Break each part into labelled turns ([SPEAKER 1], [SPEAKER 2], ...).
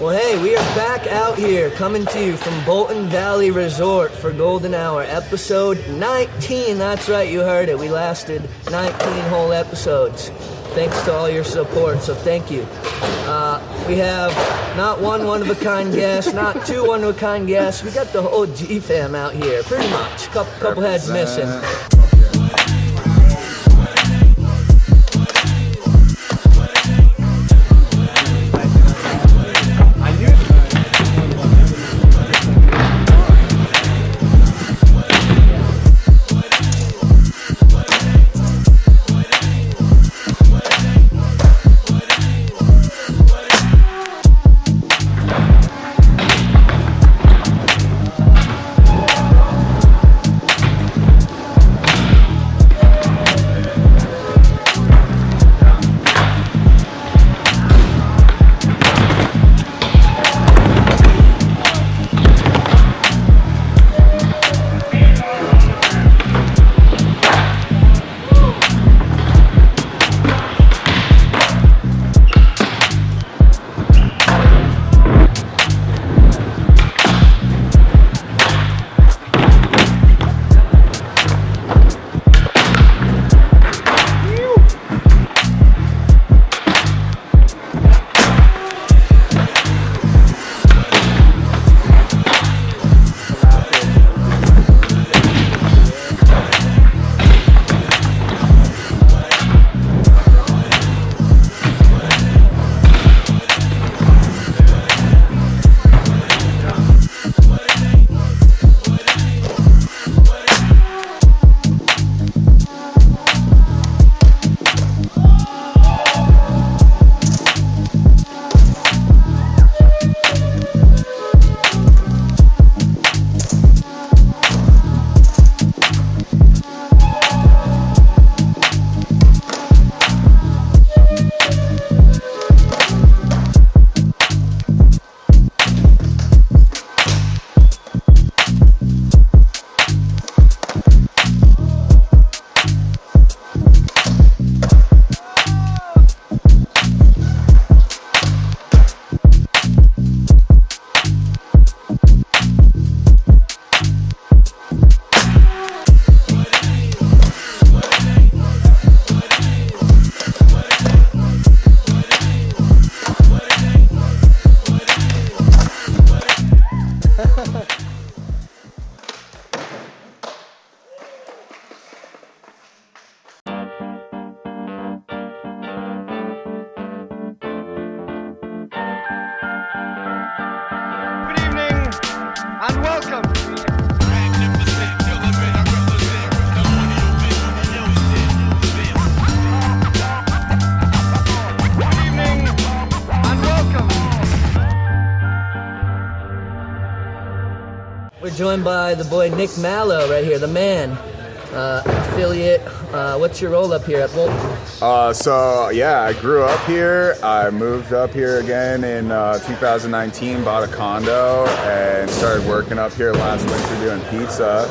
[SPEAKER 1] Well, hey, we are back out here coming to you from Bolton Valley Resort for Golden Hour, episode 19. That's right, you heard it. We lasted 19 whole episodes. Thanks to all your support, so thank you. Uh, we have not one one of a kind guest, not two one of a kind guests. We got the whole G fam out here, pretty much. Couple, couple heads missing.
[SPEAKER 2] Good evening and welcome to the Good evening and welcome.
[SPEAKER 1] We're joined by the boy Nick Mallow right here, the man, uh, affiliate. Uh, what's your role up here at Bolton?
[SPEAKER 3] Uh, so yeah, I grew up here. I moved up here again in uh, 2019, bought a condo, and started working up here last winter doing pizza.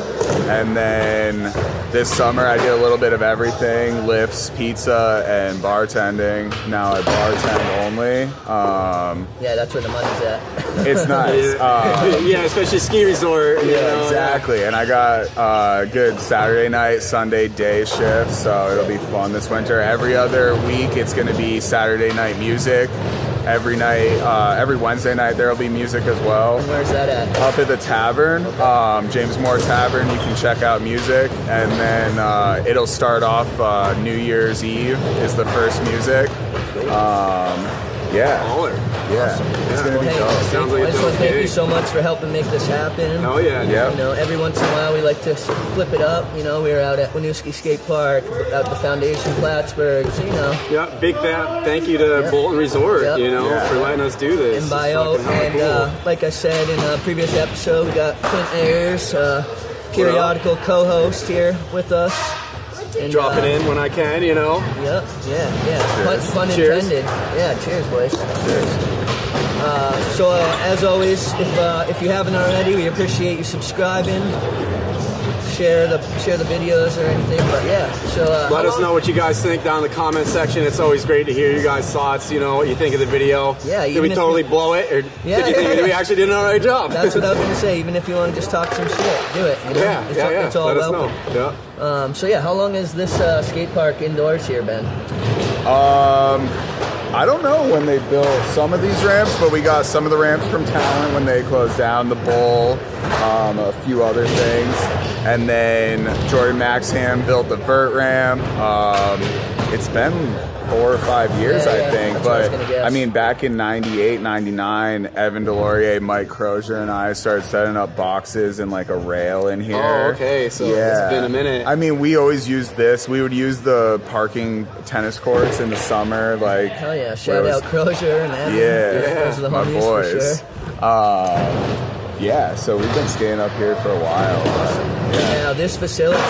[SPEAKER 3] And then this summer, I did a little bit of everything: lifts, pizza, and bartending. Now I bartend only. Um,
[SPEAKER 1] Yeah, that's where the money's at.
[SPEAKER 3] it's nice. Uh,
[SPEAKER 4] yeah, especially ski resort. you know.
[SPEAKER 3] yeah, exactly. And I got uh, good Saturday night, Sunday day shift, so it'll be fun this winter. Every other week, it's going to be Saturday night music. Every night, uh, every Wednesday night, there'll be music as well.
[SPEAKER 1] Where's that uh, at?
[SPEAKER 3] Up at the tavern, um, James Moore Tavern, you can check out music, and then uh, it'll start off uh, New Year's Eve is the first music. Um, yeah,
[SPEAKER 4] Baller.
[SPEAKER 3] yeah, it's gonna be
[SPEAKER 1] Hey,
[SPEAKER 3] dope.
[SPEAKER 4] Sounds like
[SPEAKER 1] I
[SPEAKER 4] a
[SPEAKER 1] just
[SPEAKER 4] dope
[SPEAKER 1] want to thank you
[SPEAKER 4] gig.
[SPEAKER 1] so much for helping make this happen.
[SPEAKER 4] Oh yeah.
[SPEAKER 3] Yeah.
[SPEAKER 1] You know, every once in a while we like to flip it up. You know, we were out at Winooski Skate Park, out at the Foundation Plattsburgh, so, you know,
[SPEAKER 4] Yeah, big th- thank you to Bolton Resort,
[SPEAKER 1] Yep.
[SPEAKER 4] you know,
[SPEAKER 3] Yeah.
[SPEAKER 4] for letting us do this.
[SPEAKER 1] in
[SPEAKER 4] It's
[SPEAKER 1] bio.
[SPEAKER 4] fucking hella
[SPEAKER 1] And uh, like I said in a previous episode, we got Clint Ayers, uh, periodical co host here with us. And,
[SPEAKER 4] Drop
[SPEAKER 1] uh,
[SPEAKER 4] it in when I can, you know.
[SPEAKER 1] Yep. Yeah. Yeah. Pun,
[SPEAKER 3] Cheers.
[SPEAKER 1] pun
[SPEAKER 4] Cheers.
[SPEAKER 1] intended. Yeah. Cheers, boys. Uh, so uh, as always, if uh, if you haven't already, we appreciate you subscribing, share the share the videos or anything. But yeah, so uh,
[SPEAKER 4] Let
[SPEAKER 1] how
[SPEAKER 4] us
[SPEAKER 1] long-
[SPEAKER 4] know what you guys think down in the comment section. It's always great to hear you guys' thoughts. You know what you think of the video.
[SPEAKER 1] Yeah,
[SPEAKER 4] Did
[SPEAKER 1] even
[SPEAKER 4] we
[SPEAKER 1] if
[SPEAKER 4] totally
[SPEAKER 1] you-
[SPEAKER 4] blow it, or
[SPEAKER 1] Yeah,
[SPEAKER 4] did you
[SPEAKER 1] yeah,
[SPEAKER 4] think
[SPEAKER 1] yeah.
[SPEAKER 4] we actually did an alright job?
[SPEAKER 1] That's what I was gonna say. Even if you want to just talk some shit, do it. You know?
[SPEAKER 4] yeah,
[SPEAKER 1] it's,
[SPEAKER 4] yeah,
[SPEAKER 1] all,
[SPEAKER 4] yeah.
[SPEAKER 1] it's all
[SPEAKER 4] Let
[SPEAKER 1] welcome.
[SPEAKER 4] us know. Yeah.
[SPEAKER 1] Um, so yeah, how long is this uh, skate park indoors here, Ben?
[SPEAKER 3] Um, I don't know when they built some of these ramps, but we got some of the ramps from Talent when they closed down the Bull, um, a few other things, and then Jordan Maxham built the vert ramp. Um, it's been four or five years,
[SPEAKER 1] Yeah,
[SPEAKER 3] I
[SPEAKER 1] yeah,
[SPEAKER 3] think,
[SPEAKER 1] that's what I was
[SPEAKER 3] but
[SPEAKER 1] gonna guess.
[SPEAKER 3] I mean, back in 98, 99, Evan Delorier, Mike Crozier, and I started setting up boxes and like a rail in here.
[SPEAKER 4] Oh, okay, so it's been a minute.
[SPEAKER 3] I mean, we always use this. We would use the parking tennis courts in the summer, like
[SPEAKER 1] Hell yeah!
[SPEAKER 3] where
[SPEAKER 1] Shout
[SPEAKER 3] it was-
[SPEAKER 1] out Crozier and Adam.
[SPEAKER 3] Yeah,
[SPEAKER 1] those are the
[SPEAKER 3] my
[SPEAKER 1] homies for
[SPEAKER 3] boys.
[SPEAKER 1] sure.
[SPEAKER 3] Uh, yeah, so we've been staying up here for a while. but, yeah.
[SPEAKER 1] Now this facility,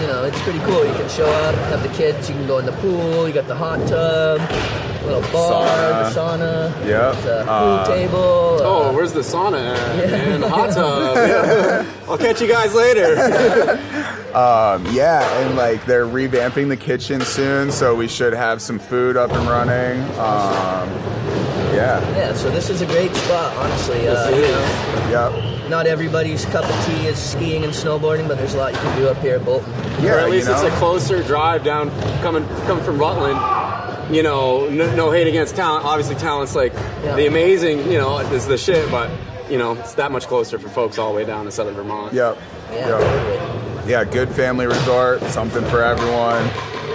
[SPEAKER 1] you know, it's pretty cool. You can show up, have the kids, you can go in the pool. You got the hot tub, little bar, the sauna.
[SPEAKER 3] Yep.
[SPEAKER 1] There's a pool
[SPEAKER 3] Uh,
[SPEAKER 1] table.
[SPEAKER 4] Oh,
[SPEAKER 1] uh,
[SPEAKER 4] where's the sauna at? And the hot tub. Yeah. I'll catch you guys later.
[SPEAKER 3] Um, yeah, and like they're revamping the kitchen soon, so we should have some food up and running. Um, yeah,
[SPEAKER 1] yeah. So this is a great spot, honestly. Uh,
[SPEAKER 4] it
[SPEAKER 1] you
[SPEAKER 4] is.
[SPEAKER 1] know,
[SPEAKER 3] yep.
[SPEAKER 1] not everybody's cup of tea is skiing and snowboarding, but there's a lot you can do up here at Bolton.
[SPEAKER 3] Yeah,
[SPEAKER 4] or at least
[SPEAKER 3] you know?
[SPEAKER 4] it's a closer drive down coming coming from Rutland. You know, no, no hate against talent. Obviously, talent's like
[SPEAKER 1] Yeah.
[SPEAKER 4] the amazing. You know, is the shit, but. You know, it's that much closer for folks all the way down to southern Vermont.
[SPEAKER 3] Yep.
[SPEAKER 1] Yeah,
[SPEAKER 3] Yep.
[SPEAKER 1] totally.
[SPEAKER 3] yeah, good family resort, something for everyone.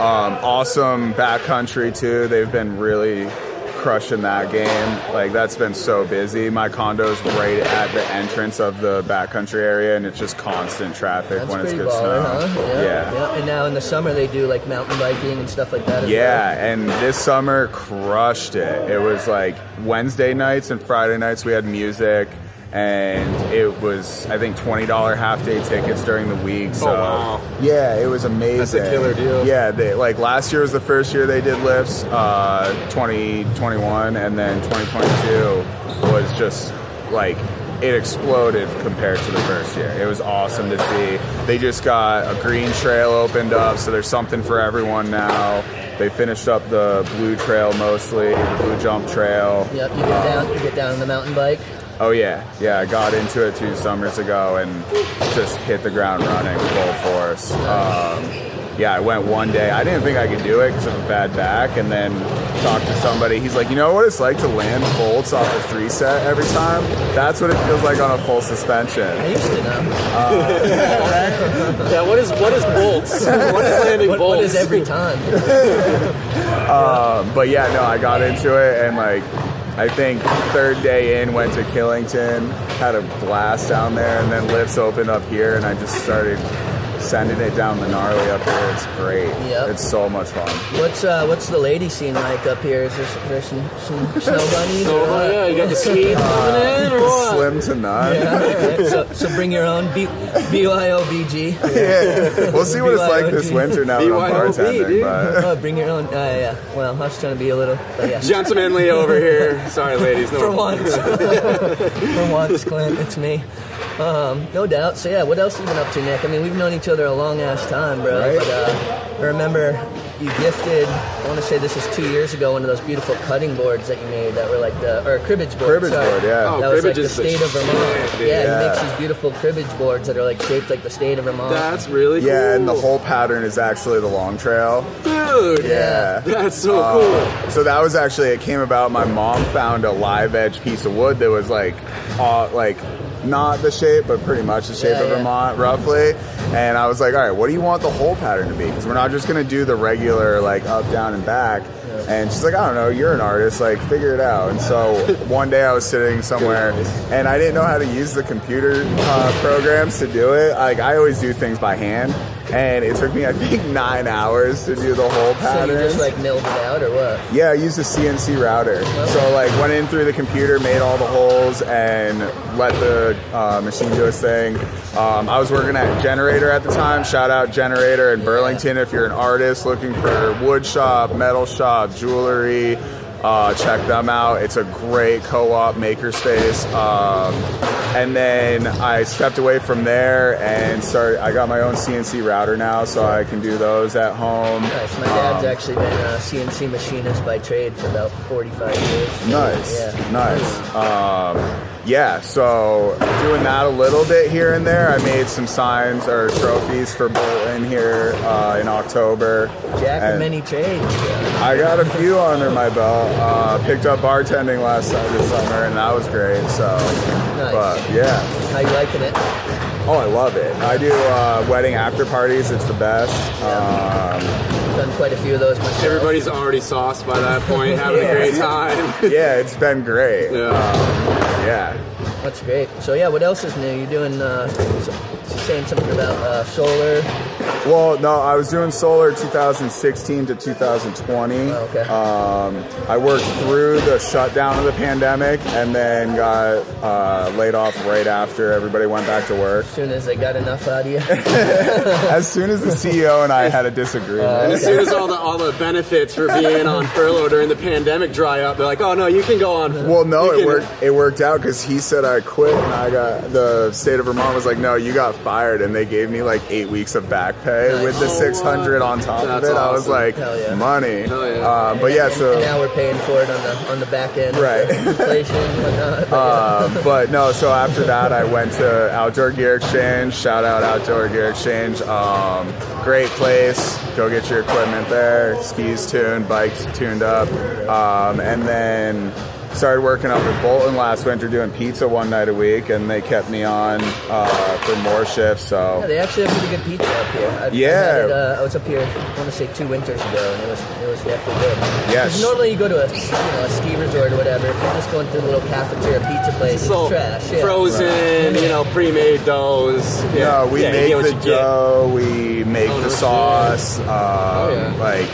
[SPEAKER 3] Um, awesome backcountry too. They've been really crushing that game. Like that's been so busy. My condo's right at the entrance of the backcountry area, and it's just constant traffic
[SPEAKER 1] That's
[SPEAKER 3] when it's
[SPEAKER 1] pretty
[SPEAKER 3] good
[SPEAKER 1] baller,
[SPEAKER 3] snow.
[SPEAKER 1] huh? Yeah, yeah. And now in the summer they do like mountain biking and stuff like that. As
[SPEAKER 3] Yeah, and this summer crushed it. It was like Wednesday nights and Friday nights we had music, and it was I think twenty dollar half day tickets during the week. So
[SPEAKER 4] wow.
[SPEAKER 3] yeah, it was amazing.
[SPEAKER 4] killer deal.
[SPEAKER 3] Yeah, they, like last year was the first year they did lifts, uh, twenty twenty one, and then twenty twenty two was just like. It exploded compared to the first year. It was awesome to see. They just got a green trail opened up, so there's something for everyone now. They finished up the blue trail mostly, the blue jump trail.
[SPEAKER 1] Well. Yep. You get down. You get down on the mountain bike.
[SPEAKER 3] Oh yeah, yeah. I got into it two summers ago and just hit the ground running full force. Um, yeah, I went one day. I didn't think I could do it because of a bad back, and then talked to somebody. He's like, you know what it's like to land bolts off a three set every time. That's what it feels like on a full suspension.
[SPEAKER 1] I used to know.
[SPEAKER 4] Yeah, what is what is bolts? what is landing
[SPEAKER 1] What,
[SPEAKER 4] bolts?
[SPEAKER 1] what is every time?
[SPEAKER 3] Uh, But yeah, no, I got into it and like I think third day in went to Killington, had a blast down there, and then lifts opened up here, and I just started sending it down the gnarly up here. It's great.
[SPEAKER 1] Yep.
[SPEAKER 3] It's so much fun.
[SPEAKER 1] What's uh, what's the lady scene like up here? Is there, there's some, some snow bunnies?
[SPEAKER 4] So,
[SPEAKER 1] or what? Uh,
[SPEAKER 4] yeah, you got the Swedes coming in or what?
[SPEAKER 3] Uh, Slim to none.
[SPEAKER 1] Yeah, alright. so, so bring your own B- BYOBG.
[SPEAKER 3] Yeah. We'll see what it's like this
[SPEAKER 1] BYOB.
[SPEAKER 3] winter now that I'm
[SPEAKER 4] BYOB, dude.
[SPEAKER 3] bartending.
[SPEAKER 1] Oh, bring your own. Uh, yeah. Well, I was trying to be a little. But yeah.
[SPEAKER 4] Gentlemanly over here. Sorry, ladies. No.
[SPEAKER 1] For once. For once, Clint, it's me. Um, no doubt. So yeah, what else have you been up to, Nick? I mean, we've known each other a long ass time, bro.
[SPEAKER 3] Right.
[SPEAKER 1] But uh, I remember you gifted. I want to say this is two years ago. One of those beautiful cutting boards that you made that were like the or cribbage board.
[SPEAKER 3] Cribbage
[SPEAKER 1] sorry.
[SPEAKER 3] board, yeah.
[SPEAKER 4] Oh,
[SPEAKER 1] that was like
[SPEAKER 4] cribbage
[SPEAKER 1] the
[SPEAKER 4] is the
[SPEAKER 1] state of Vermont.
[SPEAKER 4] shit, dude.
[SPEAKER 1] yeah, he
[SPEAKER 3] Yeah.
[SPEAKER 1] makes these beautiful cribbage boards that are like shaped like the state of Vermont.
[SPEAKER 4] That's really
[SPEAKER 3] But
[SPEAKER 4] cool.
[SPEAKER 3] yeah, and the whole pattern is actually the long trail.
[SPEAKER 4] dude.
[SPEAKER 3] Yeah. Um,
[SPEAKER 4] That's so cool.
[SPEAKER 3] So that was actually it came about. My mom found a live edge piece of wood that was like, uh, like not the shape, but pretty much the shape
[SPEAKER 1] Yeah,
[SPEAKER 3] of
[SPEAKER 1] yeah.
[SPEAKER 3] Vermont, roughly. And I was like, all right, what do you want the whole pattern to be? Because we're not just gonna do the regular like up, down, and back. And she's like, I don't know, you're an artist, like figure it out. And so one day I was sitting somewhere and I didn't know how to use the computer uh, programs to do it. Like I always do things by hand. And it took me, I think, nine hours to do the whole
[SPEAKER 1] so
[SPEAKER 3] pattern.
[SPEAKER 1] you just like milled it out or what?
[SPEAKER 3] Yeah, I used a CNC router. So like went in through the computer, made all the holes, and let the uh, machine do its thing. Um, I was working at Generator at the time. Shout out Generator in Burlington if you're an artist looking for wood shop, metal shop, jewelry. Uh, check them out. It's a great co-op makerspace. Um, and then I stepped away from there and started. I got my own CNC router now, so I can do those at home.
[SPEAKER 1] Nice. My dad's
[SPEAKER 3] Um,
[SPEAKER 1] actually been a CNC machinist by trade for about 45 years.
[SPEAKER 3] Nice,
[SPEAKER 1] Yeah.
[SPEAKER 3] nice. Um, yeah, so doing that a little bit here and there. I made some signs or trophies for Bolton here uh, in October.
[SPEAKER 1] Jack of
[SPEAKER 3] And
[SPEAKER 1] many trades. yeah.
[SPEAKER 3] I got a few under my belt. Uh, picked up bartending last summer, this summer, and that was great. So, but yeah.
[SPEAKER 1] How you liking it?
[SPEAKER 3] Oh, I love it. I do uh, wedding after parties. It's the best. Um,
[SPEAKER 1] Done quite a few of those myself.
[SPEAKER 4] Everybody's already sauced by that point, having
[SPEAKER 3] Yeah.
[SPEAKER 4] a great time.
[SPEAKER 3] yeah, it's been great. Um,
[SPEAKER 4] yeah.
[SPEAKER 3] Yeah.
[SPEAKER 1] That's great. So yeah, what else is new? You're doing uh, s- saying something about uh, solar.
[SPEAKER 3] Well, no, I was doing solar 2016 to 2020.
[SPEAKER 1] okay.
[SPEAKER 3] Um, I worked through the shutdown of the pandemic and then got uh, laid off right after everybody went back to work.
[SPEAKER 1] As soon as they got enough out of you.
[SPEAKER 3] As soon as the CEO and I had a
[SPEAKER 1] Uh,
[SPEAKER 3] disagreement.
[SPEAKER 4] As soon as all the all the benefits for being on furlough during the pandemic dry up, they're like, "Oh no, you can go on."
[SPEAKER 3] Well, no,
[SPEAKER 4] you
[SPEAKER 3] it
[SPEAKER 4] can-
[SPEAKER 3] worked. It worked out because he said I quit, and I got the state of Vermont was like, "No, you got fired," and they gave me like eight weeks of back pay
[SPEAKER 1] Nice.
[SPEAKER 3] with the
[SPEAKER 4] Oh,
[SPEAKER 3] six hundred on top of
[SPEAKER 4] That's
[SPEAKER 3] it. I was
[SPEAKER 4] awesome.
[SPEAKER 3] like,
[SPEAKER 1] Hell yeah.
[SPEAKER 3] "Money."
[SPEAKER 4] Hell yeah.
[SPEAKER 3] Uh, but yeah,
[SPEAKER 1] And- and
[SPEAKER 3] so
[SPEAKER 1] now we're paying for it on the on the back end.
[SPEAKER 3] Right.
[SPEAKER 1] Inflation, whatnot.
[SPEAKER 3] uh, but no, so after that, I went to Outdoor Gear Exchange. Shout out Outdoor Gear Exchange. Um, great place. Go get your equipment there. Skis tuned, bikes tuned up, um, and then started working up at Bolton last winter doing pizza one night a week, and they kept me on uh, for more shifts.
[SPEAKER 1] Yeah,
[SPEAKER 3] So
[SPEAKER 1] they actually have pretty good pizza up here. I've, I've
[SPEAKER 3] Yeah.
[SPEAKER 1] had it, uh, I was up here, I want to say two winters ago, and it was it was definitely good.
[SPEAKER 3] Yes.
[SPEAKER 1] 'Cause Normally you go to a you know a ski resort or whatever. If you're just going to a little cafeteria pizza place,
[SPEAKER 4] so
[SPEAKER 1] it's trash. Yeah.
[SPEAKER 4] frozen, you know, pre-made doughs. Yeah,
[SPEAKER 3] no, we
[SPEAKER 4] yeah, you
[SPEAKER 3] make
[SPEAKER 4] get what
[SPEAKER 3] the
[SPEAKER 4] you get.
[SPEAKER 3] dough. We make
[SPEAKER 4] Oh, no
[SPEAKER 3] the
[SPEAKER 4] shit.
[SPEAKER 3] sauce. Um,
[SPEAKER 4] Oh, yeah.
[SPEAKER 3] Like.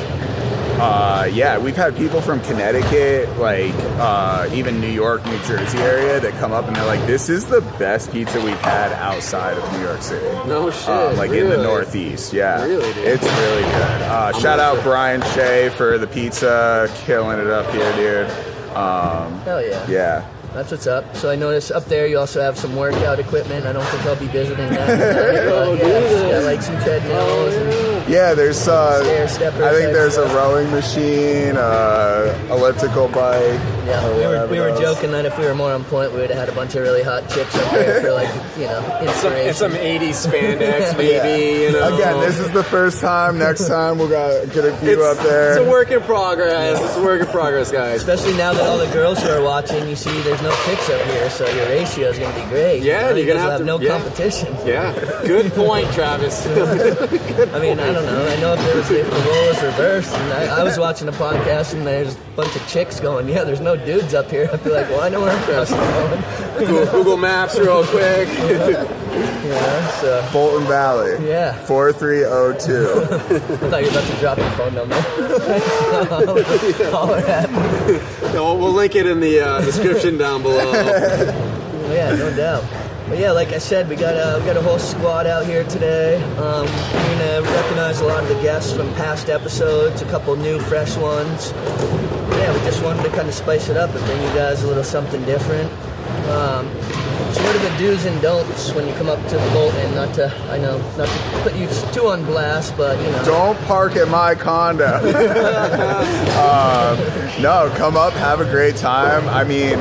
[SPEAKER 3] Uh, yeah, we've had people from Connecticut, like uh, even New York, New Jersey area, that come up and they're like, "This is the best pizza we've had outside of New York City."
[SPEAKER 4] No shit,
[SPEAKER 3] Um, like in the
[SPEAKER 4] really?
[SPEAKER 3] Northeast. Yeah,
[SPEAKER 4] Really, dude?
[SPEAKER 3] it's really good. Uh, shout out Brian Shea for the pizza, killing it up here, dude. Um,
[SPEAKER 1] Hell yeah.
[SPEAKER 3] yeah.
[SPEAKER 1] That's what's up. So I noticed up there you also have some workout equipment. I don't think I'll be visiting that.
[SPEAKER 4] Oh,
[SPEAKER 1] Uh,
[SPEAKER 4] dude.
[SPEAKER 1] yeah, like some treadmills. And,
[SPEAKER 3] Yeah, there's. Uh,
[SPEAKER 1] Stair stepper uh,
[SPEAKER 3] I think
[SPEAKER 1] type
[SPEAKER 3] there's a
[SPEAKER 1] stuff.
[SPEAKER 3] rowing machine, uh, elliptical bike.
[SPEAKER 1] yeah,
[SPEAKER 3] or
[SPEAKER 4] Oh,
[SPEAKER 1] we were,
[SPEAKER 3] whatever
[SPEAKER 1] we were
[SPEAKER 3] else.
[SPEAKER 1] joking that if we were more on point, we would have had a bunch of really hot chicks up there for like you know
[SPEAKER 4] Some, and
[SPEAKER 1] inspiration.
[SPEAKER 4] some '80s spandex, maybe. You know,
[SPEAKER 3] Again, this is the first time. Next time we'll got, get a few
[SPEAKER 4] it's,
[SPEAKER 3] up there.
[SPEAKER 4] It's a work in progress. It's a work in progress, guys.
[SPEAKER 1] Especially now that all the girls who are watching, you see there's no chicks up here, so your ratio is going to be great.
[SPEAKER 4] Yeah,
[SPEAKER 1] you know?
[SPEAKER 4] you're
[SPEAKER 1] You
[SPEAKER 4] gonna
[SPEAKER 1] guys
[SPEAKER 4] have
[SPEAKER 1] will
[SPEAKER 4] to- yeah.
[SPEAKER 1] no competition.
[SPEAKER 4] Yeah, good point, Travis.
[SPEAKER 1] I mean, I don't know. I know if, there was, if the role was reversed, and I, I was watching a podcast and there's a bunch of chicks going, yeah, there's no dudes up here. I'd be like, well, I know where I'm crossing going.
[SPEAKER 4] Google, Google Maps, real quick.
[SPEAKER 1] You know, so.
[SPEAKER 3] Bolton Valley.
[SPEAKER 1] Yeah.
[SPEAKER 3] Four three zero two.
[SPEAKER 1] I thought you were about to drop your phone number. Holler at me.
[SPEAKER 4] No, we'll link it in the uh, description down below.
[SPEAKER 1] Yeah, no doubt. But yeah, like I said, we got a we got a whole squad out here today. Um, we're gonna recognize a lot of the guests from past episodes, a couple new, fresh ones. Yeah, we just wanted to kind of spice it up and bring you guys a little something different. Um, so what are the do's and don'ts when you come up to the Bolton? Not to, I know, not to put you too on blast, but you know.
[SPEAKER 3] Don't park at my condo. um, no, come up, have a great time. I mean,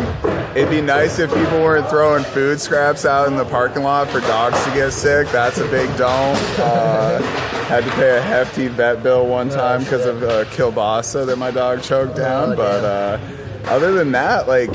[SPEAKER 3] it'd be nice if people weren't throwing food scraps out in the parking lot for dogs to get sick. That's a big don't. Uh, had to pay a hefty vet bill one time because of uh, kielbasa that my dog choked down.
[SPEAKER 1] Oh,
[SPEAKER 3] but uh, other than that, like,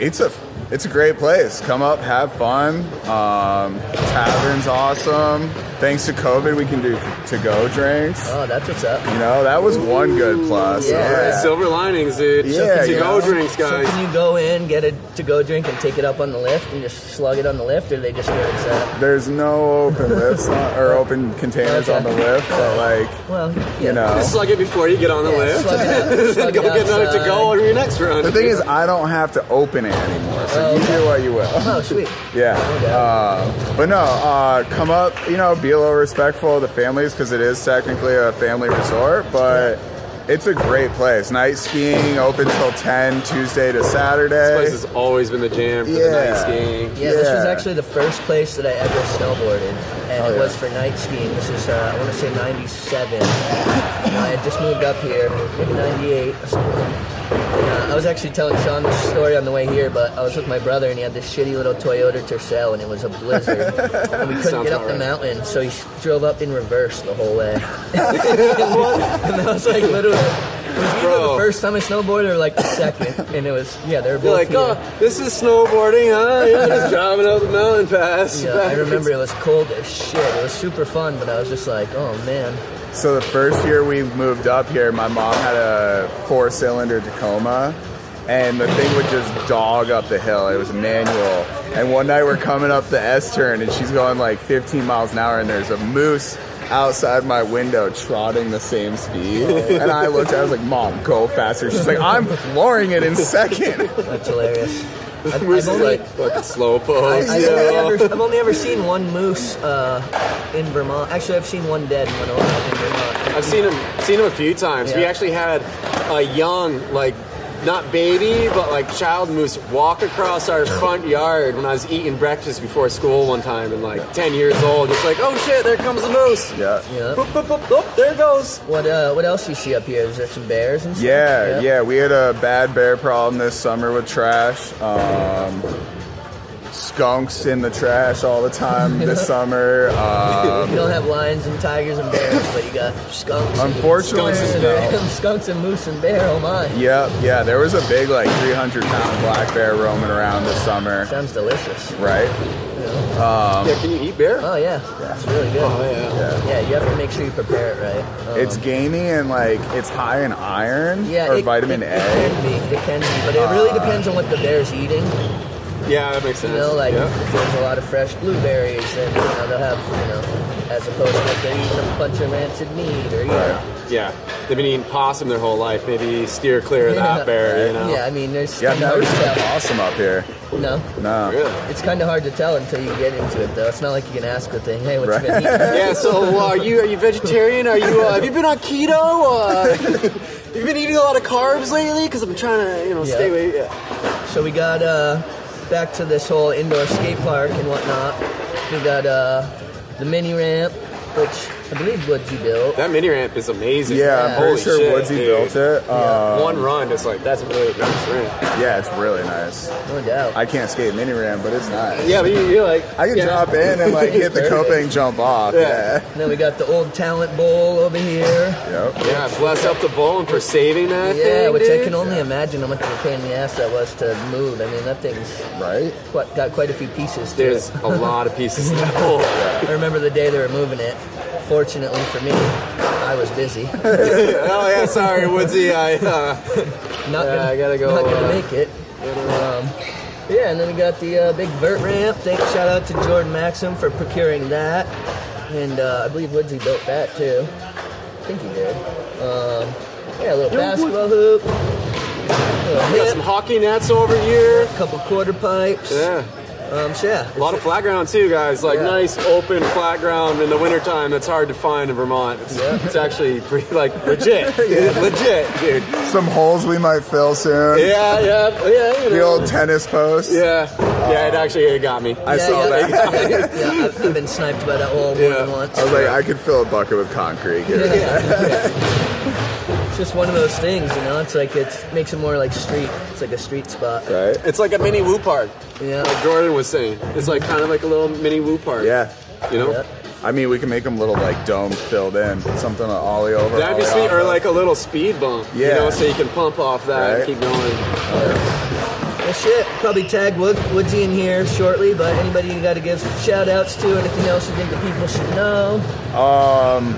[SPEAKER 3] it's a it's a great place. Come up, have fun. Um, tavern's awesome. Thanks to COVID, we can do to go drinks.
[SPEAKER 1] Oh, that's what's up.
[SPEAKER 3] You know, that was one good plus.
[SPEAKER 1] Yeah.
[SPEAKER 4] Silver linings, dude.
[SPEAKER 3] Yeah, E.
[SPEAKER 4] to
[SPEAKER 3] you
[SPEAKER 4] go
[SPEAKER 3] know.
[SPEAKER 4] drinks,
[SPEAKER 1] So
[SPEAKER 4] guys.
[SPEAKER 1] can you go in, get a to-go drink, and take it up on the lift, and just slug it on the lift, or they just do it set?
[SPEAKER 3] There's no open lifts on, or open containers on the lift, but like,
[SPEAKER 1] Well, yeah.
[SPEAKER 3] you know.
[SPEAKER 4] Just slug it before you get on the
[SPEAKER 1] Yeah,
[SPEAKER 4] lift.
[SPEAKER 1] slug it out, slug
[SPEAKER 4] go
[SPEAKER 1] it
[SPEAKER 4] get another to
[SPEAKER 1] outside.
[SPEAKER 4] go on your next run.
[SPEAKER 3] The thing is, I don't have to open it anymore, so you do what you will.
[SPEAKER 1] Oh, sweet.
[SPEAKER 3] Yeah.
[SPEAKER 1] Okay.
[SPEAKER 3] Uh, but no, uh, come up, you know, be a little respectful of the families because it is technically a family resort, but It's a great place. Night skiing open till 10 Tuesday to Saturday.
[SPEAKER 4] This place has always been the jam for the night
[SPEAKER 3] Yeah.
[SPEAKER 4] skiing.
[SPEAKER 1] Yeah, this was
[SPEAKER 3] Yeah.
[SPEAKER 1] actually the first place that I ever snowboarded, and
[SPEAKER 3] Oh,
[SPEAKER 1] it
[SPEAKER 3] yeah.
[SPEAKER 1] was for night skiing. This is, uh, I want to say, 97. I had just moved up here, maybe 98. Uh, I was actually telling Sean this story on the way here, but I was with my brother, and he had this shitty little Toyota Tercel, and it was a blizzard. and we couldn't
[SPEAKER 4] Sounds
[SPEAKER 1] get
[SPEAKER 4] about
[SPEAKER 1] up
[SPEAKER 4] right.
[SPEAKER 1] the mountain, so he s- drove up in reverse the whole way. and that was like literally. It was either the
[SPEAKER 4] Bro.
[SPEAKER 1] first time I snowboarded or like the second, and it was yeah. They were both
[SPEAKER 4] You're like,
[SPEAKER 1] here.
[SPEAKER 4] oh, this is snowboarding, huh? Yeah, just driving up the mountain pass.
[SPEAKER 1] Yeah, I remember it was cold as shit. It was super fun, but I was just like, oh man.
[SPEAKER 3] So the first year we moved up here, my mom had a four-cylinder Tacoma, and the thing would just dog up the hill. It was manual. And one night we're coming up the S turn, and she's going like 15 miles an hour, and there's a moose outside my window trotting the same speed. And I looked, I was like, "Mom, go faster!" She's like, "I'm flooring it in second.
[SPEAKER 1] That's hilarious. I've, I've
[SPEAKER 4] Moose is
[SPEAKER 1] only,
[SPEAKER 4] like fucking slow
[SPEAKER 1] I,
[SPEAKER 4] pose.
[SPEAKER 1] I've,
[SPEAKER 4] you know?
[SPEAKER 1] only ever, I've only ever seen one moose uh, in Vermont. Actually, I've seen one dead and one alive in Vermont.
[SPEAKER 4] I've seen him seen him a few times. We
[SPEAKER 1] Yeah.
[SPEAKER 4] actually had a young, like not baby, but like child moose walk across our front yard when I was eating breakfast before school one time and like ten years old, just like, oh shit, there comes a moose.
[SPEAKER 3] Yeah.
[SPEAKER 1] Yeah.
[SPEAKER 4] Boop, boop, boop, boop, there it goes.
[SPEAKER 1] What uh, what else you see up here? Is there some bears and stuff?
[SPEAKER 3] Yeah, yeah, we had a bad bear problem this summer with trash. Um, skunks in the trash all the time this summer. Um,
[SPEAKER 1] You don't have lions and tigers and bears, but you got skunks. and-
[SPEAKER 3] Unfortunately,
[SPEAKER 1] skunks and,
[SPEAKER 3] no.
[SPEAKER 1] bear- skunks and moose and bear. Oh my,
[SPEAKER 3] yep, yeah, there was a big like 300 pound black bear roaming around this summer,
[SPEAKER 1] sounds delicious.
[SPEAKER 3] right?
[SPEAKER 1] you know?
[SPEAKER 3] Um,
[SPEAKER 4] yeah, can you eat bear?
[SPEAKER 1] Oh yeah, it's really good.
[SPEAKER 4] oh yeah.
[SPEAKER 3] Yeah.
[SPEAKER 1] Yeah, you have to make sure you prepare it right. Um,
[SPEAKER 3] It's gamey and like it's high in iron
[SPEAKER 1] Yeah,
[SPEAKER 3] or
[SPEAKER 1] it-
[SPEAKER 3] vitamin
[SPEAKER 1] it, It
[SPEAKER 3] A.
[SPEAKER 1] can be, it can be, but it really
[SPEAKER 4] Ah.
[SPEAKER 1] depends on what the bear's eating.
[SPEAKER 4] Yeah, that makes sense.
[SPEAKER 1] You know, like
[SPEAKER 4] yeah.
[SPEAKER 1] if there's a lot of fresh blueberries, then you know they'll have, you know, as opposed to if they're eating a bunch of rancid meat or you know.
[SPEAKER 4] yeah. They've been eating possum their whole life. Maybe steer clear of
[SPEAKER 1] Yeah.
[SPEAKER 4] that bear, you know.
[SPEAKER 1] Yeah, I mean, there's
[SPEAKER 3] Yeah,
[SPEAKER 1] kind
[SPEAKER 3] no,
[SPEAKER 1] of hard
[SPEAKER 3] it's
[SPEAKER 1] to
[SPEAKER 3] like
[SPEAKER 1] tell.
[SPEAKER 3] awesome up here.
[SPEAKER 1] No,
[SPEAKER 3] No.
[SPEAKER 4] Really?
[SPEAKER 1] it's kind of hard to tell until you get into it, though. It's not like you can ask the thing, "Hey, what's
[SPEAKER 3] Right.
[SPEAKER 1] you been eating?"
[SPEAKER 4] Yeah. So, uh, are you are you vegetarian? Are you uh, have you been on keto? Uh, have you been eating a lot of carbs lately? Because I've been trying to you know
[SPEAKER 1] Yeah.
[SPEAKER 4] stay away. Yeah.
[SPEAKER 1] So we got uh, back to this whole indoor skate park and whatnot. We got uh, the mini ramp, which I believe Woodsy built.
[SPEAKER 4] That mini ramp is amazing.
[SPEAKER 3] Yeah, I'm pretty
[SPEAKER 4] Holy
[SPEAKER 3] sure
[SPEAKER 4] shit,
[SPEAKER 3] Woodsy
[SPEAKER 4] dude.
[SPEAKER 3] built it. Um,
[SPEAKER 4] One run, it's like that's a really nice ramp.
[SPEAKER 3] yeah, it's really nice.
[SPEAKER 1] No doubt.
[SPEAKER 3] I can't skate mini ram, but it's nice.
[SPEAKER 4] Yeah, but you, you're like
[SPEAKER 3] I can
[SPEAKER 4] yeah.
[SPEAKER 3] drop in and like hit the
[SPEAKER 1] Perfect.
[SPEAKER 3] coping jump off.
[SPEAKER 4] Yeah.
[SPEAKER 3] Yeah.
[SPEAKER 1] And then we got the old talent bowl over here.
[SPEAKER 3] Yep.
[SPEAKER 4] Yeah, bless up the bowling for saving that.
[SPEAKER 1] Yeah,
[SPEAKER 4] thing,
[SPEAKER 1] which I
[SPEAKER 4] dude.
[SPEAKER 1] can only imagine how much of a pain in the ass that was to move. I mean, that thing's
[SPEAKER 3] Right.
[SPEAKER 1] quite, got quite a few pieces to
[SPEAKER 4] There's
[SPEAKER 1] it.
[SPEAKER 4] a lot of pieces to that bowl.
[SPEAKER 1] I remember the day they were moving it. Fortunately for me, I was busy. Not
[SPEAKER 4] oh yeah, sorry, Woodsy. I uh,
[SPEAKER 1] gonna,
[SPEAKER 4] I gotta go,
[SPEAKER 1] Not gonna
[SPEAKER 4] uh,
[SPEAKER 1] make it. Um, yeah, and then we got the uh, big vert ramp. Thank shout out to Jordan Maxim for procuring that, and uh, I believe Woodsy built that too. I think he did. Um, yeah, a little basketball hoop. little
[SPEAKER 4] we got
[SPEAKER 1] hip.
[SPEAKER 4] some hockey nets over here.
[SPEAKER 1] couple quarter pipes.
[SPEAKER 4] Yeah.
[SPEAKER 1] Um, so yeah.
[SPEAKER 4] A lot of flat ground too, guys. Like
[SPEAKER 1] Yeah.
[SPEAKER 4] nice open flat ground in the wintertime. That's hard to find in Vermont. It's,
[SPEAKER 1] Yeah.
[SPEAKER 4] it's actually pretty like legit, legit, dude.
[SPEAKER 3] Some holes we might fill soon.
[SPEAKER 4] Yeah, yeah, yeah. you
[SPEAKER 3] The
[SPEAKER 4] know.
[SPEAKER 3] old tennis post.
[SPEAKER 4] yeah, yeah. It actually it got me.
[SPEAKER 3] I
[SPEAKER 1] Yeah,
[SPEAKER 3] saw that.
[SPEAKER 1] yeah. yeah, I've, I've been sniped by that wall more
[SPEAKER 4] Yeah.
[SPEAKER 1] than once.
[SPEAKER 3] I was like, I could fill a bucket with concrete here.
[SPEAKER 1] it's just one of those things, you know. It's like it makes it more like street. It's like a street spot.
[SPEAKER 3] Right.
[SPEAKER 4] It's like a mini woo park.
[SPEAKER 1] Yeah.
[SPEAKER 4] Like Jordan was saying, it's like kind of like a little mini woo park.
[SPEAKER 3] Yeah.
[SPEAKER 4] You know.
[SPEAKER 1] Yeah.
[SPEAKER 3] I mean, we can make them little like dome filled in. Something to ollie over.
[SPEAKER 4] That'd be
[SPEAKER 3] ollie
[SPEAKER 4] sweet,
[SPEAKER 3] off
[SPEAKER 4] or
[SPEAKER 3] of.
[SPEAKER 4] like a little speed bump, you
[SPEAKER 3] Yeah.
[SPEAKER 4] know, so you can pump off that
[SPEAKER 3] Right.
[SPEAKER 4] and keep going.
[SPEAKER 1] Well, shit. Probably tag Wood, Woodsy in here shortly. But anybody you got to give shout outs to? Anything else you think the people should know?
[SPEAKER 3] Um,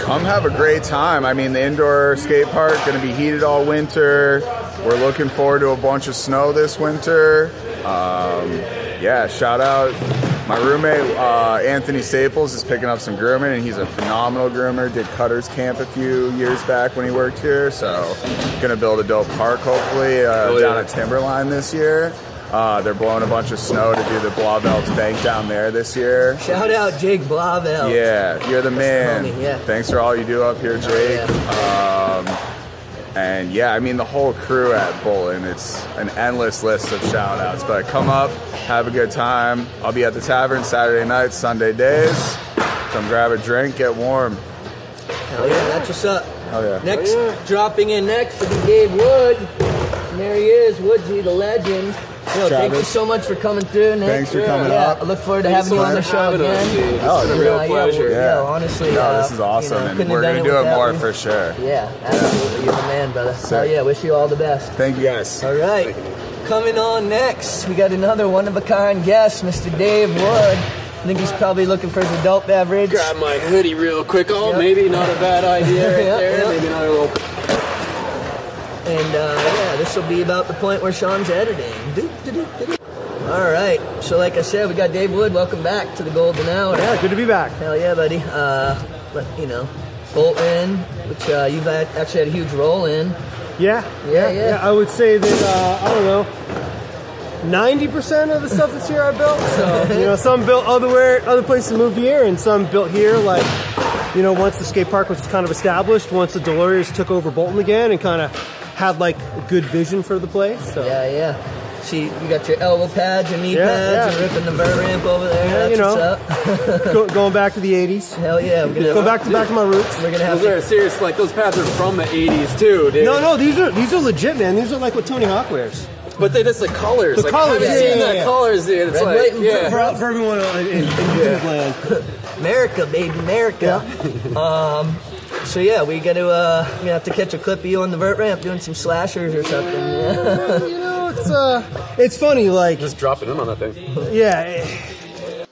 [SPEAKER 3] come have a great time. I mean, the indoor skate park going to be heated all winter. We're looking forward to a bunch of snow this winter. Um, yeah, shout out my roommate uh, Anthony Staples is picking up some grooming, and he's a phenomenal groomer. Did Cutter's Camp a few years back when he worked here, so going to build a dope park hopefully uh,
[SPEAKER 4] Oh,
[SPEAKER 3] down
[SPEAKER 4] yeah.
[SPEAKER 3] at Timberline this year. Uh, they're blowing a bunch of snow to do the Blaubelt Bank down there this year.
[SPEAKER 1] Shout out Jake Blavel.
[SPEAKER 3] Yeah, you're the man.
[SPEAKER 1] homie, yeah.
[SPEAKER 3] Thanks for all you do up here, Jake. Um, And yeah, I mean, the whole crew at Bolin, it's an endless list of shout outs. But come up, have a good time. I'll be at the tavern Saturday nights, Sunday days. Come grab a drink, get warm.
[SPEAKER 1] Hell yeah, that's what's up.
[SPEAKER 3] Oh, yeah.
[SPEAKER 1] Next,
[SPEAKER 4] Oh, yeah.
[SPEAKER 1] dropping in next will be Gabe Wood. And there he is, Woodsy, the legend. Yo, thank you
[SPEAKER 3] Travis.
[SPEAKER 1] so much for coming through, Nick.
[SPEAKER 3] Thanks for coming Oh,
[SPEAKER 1] yeah,
[SPEAKER 3] up.
[SPEAKER 1] I look forward to
[SPEAKER 4] Thanks
[SPEAKER 1] having
[SPEAKER 4] so
[SPEAKER 1] you on the
[SPEAKER 4] much for
[SPEAKER 1] show
[SPEAKER 4] having us, dude.
[SPEAKER 1] again.
[SPEAKER 4] It's been a
[SPEAKER 1] yeah,
[SPEAKER 4] real
[SPEAKER 1] yeah,
[SPEAKER 4] pleasure.
[SPEAKER 1] Yeah, honestly.
[SPEAKER 3] No,
[SPEAKER 1] uh,
[SPEAKER 3] this is awesome,
[SPEAKER 1] you know,
[SPEAKER 3] and
[SPEAKER 1] couldn't
[SPEAKER 3] we're
[SPEAKER 1] have
[SPEAKER 3] gonna
[SPEAKER 1] done
[SPEAKER 3] do it
[SPEAKER 1] without
[SPEAKER 3] more
[SPEAKER 1] you.
[SPEAKER 3] for sure.
[SPEAKER 1] Yeah, absolutely. You're the man, brother.
[SPEAKER 3] Sick.
[SPEAKER 1] Oh, yeah, wish you all the best.
[SPEAKER 3] Thank you guys.
[SPEAKER 1] All right. Coming on next, we got another one of a kind guest, Mr. Dave Wood. I think he's probably looking for his adult beverage.
[SPEAKER 4] Grab my hoodie real quick. Oh,
[SPEAKER 1] Yep.
[SPEAKER 4] maybe not a bad idea right
[SPEAKER 1] Yep,
[SPEAKER 4] there.
[SPEAKER 1] yep.
[SPEAKER 4] Maybe not a little.
[SPEAKER 1] And uh, yeah, this will be about the point where Sean's editing. Doop, doop, doop, doop. All right. So, like I said, we got Dave Wood. Welcome back to the Golden Hour.
[SPEAKER 5] Yeah, good to be back.
[SPEAKER 1] Hell yeah, buddy. Uh, but, you know, Bolton, which uh, you've had, actually had a huge role in.
[SPEAKER 5] Yeah,
[SPEAKER 1] Yeah, yeah.
[SPEAKER 5] I would say that uh, I don't know. Ninety percent of the stuff that's here I built. So you know, some built other where other places moved here, and some built here. Like you know, once the skate park was kind of established, once the Delirious took over Bolton again, and kind of had like a good vision for the place. So
[SPEAKER 1] Yeah, yeah. See, you got your elbow pads, your knee
[SPEAKER 5] Yeah,
[SPEAKER 1] pads,
[SPEAKER 5] yeah.
[SPEAKER 1] you're ripping the vert ramp over there.
[SPEAKER 5] Yeah,
[SPEAKER 1] That's
[SPEAKER 5] you know.
[SPEAKER 1] what's up.
[SPEAKER 5] Go, going back to the '80s,
[SPEAKER 1] Hell yeah. We're gonna,
[SPEAKER 5] go back to back to my roots.
[SPEAKER 1] We're gonna have
[SPEAKER 4] Those
[SPEAKER 1] to
[SPEAKER 4] are serious. Like those pads are from the '80s too, dude.
[SPEAKER 5] No, no, these are these are legit, man. These are like what Tony Hawk wears.
[SPEAKER 4] But they just the colors.
[SPEAKER 5] The
[SPEAKER 4] like,
[SPEAKER 5] colors,
[SPEAKER 4] I haven't
[SPEAKER 5] yeah,
[SPEAKER 4] seen
[SPEAKER 5] yeah,
[SPEAKER 4] the
[SPEAKER 5] yeah.
[SPEAKER 4] colors, dude. It's
[SPEAKER 1] Red, white,
[SPEAKER 4] like,
[SPEAKER 1] and
[SPEAKER 4] yeah.
[SPEAKER 5] For, for everyone in, in, in YouTube land.
[SPEAKER 1] America, baby, America. um, so yeah, we got to uh, we have to catch a clip of you on the vert ramp doing some slashers or something. Yeah.
[SPEAKER 5] Well, you know, it's uh, it's funny. Like,
[SPEAKER 4] Just dropping in on that thing.
[SPEAKER 5] yeah, eh,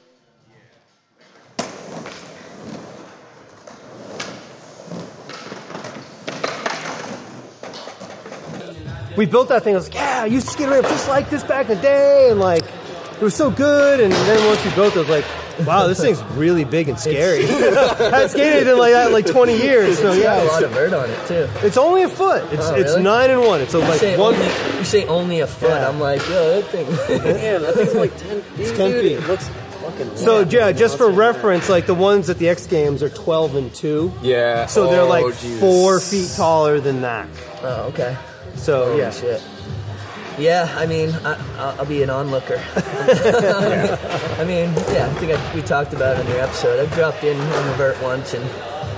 [SPEAKER 5] we built that thing. I was like, yeah, I used to skate around just like this back in the day, and like it was so good. And then once we built it, I was like, wow, this thing's really big and scary. I have skated in like that in like 20 years. So
[SPEAKER 1] You got
[SPEAKER 5] yeah,
[SPEAKER 1] a lot
[SPEAKER 5] it's,
[SPEAKER 1] of vert on it too.
[SPEAKER 5] it's only a foot. It's
[SPEAKER 1] Oh,
[SPEAKER 5] it's
[SPEAKER 1] really?
[SPEAKER 5] nine and one. It's a,
[SPEAKER 1] You say,
[SPEAKER 5] like one.
[SPEAKER 1] only, you say only a foot.
[SPEAKER 5] Yeah.
[SPEAKER 1] I'm like, yo, that thing.
[SPEAKER 4] Damn, that thing's like 10 feet. It's
[SPEAKER 5] 10 feet.
[SPEAKER 4] It looks fucking.
[SPEAKER 5] So
[SPEAKER 4] wild.
[SPEAKER 5] yeah, just for
[SPEAKER 4] Awesome.
[SPEAKER 5] reference, like the ones at the X Games are 12 and two.
[SPEAKER 4] Yeah.
[SPEAKER 5] So they're
[SPEAKER 4] Oh,
[SPEAKER 5] like
[SPEAKER 4] Jesus.
[SPEAKER 5] four feet taller than that.
[SPEAKER 1] oh, okay.
[SPEAKER 5] So
[SPEAKER 1] Holy
[SPEAKER 5] yeah,
[SPEAKER 1] shit. Yeah, I mean, I, I'll, I'll be an onlooker. I mean, yeah, I think I, we talked about it in your episode. I've dropped in on the vert once, and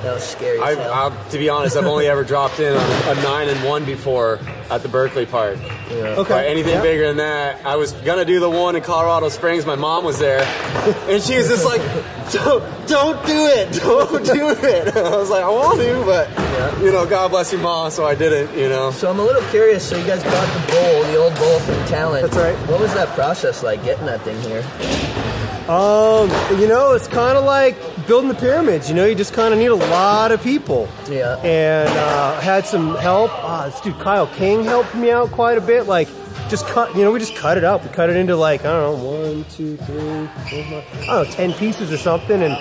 [SPEAKER 1] that was scary as
[SPEAKER 4] I've,
[SPEAKER 1] hell.
[SPEAKER 4] I've, to be honest, I've only ever dropped in on a nine and one before at the Berkeley Park.
[SPEAKER 5] okay.
[SPEAKER 4] But anything
[SPEAKER 5] yeah.
[SPEAKER 4] bigger than that, I was gonna do the one in Colorado Springs. My mom was there, and she was just like, "Don't, don't do it, don't do it." I was like, "I want to, but you know, God bless your mom, so I didn't." You know,
[SPEAKER 1] So I'm a little curious. So you guys bought the bowl, the old bowl from Talent.
[SPEAKER 5] That's right.
[SPEAKER 1] What was that process like getting that thing here?
[SPEAKER 5] Um, you know, it's kind of like building the pyramids. You know, you just kind of need a lot of people.
[SPEAKER 1] Yeah.
[SPEAKER 5] And uh, had some help. Uh, this dude Kyle King helped me out quite a bit. Like, just cut. You know, we just cut it up. We cut it into like I don't know, one, two, three, four, five, I don't know, ten pieces or something. And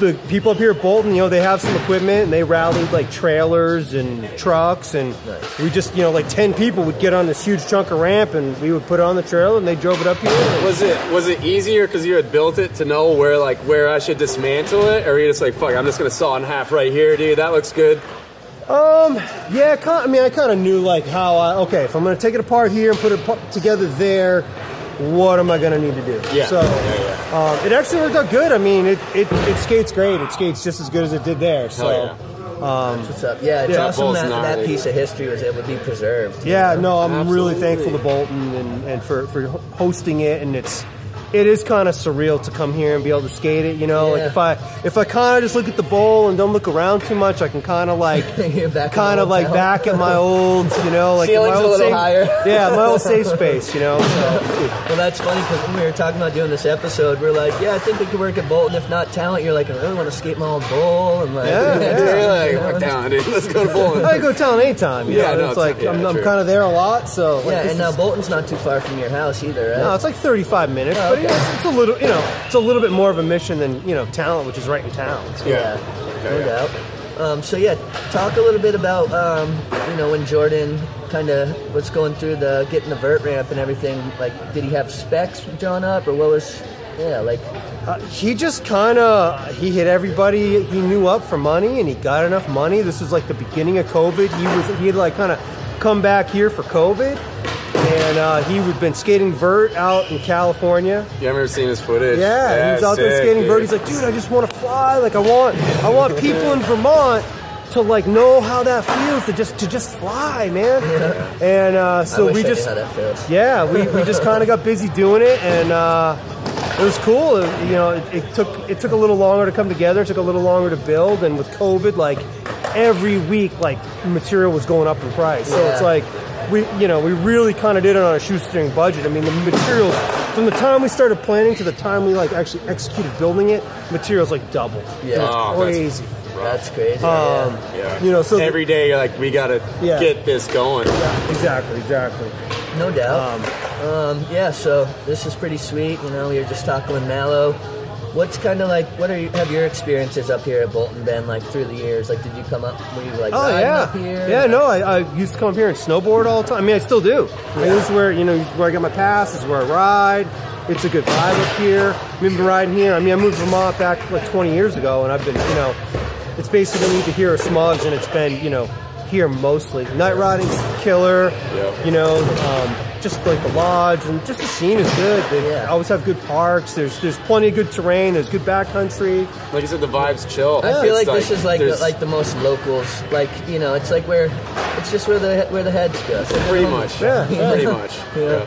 [SPEAKER 5] the people up here at Bolton, you know, they have some equipment and they rallied like trailers and trucks. And
[SPEAKER 1] Nice.
[SPEAKER 5] we just, you know, like ten people would get on this huge chunk of ramp and we would put it on the trailer and they drove it up here. and-
[SPEAKER 4] was it was it easier because you had built it to know where like where I should dismantle it, or you just like, "Fuck, I'm just gonna saw it in half right here, dude. That looks good."
[SPEAKER 5] Um, yeah, ki I mean, I kind of knew like how I, okay, if I'm going to take it apart here and put it pu- together there, what am I going to need to do?
[SPEAKER 4] Yeah.
[SPEAKER 5] So,
[SPEAKER 4] Yeah,
[SPEAKER 5] Um, it actually worked out good. I mean, it, it, it skates great. It skates just as good as it did there. So, um,
[SPEAKER 4] Hell
[SPEAKER 1] What's up? Yeah, it's
[SPEAKER 5] Yeah,
[SPEAKER 1] awesome
[SPEAKER 4] bowl's
[SPEAKER 1] that
[SPEAKER 4] gnarly.
[SPEAKER 1] that piece of history was able to be preserved.
[SPEAKER 5] Yeah, no, I'm
[SPEAKER 4] Absolutely.
[SPEAKER 5] really thankful to Bolton and, and for, for ho- hosting it, and it's it is kind of surreal to come here and be able to skate it. You know,
[SPEAKER 1] Yeah.
[SPEAKER 5] like if I if I kind of just look at the bowl and don't look around too much, I can kind of like
[SPEAKER 1] You're back in
[SPEAKER 5] kind
[SPEAKER 1] the
[SPEAKER 5] of
[SPEAKER 1] old
[SPEAKER 5] like
[SPEAKER 1] town.
[SPEAKER 5] back at my old, you know, like
[SPEAKER 1] Ceiling's
[SPEAKER 5] my
[SPEAKER 1] a
[SPEAKER 5] old
[SPEAKER 1] little
[SPEAKER 5] safe,
[SPEAKER 1] higher.
[SPEAKER 5] yeah, my old safe space. You know, so,
[SPEAKER 1] Well, that's funny because when we were talking about doing this episode, we are like, yeah, I think we could work at Bolton. If not talent, you're like, I really want to skate my old bowl. And like,
[SPEAKER 5] Yeah, yeah.
[SPEAKER 4] You're like, "Fuck down, dude. Let's go to bowling."
[SPEAKER 5] I go town anytime. You
[SPEAKER 4] Yeah,
[SPEAKER 5] know?
[SPEAKER 4] no,
[SPEAKER 5] it's
[SPEAKER 4] it's-
[SPEAKER 5] like
[SPEAKER 4] yeah,
[SPEAKER 5] I'm, I'm
[SPEAKER 4] true.
[SPEAKER 5] kind of there a lot, so like,
[SPEAKER 1] yeah,
[SPEAKER 5] this
[SPEAKER 1] and now
[SPEAKER 5] is-
[SPEAKER 1] Bolton's not too far from your house either, right?
[SPEAKER 5] No, it's like 35 minutes, but
[SPEAKER 1] Oh, okay.
[SPEAKER 5] it's, it's a little, you know, it's a little bit more of a mission than you know, talent, which is right in town. So.
[SPEAKER 1] Yeah, no doubt. Um, so yeah, talk a little bit about um, you know when Jordan kind of was going through the getting the vert ramp and everything. Like, did he have specs drawn up, or what was Yeah, like
[SPEAKER 5] Uh, he just kind of he hit everybody he knew up for money, and he got enough money. This was like the beginning of COVID. He was he had like kind of come back here for COVID, and uh, he had been skating vert out in California.
[SPEAKER 4] You ever seen his footage?
[SPEAKER 5] Yeah, he was out there
[SPEAKER 4] sick,
[SPEAKER 5] skating
[SPEAKER 4] dude.
[SPEAKER 5] vert. He's like, dude, I just want to fly. Like, I want, I want people in Vermont to like know how that feels to just to just fly, man. And uh, so
[SPEAKER 1] I wish
[SPEAKER 5] we
[SPEAKER 1] I knew
[SPEAKER 5] just,
[SPEAKER 1] how that feels.
[SPEAKER 5] yeah, we, we just kind of got busy doing it, and uh, it was cool. It- you know, it, it took it took a little longer to come together. It took a little longer to build, and with COVID, like every week, like material was going up in price. So it's
[SPEAKER 1] Yeah.
[SPEAKER 5] like we, you know, we really kind of did it on a shoestring budget. I mean, the materials from the time we started planning to the time we like actually executed building it, materials like doubled.
[SPEAKER 1] Yeah.
[SPEAKER 5] it
[SPEAKER 4] Oh,
[SPEAKER 5] was
[SPEAKER 4] that's-
[SPEAKER 5] crazy.
[SPEAKER 1] that's crazy.
[SPEAKER 5] Um,
[SPEAKER 1] yeah.
[SPEAKER 4] Yeah.
[SPEAKER 5] You know, so
[SPEAKER 4] every day you're like, we gotta
[SPEAKER 5] Yeah.
[SPEAKER 4] get this going.
[SPEAKER 5] exactly, exactly.
[SPEAKER 1] No doubt.
[SPEAKER 5] Um,
[SPEAKER 1] Um, yeah, so this is pretty sweet. You know, we were just talking with Mallow. What's kind of like? What are you, have your experiences up here at Bolton been like through the years? Like, did you come up? Were you like
[SPEAKER 5] Oh
[SPEAKER 1] riding
[SPEAKER 5] yeah,
[SPEAKER 1] up here?
[SPEAKER 5] yeah. No, I, I used to come up here and snowboard all the time. I mean, I still do. I mean, this is where you know this is where I get my pass. This is where I ride. It's a good vibe up here. I've been riding here. I mean, I moved to Vermont back like 20 years ago, and I've been you know, it's basically either here or Smugs, and it's been you know here mostly. Night riding's killer.
[SPEAKER 4] Yeah.
[SPEAKER 5] You know, um, just like the lodge and just the scene is good. They
[SPEAKER 1] Yeah.
[SPEAKER 5] always have good parks. There's there's plenty of good terrain. There's good backcountry.
[SPEAKER 4] Like I said, the vibe's chill.
[SPEAKER 1] I feel
[SPEAKER 4] It's
[SPEAKER 1] like, this is like the,
[SPEAKER 4] there's-
[SPEAKER 1] like the most locals. Like you know, it's like where it's just where the where the heads go. So
[SPEAKER 4] pretty much.
[SPEAKER 5] Yeah, yeah.
[SPEAKER 4] pretty much.
[SPEAKER 1] Yeah.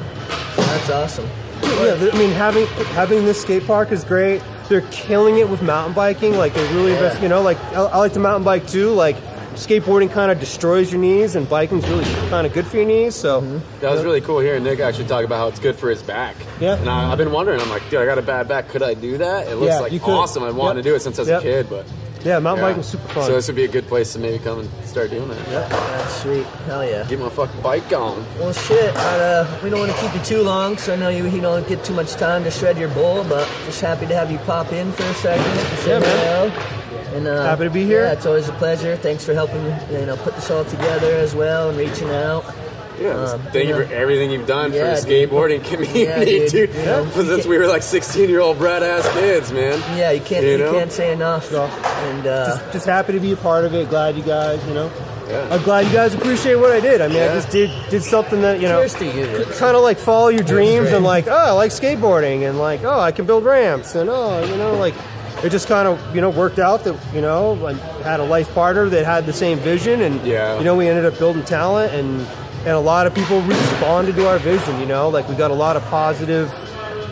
[SPEAKER 1] that's awesome.
[SPEAKER 5] Yeah, th- I mean having having this skate park is great. They're killing it with mountain biking. Like they really, invest, you know, like I, I like to mountain bike too. Like skateboarding kind of destroys your knees, and biking's really kind of good for your knees. So
[SPEAKER 4] That was really cool hearing Nick actually talk about how it's good for his back.
[SPEAKER 5] Yeah.
[SPEAKER 4] And I, I've been wondering, I'm like, dude, I got a bad back. Could I do that? It looks
[SPEAKER 5] Yeah, you
[SPEAKER 4] like
[SPEAKER 5] could.
[SPEAKER 4] awesome. I wanted
[SPEAKER 5] Yep.
[SPEAKER 4] to do it since I was
[SPEAKER 5] Yep.
[SPEAKER 4] a kid, but
[SPEAKER 5] yeah, mountain
[SPEAKER 4] yeah.
[SPEAKER 5] biking's super fun.
[SPEAKER 4] So this would be a good place to maybe come and start doing that.
[SPEAKER 5] yeah.
[SPEAKER 1] That's sweet. Hell yeah.
[SPEAKER 4] Get my fucking bike on.
[SPEAKER 1] Well, shit. Uh, we don't want to keep you too long, so I know you, you don't get too much time to shred your bowl, but just happy to have you pop in for a second. and say
[SPEAKER 5] Yeah, man.
[SPEAKER 1] hello. And, uh,
[SPEAKER 5] Happy to be here.
[SPEAKER 1] Yeah, it's always a pleasure. Thanks for helping, you know, put this all together as well and reaching out.
[SPEAKER 4] Yeah,
[SPEAKER 1] Um,
[SPEAKER 4] thank
[SPEAKER 1] you
[SPEAKER 4] you
[SPEAKER 1] know-
[SPEAKER 4] for everything you've done
[SPEAKER 1] Yeah,
[SPEAKER 4] for the
[SPEAKER 1] dude.
[SPEAKER 4] skateboarding community,
[SPEAKER 1] Yeah, dude.
[SPEAKER 4] dude.
[SPEAKER 1] You know,
[SPEAKER 4] Since we were like 16 year old brat ass kids, man.
[SPEAKER 1] Yeah, you can't you,
[SPEAKER 4] You know?
[SPEAKER 1] can't say enough.
[SPEAKER 5] No.
[SPEAKER 1] And uh,
[SPEAKER 5] just, just happy to be a part of it. Glad you guys, you know,
[SPEAKER 4] Yeah.
[SPEAKER 5] I'm glad you guys appreciate what I did. I mean, I
[SPEAKER 4] Yeah.
[SPEAKER 5] just did did something that you know.
[SPEAKER 1] cheers to you.
[SPEAKER 5] kind of like follow your dreams
[SPEAKER 1] great.
[SPEAKER 5] and like oh i like skateboarding and like oh i can build ramps and oh you know like it just kind of you know worked out that you know i had a life partner that had the same vision and
[SPEAKER 4] Yeah.
[SPEAKER 5] you know we ended up building talent and and a lot of people responded to our vision you know like we got a lot of positive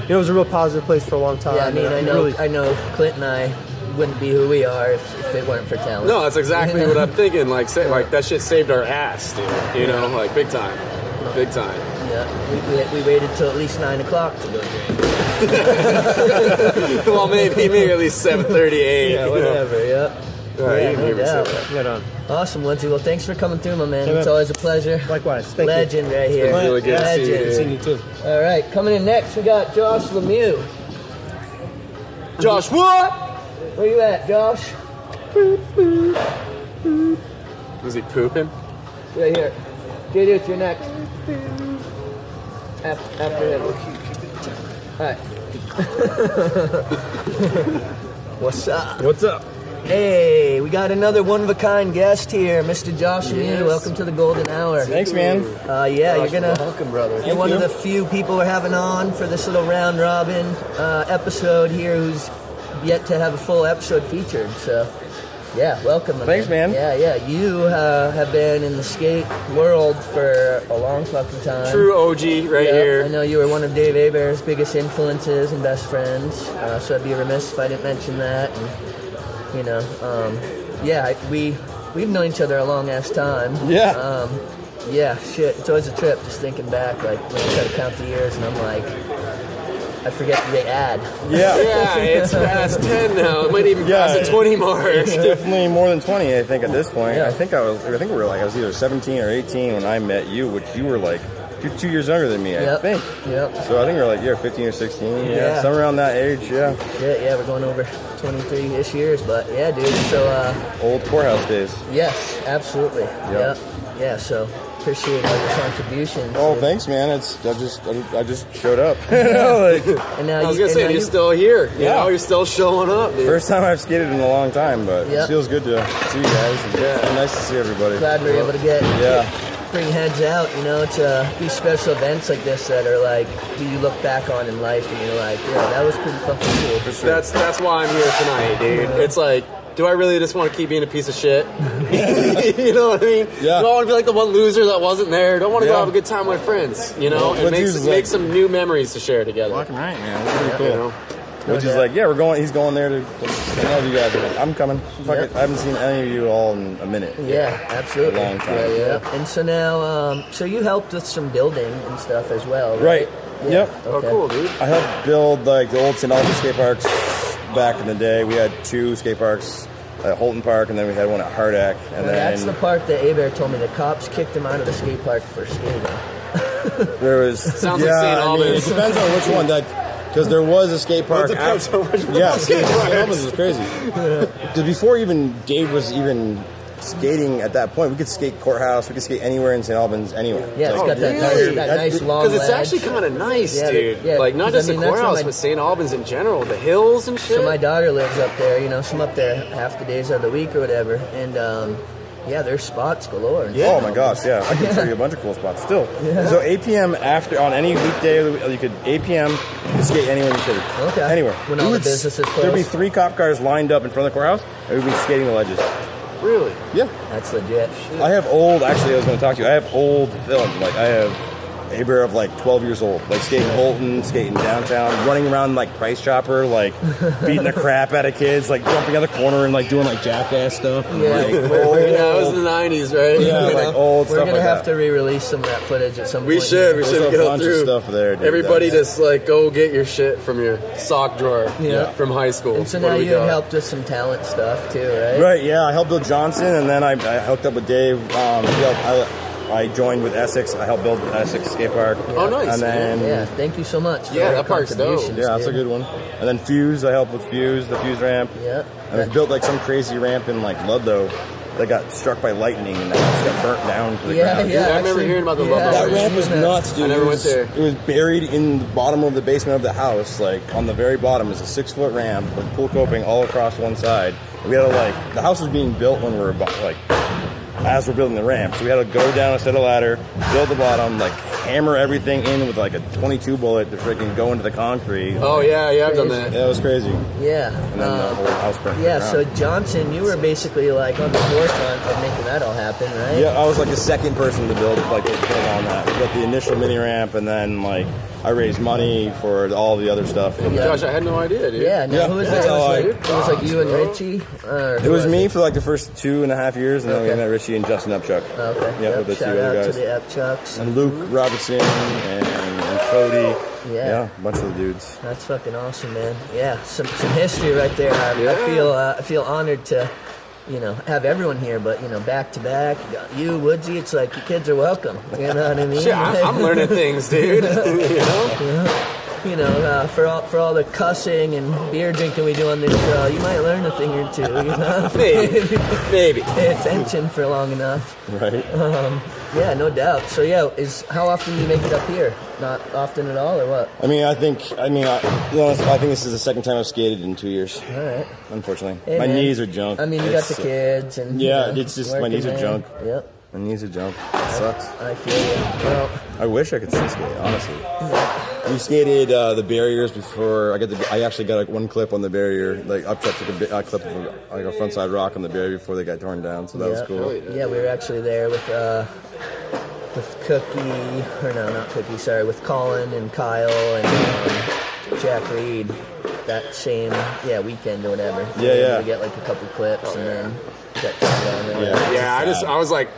[SPEAKER 5] you know, it was a real positive place for a long time
[SPEAKER 1] Yeah, I mean,
[SPEAKER 5] and
[SPEAKER 1] I
[SPEAKER 5] it
[SPEAKER 1] know,
[SPEAKER 5] really-
[SPEAKER 1] I know, Clint and I wouldn't be who we are if, if it weren't for talent.
[SPEAKER 4] No, that's exactly what I'm thinking. Like, say, like that shit saved our ass, dude. You know, like big time, big time.
[SPEAKER 1] Yeah, we, we, we waited till at least nine o'clock to go drink.
[SPEAKER 4] well, maybe maybe at least 7:38.
[SPEAKER 5] Yeah,
[SPEAKER 4] you know?
[SPEAKER 1] Whatever. Yep.
[SPEAKER 4] Yeah,
[SPEAKER 1] Yeah,
[SPEAKER 4] you
[SPEAKER 1] no
[SPEAKER 4] didn't even say
[SPEAKER 1] doubt.
[SPEAKER 4] that.
[SPEAKER 5] right on.
[SPEAKER 1] Awesome, Lindsay. Well, thanks for coming through, my man.
[SPEAKER 5] Yeah, man.
[SPEAKER 1] It's always a pleasure.
[SPEAKER 5] likewise thank
[SPEAKER 1] Legend right here.
[SPEAKER 5] been really
[SPEAKER 4] good to see you,
[SPEAKER 1] Legend.
[SPEAKER 5] you Seeing you too
[SPEAKER 1] All right, coming in next, we got Josh Lemieux.
[SPEAKER 4] Josh, what?
[SPEAKER 1] Where you at, Josh?
[SPEAKER 4] Was he pooping?
[SPEAKER 1] Right here. Judith, you're next. After, after him. All right. What's up?
[SPEAKER 5] what's up
[SPEAKER 1] Hey, we got another one of a kind guest here, Mr. Josh Lemieux. Welcome to the Golden Hour.
[SPEAKER 6] Thanks, man.
[SPEAKER 1] Uh, yeah, you're gonna. Welcome, brother. You're one
[SPEAKER 6] you.
[SPEAKER 1] of the few people we're having on for this little round robin uh, episode here, who's yet to have a full episode featured. So, yeah, welcome. my
[SPEAKER 6] Thanks, man.
[SPEAKER 1] Yeah, yeah. You uh, have been in the skate world for a long fucking time.
[SPEAKER 4] True OG right
[SPEAKER 1] Yeah, I
[SPEAKER 4] here.
[SPEAKER 1] know you were one of Dave Abear's biggest influences and best friends, uh, so I'd be remiss if I didn't mention that. And, you know, um, yeah, I- we we've known each other a long ass time.
[SPEAKER 6] Yeah.
[SPEAKER 1] Um, yeah, shit. It's always a trip just thinking back. Like when I try to count the years, and I'm like, I forget they add.
[SPEAKER 6] Yeah,
[SPEAKER 4] Yeah, it's past 10 now. It might even
[SPEAKER 6] Yeah.
[SPEAKER 4] pass the 20 mark.
[SPEAKER 6] it's definitely more than twenty. I think at this point,
[SPEAKER 1] Yeah.
[SPEAKER 6] I think I was, I think we were like I was either seventeen or eighteen when I met you, which you were like you're two years younger than me, I
[SPEAKER 1] Yep.
[SPEAKER 6] think.
[SPEAKER 1] Yep.
[SPEAKER 6] So I think we are like yeah, fifteen or sixteen, yeah,
[SPEAKER 1] Yeah.
[SPEAKER 6] somewhere around that age. Yeah,
[SPEAKER 1] Yeah, yeah. We're going over 23 ish years, but yeah, dude. So. Uh,
[SPEAKER 6] old courthouse days.
[SPEAKER 1] Yes, absolutely.
[SPEAKER 6] Yeah.
[SPEAKER 1] Yeah. Yeah. So appreciate all your contributions.
[SPEAKER 6] Oh, thanks, man. It's I just I, I just showed up. You know, like,
[SPEAKER 1] And now
[SPEAKER 4] I was gonna
[SPEAKER 1] you, and
[SPEAKER 4] say
[SPEAKER 1] now
[SPEAKER 4] you're
[SPEAKER 1] you-
[SPEAKER 4] still here. You
[SPEAKER 6] Yeah.
[SPEAKER 4] know, you're still showing up, dude.
[SPEAKER 6] first time I've skated in a long time, but
[SPEAKER 1] Yep.
[SPEAKER 6] it feels good to see you guys. and
[SPEAKER 4] Yeah.
[SPEAKER 6] Nice to see everybody.
[SPEAKER 1] glad we were able to get
[SPEAKER 6] Yeah.
[SPEAKER 1] bring heads out. You know, to these special events like this that are like, do you look back on in life and you're like, yeah, that was pretty fucking cool.
[SPEAKER 4] That's that's why I'm here tonight, dude. It's like, do I really just want to keep being a piece of shit? you know what I mean?
[SPEAKER 6] Yeah.
[SPEAKER 4] Do I want to be like the one loser that wasn't there? Don't want to go
[SPEAKER 6] Yeah.
[SPEAKER 4] have a good time with my friends, you know?
[SPEAKER 6] Well,
[SPEAKER 4] and
[SPEAKER 6] what's
[SPEAKER 4] make,
[SPEAKER 6] yours
[SPEAKER 4] some,
[SPEAKER 6] is like-
[SPEAKER 4] make some new memories to share together.
[SPEAKER 6] Fucking right, man. It's pretty
[SPEAKER 4] You
[SPEAKER 6] cool.
[SPEAKER 4] know?
[SPEAKER 6] Which is like, yeah, we're going. He's going there to hang out with you guys. I'm coming. Fuck
[SPEAKER 1] Yeah.
[SPEAKER 6] it. I haven't seen any of you all in a minute.
[SPEAKER 1] Yeah, absolutely.
[SPEAKER 6] A long time.
[SPEAKER 1] Yeah, yeah. And so now, um, so you helped with some building and stuff as well, right?
[SPEAKER 6] Right. Yep.
[SPEAKER 1] Yeah.
[SPEAKER 4] Oh,
[SPEAKER 1] Okay.
[SPEAKER 4] cool, dude.
[SPEAKER 6] I helped build like the old St. Albans skate parks back in the day. We had two skate parks at Holton Park, and then we had one at Hardack. And
[SPEAKER 1] Now, that's
[SPEAKER 6] then
[SPEAKER 1] the part that Abear told me the cops kicked him out of the skate park for skating.
[SPEAKER 6] there was
[SPEAKER 4] Sounds like
[SPEAKER 6] yeah,
[SPEAKER 4] St.
[SPEAKER 6] I mean,
[SPEAKER 4] Albans.
[SPEAKER 6] it depends on which one. Like, because there was a skate park.
[SPEAKER 4] depends
[SPEAKER 6] out-
[SPEAKER 4] on which one.
[SPEAKER 6] yeah, St. Albans is crazy. Because before even Dave was even skating at that point, we could skate courthouse. We could skate anywhere in St. Albans, anywhere.
[SPEAKER 1] Yeah, it's
[SPEAKER 6] Like,
[SPEAKER 1] got that, nice,
[SPEAKER 4] really?
[SPEAKER 1] that
[SPEAKER 6] Oh, That-
[SPEAKER 1] nice long.
[SPEAKER 4] Because it's
[SPEAKER 1] ledge.
[SPEAKER 4] actually kind of nice,
[SPEAKER 1] Yeah,
[SPEAKER 4] dude.
[SPEAKER 1] yeah,
[SPEAKER 4] like, not
[SPEAKER 1] 'cause I
[SPEAKER 4] just
[SPEAKER 1] mean,
[SPEAKER 4] the
[SPEAKER 1] that's what
[SPEAKER 4] courthouse,
[SPEAKER 1] my-
[SPEAKER 4] but St. Albans in general. The hills and shit.
[SPEAKER 1] So my daughter lives up there, you know, some up there half the days of the week or whatever, and um, yeah, there's spots galore. and
[SPEAKER 6] Oh my gosh, yeah. I can show you a bunch of cool spots still. So 8 p.m. after on any weekday, of the week- you could 8 p.m. you could skate anywhere in the city.
[SPEAKER 1] Okay.
[SPEAKER 6] Anywhere.
[SPEAKER 1] When
[SPEAKER 6] We
[SPEAKER 1] all the
[SPEAKER 6] would s-
[SPEAKER 1] business is
[SPEAKER 6] There'd be
[SPEAKER 1] closed.
[SPEAKER 6] three cop cars lined up in front of the courthouse, and we'd be skating the ledges.
[SPEAKER 4] really?
[SPEAKER 6] Yeah.
[SPEAKER 1] That's legit.
[SPEAKER 6] I have old. Actually, I was going to talk to you. I have old film. Like I have a bear of like 12 years old. Like skating Holton, skating downtown, running around like Price Chopper, like beating the crap out of kids, like jumping out of the corner and like doing like jackass stuff.
[SPEAKER 1] Yeah.
[SPEAKER 6] Like,
[SPEAKER 4] You know, it was
[SPEAKER 6] old-
[SPEAKER 4] in the 90s, right?
[SPEAKER 6] yeah,
[SPEAKER 4] You know?
[SPEAKER 6] like old
[SPEAKER 1] We're
[SPEAKER 6] stuff
[SPEAKER 1] gonna
[SPEAKER 6] like
[SPEAKER 1] have
[SPEAKER 6] that.
[SPEAKER 1] to re-release some of that footage at some
[SPEAKER 4] We
[SPEAKER 1] point.
[SPEAKER 4] should. We
[SPEAKER 6] There's
[SPEAKER 4] should
[SPEAKER 6] a
[SPEAKER 4] go
[SPEAKER 6] bunch of
[SPEAKER 4] through.
[SPEAKER 6] stuff there, dude.
[SPEAKER 4] Everybody
[SPEAKER 6] That's-
[SPEAKER 4] just like go get your shit from your sock drawer.
[SPEAKER 1] Yeah.
[SPEAKER 4] From high school.
[SPEAKER 1] And so
[SPEAKER 4] What
[SPEAKER 1] now
[SPEAKER 4] do we
[SPEAKER 1] you
[SPEAKER 4] got?
[SPEAKER 1] helped with some talent stuff too, right?
[SPEAKER 6] Right, yeah, I helped Bill Johnson, and then I, I hooked up with Dave. Um, he helped- I, I joined with Essex. I helped build Essex Skate Park.
[SPEAKER 4] Oh, nice,
[SPEAKER 6] And then
[SPEAKER 1] Yeah. Thank you so much. For
[SPEAKER 4] Yeah,
[SPEAKER 1] your
[SPEAKER 4] that part's dope.
[SPEAKER 1] contributions,
[SPEAKER 6] yeah, that's a
[SPEAKER 1] dude.
[SPEAKER 6] good one. And then Fuse, I helped with Fuse, the Fuse ramp.
[SPEAKER 1] Yeah.
[SPEAKER 6] And we built like some crazy ramp in like Ludlow that got struck by lightning and the house got burnt down to the
[SPEAKER 1] Yeah,
[SPEAKER 6] ground.
[SPEAKER 1] yeah.
[SPEAKER 4] I remember
[SPEAKER 1] actually-
[SPEAKER 4] hearing about the
[SPEAKER 1] yeah.
[SPEAKER 4] Lubbock
[SPEAKER 6] That ramp was
[SPEAKER 1] Yeah.
[SPEAKER 6] nuts, dude.
[SPEAKER 4] I never
[SPEAKER 6] it
[SPEAKER 4] went
[SPEAKER 6] was,
[SPEAKER 4] there.
[SPEAKER 6] It was buried in the bottom of the basement of the house, like on the very bottom is a six foot ramp with pool coping all across one side. We had to like the house was being built when we were about, like as we're building the ramp, so we had to go down a set of ladder, build the bottom, like hammer everything in with like a 22 bullet to freaking go into the concrete.
[SPEAKER 4] Oh yeah, yeah, I've done that.
[SPEAKER 6] Yeah, it was crazy.
[SPEAKER 1] Yeah.
[SPEAKER 6] And then the
[SPEAKER 1] um,
[SPEAKER 6] whole house burnt. to the
[SPEAKER 1] yeah.
[SPEAKER 6] ground.
[SPEAKER 1] So Johnson, you were basically like on the forefront of making that all happen, right?
[SPEAKER 6] Yeah, uh, I was like the second person to build like to build on that. We got the initial mini ramp, and then like I raised money for all the other stuff. And
[SPEAKER 1] Yeah.
[SPEAKER 4] Gosh, I had no idea, dude.
[SPEAKER 1] Yeah. No,
[SPEAKER 6] Yeah,
[SPEAKER 1] who was
[SPEAKER 6] that's
[SPEAKER 1] that? It was,
[SPEAKER 6] how I-
[SPEAKER 1] like, it was like you and Richie. or
[SPEAKER 6] It
[SPEAKER 1] who
[SPEAKER 6] was me for like the first two and a half years, and then
[SPEAKER 1] Okay.
[SPEAKER 6] we met Richie and Justin Upchuck.
[SPEAKER 1] Okay.
[SPEAKER 6] Yeah,
[SPEAKER 1] Yep,
[SPEAKER 6] with the two
[SPEAKER 1] Shout
[SPEAKER 6] other
[SPEAKER 1] out
[SPEAKER 6] guys.
[SPEAKER 1] to the Epchucks.
[SPEAKER 6] And Luke Robertson and, and Cody.
[SPEAKER 1] Yeah.
[SPEAKER 6] a bunch of the dudes.
[SPEAKER 1] That's fucking awesome, man. Yeah, some some history right there. I, I
[SPEAKER 4] Yeah.
[SPEAKER 1] feel uh, I feel honored to, you know, have everyone here. But you know, back to back, you got you Woodsy. It's like your kids are welcome. You know what I mean?
[SPEAKER 4] Shit, I, I'm learning things, dude. you know?
[SPEAKER 1] you know, uh, for all for all the cussing and beer drinking we do on this show, you might learn a thing or two. You know,
[SPEAKER 4] Maybe, maybe.
[SPEAKER 1] pay attention for long enough. Um,
[SPEAKER 6] Right?
[SPEAKER 1] Yeah, no doubt. So yeah, is how often do you make it up here? Not often at all, or what?
[SPEAKER 6] I mean, I think, I mean, I, you know, I think this is the second time I've skated in two years,
[SPEAKER 1] All right.
[SPEAKER 6] unfortunately.
[SPEAKER 1] Hey,
[SPEAKER 6] my
[SPEAKER 1] man.
[SPEAKER 6] knees are junk.
[SPEAKER 1] I mean, you got
[SPEAKER 6] It's-
[SPEAKER 1] the kids and
[SPEAKER 6] Yeah,
[SPEAKER 1] you know,
[SPEAKER 6] it's just my
[SPEAKER 1] working
[SPEAKER 6] knees are
[SPEAKER 1] man.
[SPEAKER 6] junk.
[SPEAKER 1] Yep.
[SPEAKER 6] My knees are junk. It sucks.
[SPEAKER 1] I feel you. Well,
[SPEAKER 6] I wish I could still skate, honestly. We skated uh, the barriers before I got the. I actually got like one clip on the barrier, like up top took a, bi- a clip of a, like a frontside rock on the barrier before they got torn down. So that was
[SPEAKER 1] yeah.
[SPEAKER 6] cool.
[SPEAKER 1] Yeah, we were actually there with uh, with Cookie, or no, not Cookie. Sorry, with Colin and Kyle and um, Jack Reed. That same yeah weekend or whatever. We
[SPEAKER 6] Yeah,
[SPEAKER 1] were able
[SPEAKER 6] yeah.
[SPEAKER 1] to get like a couple clips and then get down there.
[SPEAKER 6] Yeah.
[SPEAKER 4] Oh, Yeah, I just I was like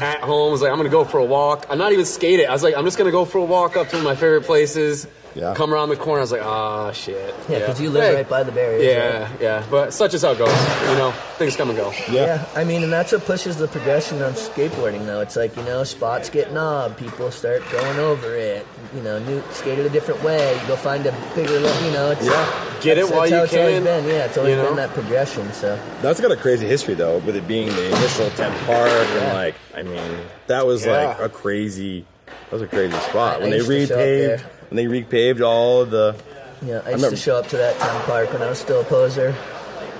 [SPEAKER 4] at home, I was like, I'm gonna go for a walk. I'm not even skating. I was like, I'm just gonna go for a walk up to my favorite places.
[SPEAKER 6] Yeah.
[SPEAKER 4] Come around the corner, I was like, ah, shit.
[SPEAKER 1] Yeah, 'cause you live
[SPEAKER 4] Hey.
[SPEAKER 1] right by the barrier.
[SPEAKER 4] Yeah, yeah. But such is how it goes. You know, things come and go.
[SPEAKER 1] Yeah. I mean, and that's what pushes the progression on skateboarding, though. It's like, you know, spots get knobbed, people start going over it, you know, new, skate it a different way, you go find a bigger, lo- you know, it's,
[SPEAKER 6] Yeah.
[SPEAKER 4] Get it
[SPEAKER 1] that's-
[SPEAKER 4] while
[SPEAKER 1] that's
[SPEAKER 4] you
[SPEAKER 1] how it's always
[SPEAKER 4] can,
[SPEAKER 1] been, yeah, it's always
[SPEAKER 4] you know?
[SPEAKER 1] been that progression, so.
[SPEAKER 6] That's got a crazy history though, with it being the initial temp park and
[SPEAKER 1] Yeah.
[SPEAKER 6] like I mean that was
[SPEAKER 4] Yeah.
[SPEAKER 6] like a crazy that was a crazy spot.
[SPEAKER 1] I
[SPEAKER 6] When they
[SPEAKER 1] used to show up
[SPEAKER 6] repaved
[SPEAKER 1] there.
[SPEAKER 6] when they repaved all the
[SPEAKER 1] Yeah, I used
[SPEAKER 6] remember-
[SPEAKER 1] to show up to that town park when I was still a poser.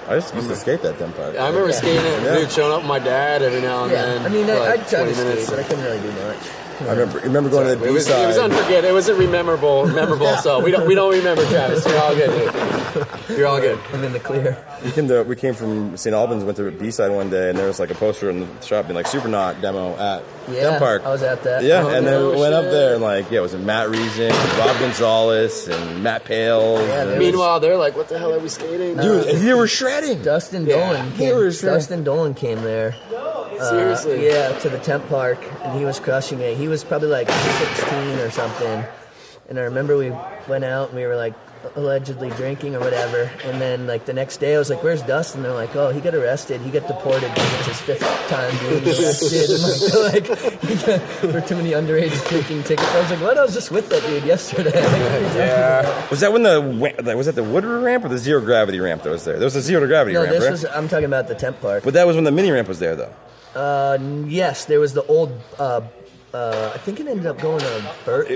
[SPEAKER 6] I just used to skate that temp park.
[SPEAKER 4] I remember
[SPEAKER 1] Mm-hmm. Yeah.
[SPEAKER 4] skating it,
[SPEAKER 6] Yeah.
[SPEAKER 4] dude, showing up with my dad every now and
[SPEAKER 1] Yeah,
[SPEAKER 4] then.
[SPEAKER 1] I mean,
[SPEAKER 4] for,
[SPEAKER 1] I,
[SPEAKER 4] like,
[SPEAKER 1] I'd try to
[SPEAKER 4] 20
[SPEAKER 1] skate,
[SPEAKER 4] minutes.
[SPEAKER 1] but I couldn't really do much.
[SPEAKER 6] I remember remember going to the
[SPEAKER 4] It
[SPEAKER 6] B
[SPEAKER 4] was, it was
[SPEAKER 6] side.
[SPEAKER 4] unforgettable. It wasn't rememberable. Memorable. So we don't we don't remember Travis. You're all good. Dude. You're all good.
[SPEAKER 1] I'm in the clear.
[SPEAKER 6] We came to we came from St. Albans, went to B side one day, and there was like a poster in the shop being like Super Knot demo at
[SPEAKER 1] Yeah,
[SPEAKER 6] temp park.
[SPEAKER 1] I was at that.
[SPEAKER 6] Yeah,
[SPEAKER 1] Oh,
[SPEAKER 6] and then
[SPEAKER 1] no
[SPEAKER 6] we went up
[SPEAKER 4] shit.
[SPEAKER 6] there and like yeah, it was Matt Reason, Bob Gonzalez, and Matt Pales.
[SPEAKER 1] Yeah,
[SPEAKER 6] and
[SPEAKER 1] they-
[SPEAKER 4] Meanwhile, they're like, "What the hell are we skating?"
[SPEAKER 6] dude, and they were shredding.
[SPEAKER 1] Uh, Dustin
[SPEAKER 4] Yeah.
[SPEAKER 1] Dolan
[SPEAKER 6] They
[SPEAKER 1] came.
[SPEAKER 6] were sure.
[SPEAKER 1] Dustin Dolan came there. Uh,
[SPEAKER 4] seriously.
[SPEAKER 1] yeah, to the temp park, and he was crushing it. He was probably like 16 or something. And I remember we went out and we were like allegedly drinking or whatever. And then like the next day, I was like, "Where's Dustin?" They're like, "Oh, he got arrested. He got deported. It's his fifth time being arrested." And, like, they're like he got, for too many underage drinking tickets. I was like, "What? I was just with that dude yesterday."
[SPEAKER 6] Was that when the wa- that- was that the Woodward ramp or the zero gravity ramp that was there? There was a zero gravity
[SPEAKER 1] no,
[SPEAKER 6] ramp,
[SPEAKER 1] this
[SPEAKER 6] right?
[SPEAKER 1] was I'm talking about the temp park.
[SPEAKER 6] but that was when the mini ramp was there, though.
[SPEAKER 1] Uh, n- yes, there was the old. Uh, uh, I think it ended up going to Burt.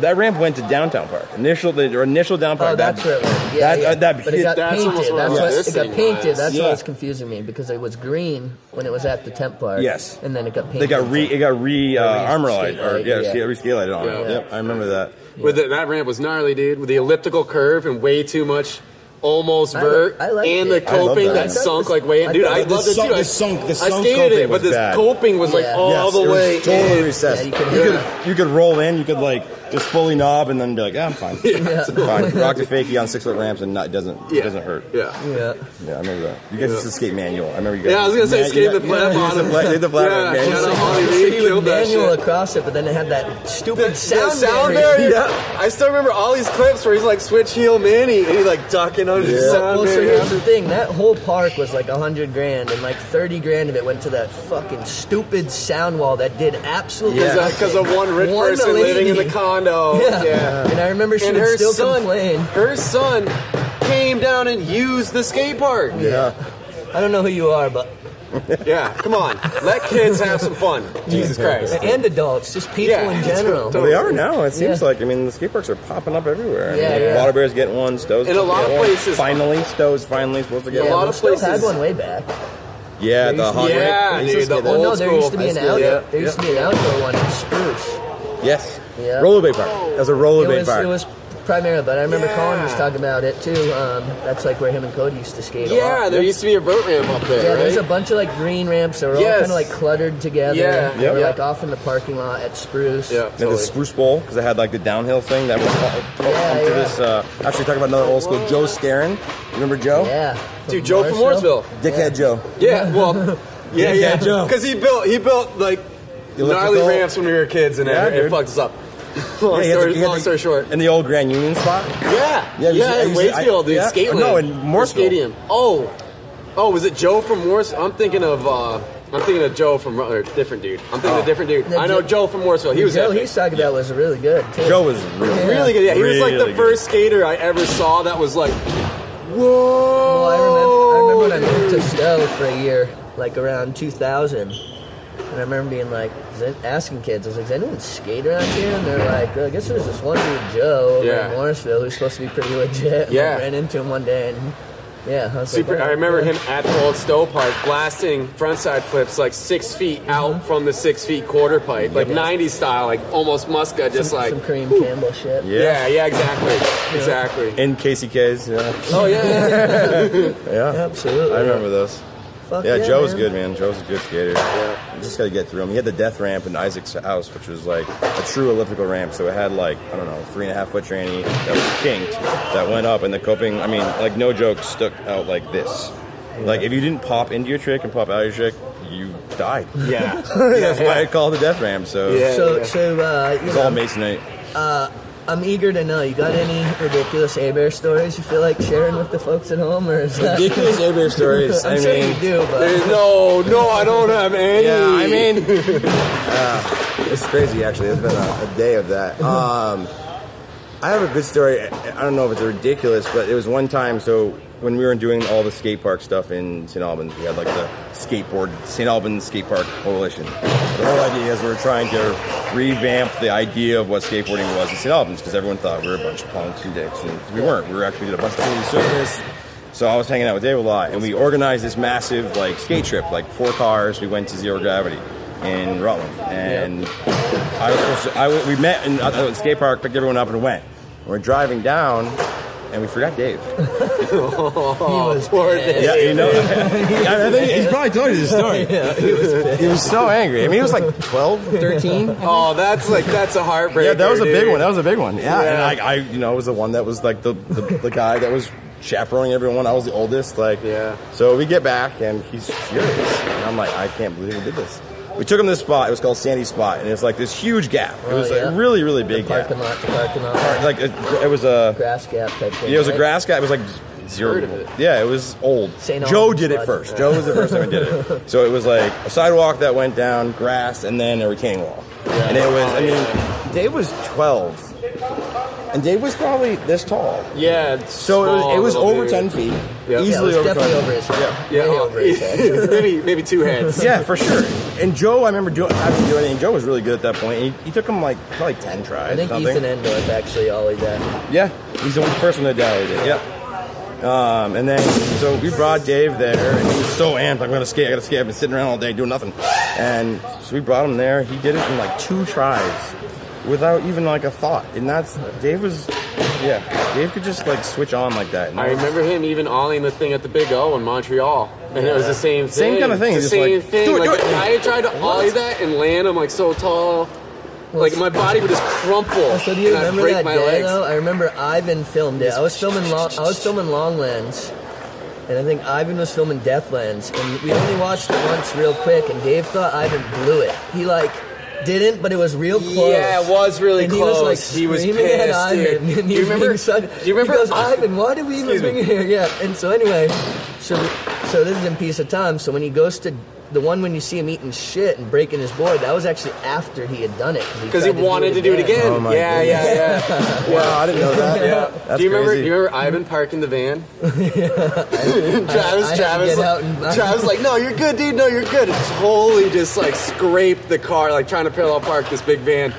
[SPEAKER 6] That ramp went to downtown park. Initial the or initial downtown park.
[SPEAKER 1] Oh, that's where it was. Yeah,
[SPEAKER 6] that-
[SPEAKER 1] yeah.
[SPEAKER 6] uh, that-
[SPEAKER 1] but it got
[SPEAKER 4] That's
[SPEAKER 1] painted.
[SPEAKER 4] almost
[SPEAKER 1] That's
[SPEAKER 4] what I was
[SPEAKER 1] what, it
[SPEAKER 4] missing
[SPEAKER 1] got painted.
[SPEAKER 4] was-
[SPEAKER 1] That's
[SPEAKER 6] Yeah.
[SPEAKER 1] what was confusing me because it was green when it was at the temp park.
[SPEAKER 6] Yes.
[SPEAKER 1] and then it got painted.
[SPEAKER 6] They got re it got re uh,
[SPEAKER 1] Or re-
[SPEAKER 6] armor light or
[SPEAKER 1] skate light,
[SPEAKER 6] yeah,
[SPEAKER 1] yeah.
[SPEAKER 6] yeah. re light on.
[SPEAKER 4] Yeah.
[SPEAKER 6] it. Yep, I remember that.
[SPEAKER 4] With the, that ramp was gnarly, dude. With the elliptical curve and way too much almost
[SPEAKER 1] I li-
[SPEAKER 4] vert,
[SPEAKER 1] I liked
[SPEAKER 4] and
[SPEAKER 1] it.
[SPEAKER 4] the
[SPEAKER 1] I
[SPEAKER 6] loved
[SPEAKER 4] coping
[SPEAKER 6] that
[SPEAKER 4] that,
[SPEAKER 6] ramp.
[SPEAKER 4] sunk like way.
[SPEAKER 1] I
[SPEAKER 4] in. Dude,
[SPEAKER 1] thought
[SPEAKER 4] I
[SPEAKER 1] it
[SPEAKER 4] loved
[SPEAKER 6] was-
[SPEAKER 4] it
[SPEAKER 6] the
[SPEAKER 4] too. I,
[SPEAKER 6] sunk- the
[SPEAKER 4] I
[SPEAKER 6] sunk
[SPEAKER 4] skated
[SPEAKER 6] coping
[SPEAKER 4] it, but
[SPEAKER 6] was
[SPEAKER 4] this
[SPEAKER 6] bad.
[SPEAKER 4] coping was like
[SPEAKER 1] Yeah.
[SPEAKER 4] all
[SPEAKER 6] Yes,
[SPEAKER 4] the
[SPEAKER 6] it was
[SPEAKER 4] way.
[SPEAKER 6] totally
[SPEAKER 4] in.
[SPEAKER 6] recessed. you,
[SPEAKER 1] Yeah, you could
[SPEAKER 6] could,
[SPEAKER 1] hear
[SPEAKER 6] you,
[SPEAKER 1] that.
[SPEAKER 6] could, roll in, you could like just fully knob, and then be like, ah, I'm fine. fine. Rock the fakie on six foot ramps, and not, it doesn't it
[SPEAKER 4] Yeah.
[SPEAKER 6] doesn't hurt.
[SPEAKER 4] Yeah.
[SPEAKER 1] Yeah,
[SPEAKER 6] Yeah, I remember that. You guys used to skate manual. I remember you guys.
[SPEAKER 4] Yeah, I was gonna say
[SPEAKER 6] man-
[SPEAKER 4] skate the
[SPEAKER 6] yeah,
[SPEAKER 4] flat
[SPEAKER 6] you used to
[SPEAKER 4] bottom.
[SPEAKER 6] flat- you did the flat
[SPEAKER 4] Yeah,
[SPEAKER 6] bottom
[SPEAKER 4] shout
[SPEAKER 6] manual.
[SPEAKER 4] out Holly
[SPEAKER 1] So
[SPEAKER 4] Reed,
[SPEAKER 1] you would
[SPEAKER 4] killed that
[SPEAKER 1] manual
[SPEAKER 4] shit.
[SPEAKER 1] across it, but then it had that stupid sound.
[SPEAKER 4] That sound barrier.
[SPEAKER 1] barrier.
[SPEAKER 6] Yeah.
[SPEAKER 4] I still remember all these clips where he's like switch heel Manny and he's like ducking under the
[SPEAKER 6] Yeah.
[SPEAKER 4] sound
[SPEAKER 1] Well, so
[SPEAKER 4] barrier.
[SPEAKER 1] here's the thing. That whole park was like a hundred grand, and like thirty grand of it went to that fucking stupid sound wall that did absolutely
[SPEAKER 4] Because
[SPEAKER 1] nothing.
[SPEAKER 4] uh, of one rich person living in the
[SPEAKER 1] lady.
[SPEAKER 4] condo.
[SPEAKER 1] Yeah. and I remember she
[SPEAKER 4] And
[SPEAKER 1] would
[SPEAKER 4] her
[SPEAKER 1] still
[SPEAKER 4] son,
[SPEAKER 1] complain.
[SPEAKER 4] her son came down and used the skate park.
[SPEAKER 6] Yeah.
[SPEAKER 1] I don't know who you are, but
[SPEAKER 4] Yeah, come on. Let kids have some fun. Jesus Christ.
[SPEAKER 1] and adults, just people
[SPEAKER 4] Yeah.
[SPEAKER 1] in general.
[SPEAKER 6] Well, they are now. It seems
[SPEAKER 1] Yeah.
[SPEAKER 6] like I mean the skate parks are popping up everywhere. I mean,
[SPEAKER 1] Yeah,
[SPEAKER 6] like,
[SPEAKER 1] yeah.
[SPEAKER 6] Waterbear's getting one. Stowe's
[SPEAKER 4] In a
[SPEAKER 6] supposed to
[SPEAKER 4] lot
[SPEAKER 6] get
[SPEAKER 4] of
[SPEAKER 6] one.
[SPEAKER 4] places-
[SPEAKER 6] Finally, Stowe's finally supposed to get
[SPEAKER 4] Yeah, a
[SPEAKER 6] one.
[SPEAKER 4] lot
[SPEAKER 1] we
[SPEAKER 4] of
[SPEAKER 1] still
[SPEAKER 4] places-
[SPEAKER 1] had one way back.
[SPEAKER 6] yeah, the hot
[SPEAKER 4] yeah,
[SPEAKER 6] ramp.
[SPEAKER 4] dude, the
[SPEAKER 1] Well,
[SPEAKER 4] old
[SPEAKER 1] Oh, no, there used to
[SPEAKER 4] school.
[SPEAKER 1] be an
[SPEAKER 4] High school,
[SPEAKER 1] outdoor.
[SPEAKER 4] yeah.
[SPEAKER 1] There used to be an outdoor one in Spruce.
[SPEAKER 6] Yes.
[SPEAKER 1] Yeah.
[SPEAKER 6] Roller Bay
[SPEAKER 4] Oh.
[SPEAKER 6] Park. That's a Roller
[SPEAKER 1] It
[SPEAKER 6] Bay
[SPEAKER 1] was,
[SPEAKER 6] Park.
[SPEAKER 1] it was primarily, but I remember
[SPEAKER 4] Yeah.
[SPEAKER 1] Colin was talking about it too. Um, that's like where him and Cody used to skate. a
[SPEAKER 4] Yeah,
[SPEAKER 1] lot.
[SPEAKER 4] there used to be a vert ramp up there.
[SPEAKER 1] Yeah, there's a
[SPEAKER 4] right?
[SPEAKER 1] bunch of like green ramps. They're all
[SPEAKER 4] Yes.
[SPEAKER 1] kind of like cluttered together.
[SPEAKER 4] Yeah.
[SPEAKER 1] They were
[SPEAKER 6] Yep.
[SPEAKER 1] like off in the parking lot at Spruce.
[SPEAKER 4] Yeah,
[SPEAKER 6] They had the
[SPEAKER 4] totally.
[SPEAKER 6] Spruce Bowl because they had like the downhill thing that was
[SPEAKER 1] Yeah,
[SPEAKER 6] to
[SPEAKER 1] yeah.
[SPEAKER 6] this. Uh, actually, talking about another old school Joe Scarron. You remember Joe?
[SPEAKER 1] Yeah.
[SPEAKER 4] Dude, Joe from Mooresville.
[SPEAKER 6] Dickhead Joe.
[SPEAKER 4] Yeah, well, yeah,
[SPEAKER 6] Yeah,
[SPEAKER 4] yeah,
[SPEAKER 6] Joe.
[SPEAKER 4] because he built he built like gnarly
[SPEAKER 6] Electrical.
[SPEAKER 4] ramps when we were kids, and
[SPEAKER 6] Yeah,
[SPEAKER 4] it, it
[SPEAKER 6] dude.
[SPEAKER 4] fucked us up. long
[SPEAKER 6] Yeah, he had the-
[SPEAKER 4] story,
[SPEAKER 6] he had
[SPEAKER 4] long
[SPEAKER 6] the-
[SPEAKER 4] story short,
[SPEAKER 6] And the old Grand Union spot.
[SPEAKER 4] yeah,
[SPEAKER 6] Yeah,
[SPEAKER 4] yeah,
[SPEAKER 6] it was- it
[SPEAKER 4] in
[SPEAKER 6] was- I-
[SPEAKER 4] Waitsfield, dude,
[SPEAKER 6] yeah.
[SPEAKER 4] skate
[SPEAKER 6] No,
[SPEAKER 4] lane,
[SPEAKER 6] in
[SPEAKER 4] the
[SPEAKER 6] Mooresville.
[SPEAKER 4] stadium. Oh, oh, was it Joe from Mooresville? I'm thinking of uh, I'm thinking of Joe from or different dude. I'm thinking of a different dude.
[SPEAKER 1] No,
[SPEAKER 4] I know Joe
[SPEAKER 1] Joe-
[SPEAKER 4] from Mooresville. He
[SPEAKER 1] He
[SPEAKER 4] was
[SPEAKER 1] Joe
[SPEAKER 4] epic.
[SPEAKER 1] he's talking about was really good too.
[SPEAKER 6] Joe was really.
[SPEAKER 4] really good. Yeah, he was like
[SPEAKER 6] Really
[SPEAKER 4] the
[SPEAKER 6] good.
[SPEAKER 4] first skater I ever saw that was like, whoa.
[SPEAKER 1] Well, I remember, I remember when I moved to Stowe for a year, like around 2000. And I remember being like, is it- asking kids, I was like, does anyone skate around here? And they're like, well, I guess there's this one dude, Joe, over
[SPEAKER 4] Yeah.
[SPEAKER 1] in Morrisville, who's supposed to be pretty legit.
[SPEAKER 4] Yeah.
[SPEAKER 1] I ran into him one day and, yeah. I was
[SPEAKER 4] Super.
[SPEAKER 1] like, "Oh,
[SPEAKER 4] I remember
[SPEAKER 1] yeah."
[SPEAKER 4] him at the old Stowe Park blasting frontside flips like six feet out from the six feet quarter pipe, like '90s style, like almost Muska, just like
[SPEAKER 1] Some Kareem Campbell shit.
[SPEAKER 4] yeah,
[SPEAKER 6] Yeah.
[SPEAKER 4] yeah, exactly, exactly.
[SPEAKER 6] In KCK's. Yeah.
[SPEAKER 4] Oh yeah, yeah, yeah.
[SPEAKER 6] Yeah.
[SPEAKER 1] Absolutely.
[SPEAKER 6] I remember those.
[SPEAKER 1] Fuck
[SPEAKER 6] yeah,
[SPEAKER 1] yeah,
[SPEAKER 6] Joe was
[SPEAKER 1] man.
[SPEAKER 6] good, man. Joe was a good skater. You just got to get through him. He had the death ramp in Isaac's house, which was like a true elliptical ramp. So it had like, I don't know, three and a half foot tranny that was kinked that went up, and the coping, I mean, like, no joke, stuck out like this. Like, if you didn't pop into your trick and pop out of your trick, you died.
[SPEAKER 4] yeah.
[SPEAKER 6] That's why I called the death ramp. So
[SPEAKER 4] Yeah.
[SPEAKER 1] So, so uh, you
[SPEAKER 6] it's all
[SPEAKER 1] know, uh,
[SPEAKER 6] masonite.
[SPEAKER 1] I'm eager to know. You got any ridiculous A Bear stories you feel like sharing with the folks at home, or is that?
[SPEAKER 6] Ridiculous air bear stories.
[SPEAKER 1] I'm
[SPEAKER 6] I
[SPEAKER 1] sure
[SPEAKER 6] mean, eh,
[SPEAKER 1] you do, but
[SPEAKER 4] There's no, no, I don't have any.
[SPEAKER 6] yeah, I mean,
[SPEAKER 1] uh,
[SPEAKER 7] This is crazy, actually. It's been a, a day of that. Um,
[SPEAKER 6] I have a good story. I I don't know if it's ridiculous, but it was one time. So when we were doing all the skate park stuff in St. Albans, we had like the skateboard St. Albans Skate Park Coalition. The whole idea is we were trying to revamp the idea of what skateboarding was in St. Albans because everyone thought we were a bunch of punks and dicks, and we weren't. We were actually did a bunch of community service. So I was hanging out with Dave a lot, and we organized this massive like skate trip, like four cars. We went to zero gravity in Rutland, and I was supposed to. I w we met in at the skate park, picked everyone up, and went. We're driving down, and we forgot Dave.
[SPEAKER 1] was
[SPEAKER 4] Poor thing.
[SPEAKER 6] Yeah, you know. I, I think he's probably told you this story. he was so angry. I mean, he was like 12, 13.
[SPEAKER 4] Oh, that's like that's a heartbreaker.
[SPEAKER 6] Yeah, that was a big
[SPEAKER 4] dude.
[SPEAKER 6] one. That was a big one. Yeah,
[SPEAKER 4] Yeah.
[SPEAKER 6] and I, I, you know, was the one that was like the, the, the guy that was chaperoning everyone. I was the oldest. Like,
[SPEAKER 4] Yeah.
[SPEAKER 6] So we get back, and he's furious. And I'm like, I can't believe we did this. We took him to this spot. It was called Sandy Spot, and it's like this huge gap. It was
[SPEAKER 1] Oh, yeah.
[SPEAKER 6] like really, really big gap.
[SPEAKER 1] parking lot to parking lot,
[SPEAKER 6] Like it, it was a
[SPEAKER 1] grass gap type thing.
[SPEAKER 6] yeah, it was a
[SPEAKER 1] right?
[SPEAKER 6] grass guy. It was like zero.
[SPEAKER 4] Heard of it.
[SPEAKER 6] Yeah, it was old.
[SPEAKER 1] Saint
[SPEAKER 6] Joe
[SPEAKER 1] Albans
[SPEAKER 6] did it
[SPEAKER 1] flood.
[SPEAKER 6] first. Joe was the first one who did it. So it was like a sidewalk that went down, grass, and then a retaining wall. And it was. I mean, Dave was twelve, and Dave was probably this tall.
[SPEAKER 4] Yeah. it's
[SPEAKER 6] So it was,
[SPEAKER 4] small
[SPEAKER 6] it was
[SPEAKER 4] little
[SPEAKER 6] over
[SPEAKER 4] dude.
[SPEAKER 6] ten feet,
[SPEAKER 4] Yeah.
[SPEAKER 1] Yeah, it
[SPEAKER 6] easily
[SPEAKER 1] was
[SPEAKER 6] over
[SPEAKER 1] definitely
[SPEAKER 6] 10
[SPEAKER 1] over his head.
[SPEAKER 6] Yeah.
[SPEAKER 4] Yeah.
[SPEAKER 1] Way
[SPEAKER 4] oh,
[SPEAKER 1] over his head.
[SPEAKER 4] maybe maybe two heads.
[SPEAKER 6] Yeah, for sure. And Joe, I remember doing having to do it, and Joe was really good at that point. He, he took him like probably ten tries.
[SPEAKER 1] I think
[SPEAKER 6] or something.
[SPEAKER 1] Ethan Endorf actually ollied that.
[SPEAKER 6] Yeah, he's the first one that died. Yeah. Um, and then so we brought Dave there, and he was so amped. I'm gonna skate. I gotta skate. I've been sitting around all day doing nothing. And so we brought him there. He did it in like two tries, without even like a thought. And that's Dave was, yeah. Dave could just like switch on like that. And
[SPEAKER 4] I remember him even ollieing the thing at the Big O in Montreal, and it was the same thing.
[SPEAKER 6] Same kinda thing,
[SPEAKER 4] It's The
[SPEAKER 6] just
[SPEAKER 4] same
[SPEAKER 6] like,
[SPEAKER 4] thing.
[SPEAKER 6] do it,
[SPEAKER 4] like
[SPEAKER 6] do it.
[SPEAKER 4] I tried to ollie that and land. I'm like so tall, like my body would just crumple.
[SPEAKER 1] So do you
[SPEAKER 4] and I'd
[SPEAKER 1] remember
[SPEAKER 4] break
[SPEAKER 1] that
[SPEAKER 4] my
[SPEAKER 1] day
[SPEAKER 4] legs.
[SPEAKER 1] though? I remember Ivan filmed it. I was filming long, I was filming Longlands, and I think Ivan was filming Deathlands, and we only watched it once real quick. And Dave thought Ivan blew it. He like didn't, but it was real close.
[SPEAKER 4] Yeah, it was really
[SPEAKER 1] and
[SPEAKER 4] close.
[SPEAKER 1] He
[SPEAKER 4] He was
[SPEAKER 1] was like screaming at
[SPEAKER 4] pissed, dude.
[SPEAKER 1] Ivan. And
[SPEAKER 4] Do
[SPEAKER 1] he
[SPEAKER 4] you
[SPEAKER 1] was
[SPEAKER 4] remember-
[SPEAKER 1] being such-
[SPEAKER 4] do you remember-
[SPEAKER 1] He goes, Ivan, why did we even
[SPEAKER 4] Excuse me.
[SPEAKER 1] bring you here? Yeah. And so anyway, so so this is in piece of time. So when he goes to the one when you see him eating shit and breaking his board, that was actually after he had done it
[SPEAKER 4] because he
[SPEAKER 1] tried
[SPEAKER 4] wanted to do it again.
[SPEAKER 6] Oh my
[SPEAKER 4] yeah, yeah, yeah,
[SPEAKER 6] wow, I didn't know that.
[SPEAKER 4] Yeah.
[SPEAKER 6] That's
[SPEAKER 4] do you remember?
[SPEAKER 6] crazy.
[SPEAKER 4] Do you remember Ivan parking the van? Travis,
[SPEAKER 1] I had to
[SPEAKER 4] Travis, like,
[SPEAKER 1] get out and-
[SPEAKER 4] Travis, like, no, you're good, dude. No, you're good. And totally just like scraped the car, like trying to parallel park this big van,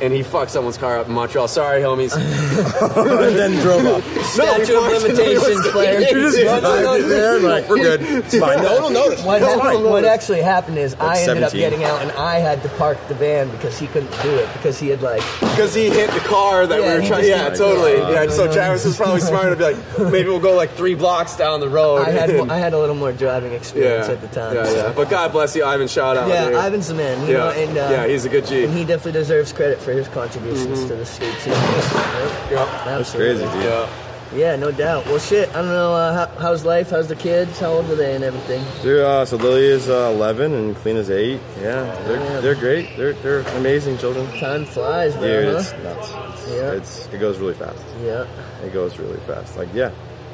[SPEAKER 4] and he fucked someone's car up in Montreal. Sorry, homies.
[SPEAKER 6] and then drove up.
[SPEAKER 1] Statue
[SPEAKER 4] we
[SPEAKER 1] of
[SPEAKER 4] parked in the
[SPEAKER 1] limitations,
[SPEAKER 4] west-
[SPEAKER 1] player.
[SPEAKER 4] Yeah,
[SPEAKER 1] You just
[SPEAKER 4] dude.
[SPEAKER 1] got No, no, no.
[SPEAKER 6] there, like we're good. It's fine. No, no, no.
[SPEAKER 1] What, happened, what actually happened is I ended up
[SPEAKER 6] 17.
[SPEAKER 1] getting out and I had to park the van because he couldn't do it because he had like
[SPEAKER 4] Because he hit the car that
[SPEAKER 1] Yeah,
[SPEAKER 4] we were
[SPEAKER 1] he
[SPEAKER 4] trying.
[SPEAKER 1] just-
[SPEAKER 4] Yeah, totally. yeah, so Travis is probably smarter to be like, maybe we'll go like three blocks down the
[SPEAKER 6] Oh,
[SPEAKER 4] road.
[SPEAKER 1] I had
[SPEAKER 4] and-
[SPEAKER 1] I had a little more driving experience
[SPEAKER 4] yeah,
[SPEAKER 1] at the time.
[SPEAKER 4] Yeah,
[SPEAKER 1] so.
[SPEAKER 4] yeah. But God bless you, Ivan. Shout out.
[SPEAKER 1] Yeah,
[SPEAKER 4] dude.
[SPEAKER 1] Ivan's the man. You
[SPEAKER 4] Yeah.
[SPEAKER 1] know, and, uh,
[SPEAKER 4] Yeah, he's a good G.
[SPEAKER 1] And he definitely deserves credit for his contributions
[SPEAKER 6] Mm-hmm.
[SPEAKER 1] to the skate scene. Right?
[SPEAKER 4] Yeah.
[SPEAKER 1] That's
[SPEAKER 6] Crazy, dude.
[SPEAKER 4] Yeah.
[SPEAKER 1] Yeah, no doubt. Well, shit, I don't know. Uh, how, how's life? How's the kids? How old are they and everything?
[SPEAKER 6] They're, uh, so Lily is uh, 11 and Clean is 8. Yeah, they're, they're great. They're, they're amazing children.
[SPEAKER 1] Time flies, bro.
[SPEAKER 6] Dude,
[SPEAKER 1] huh?
[SPEAKER 6] it's nuts. It's,
[SPEAKER 1] Yeah.
[SPEAKER 6] it's, it goes really fast.
[SPEAKER 1] Yeah.
[SPEAKER 6] It goes really fast. Like, yeah.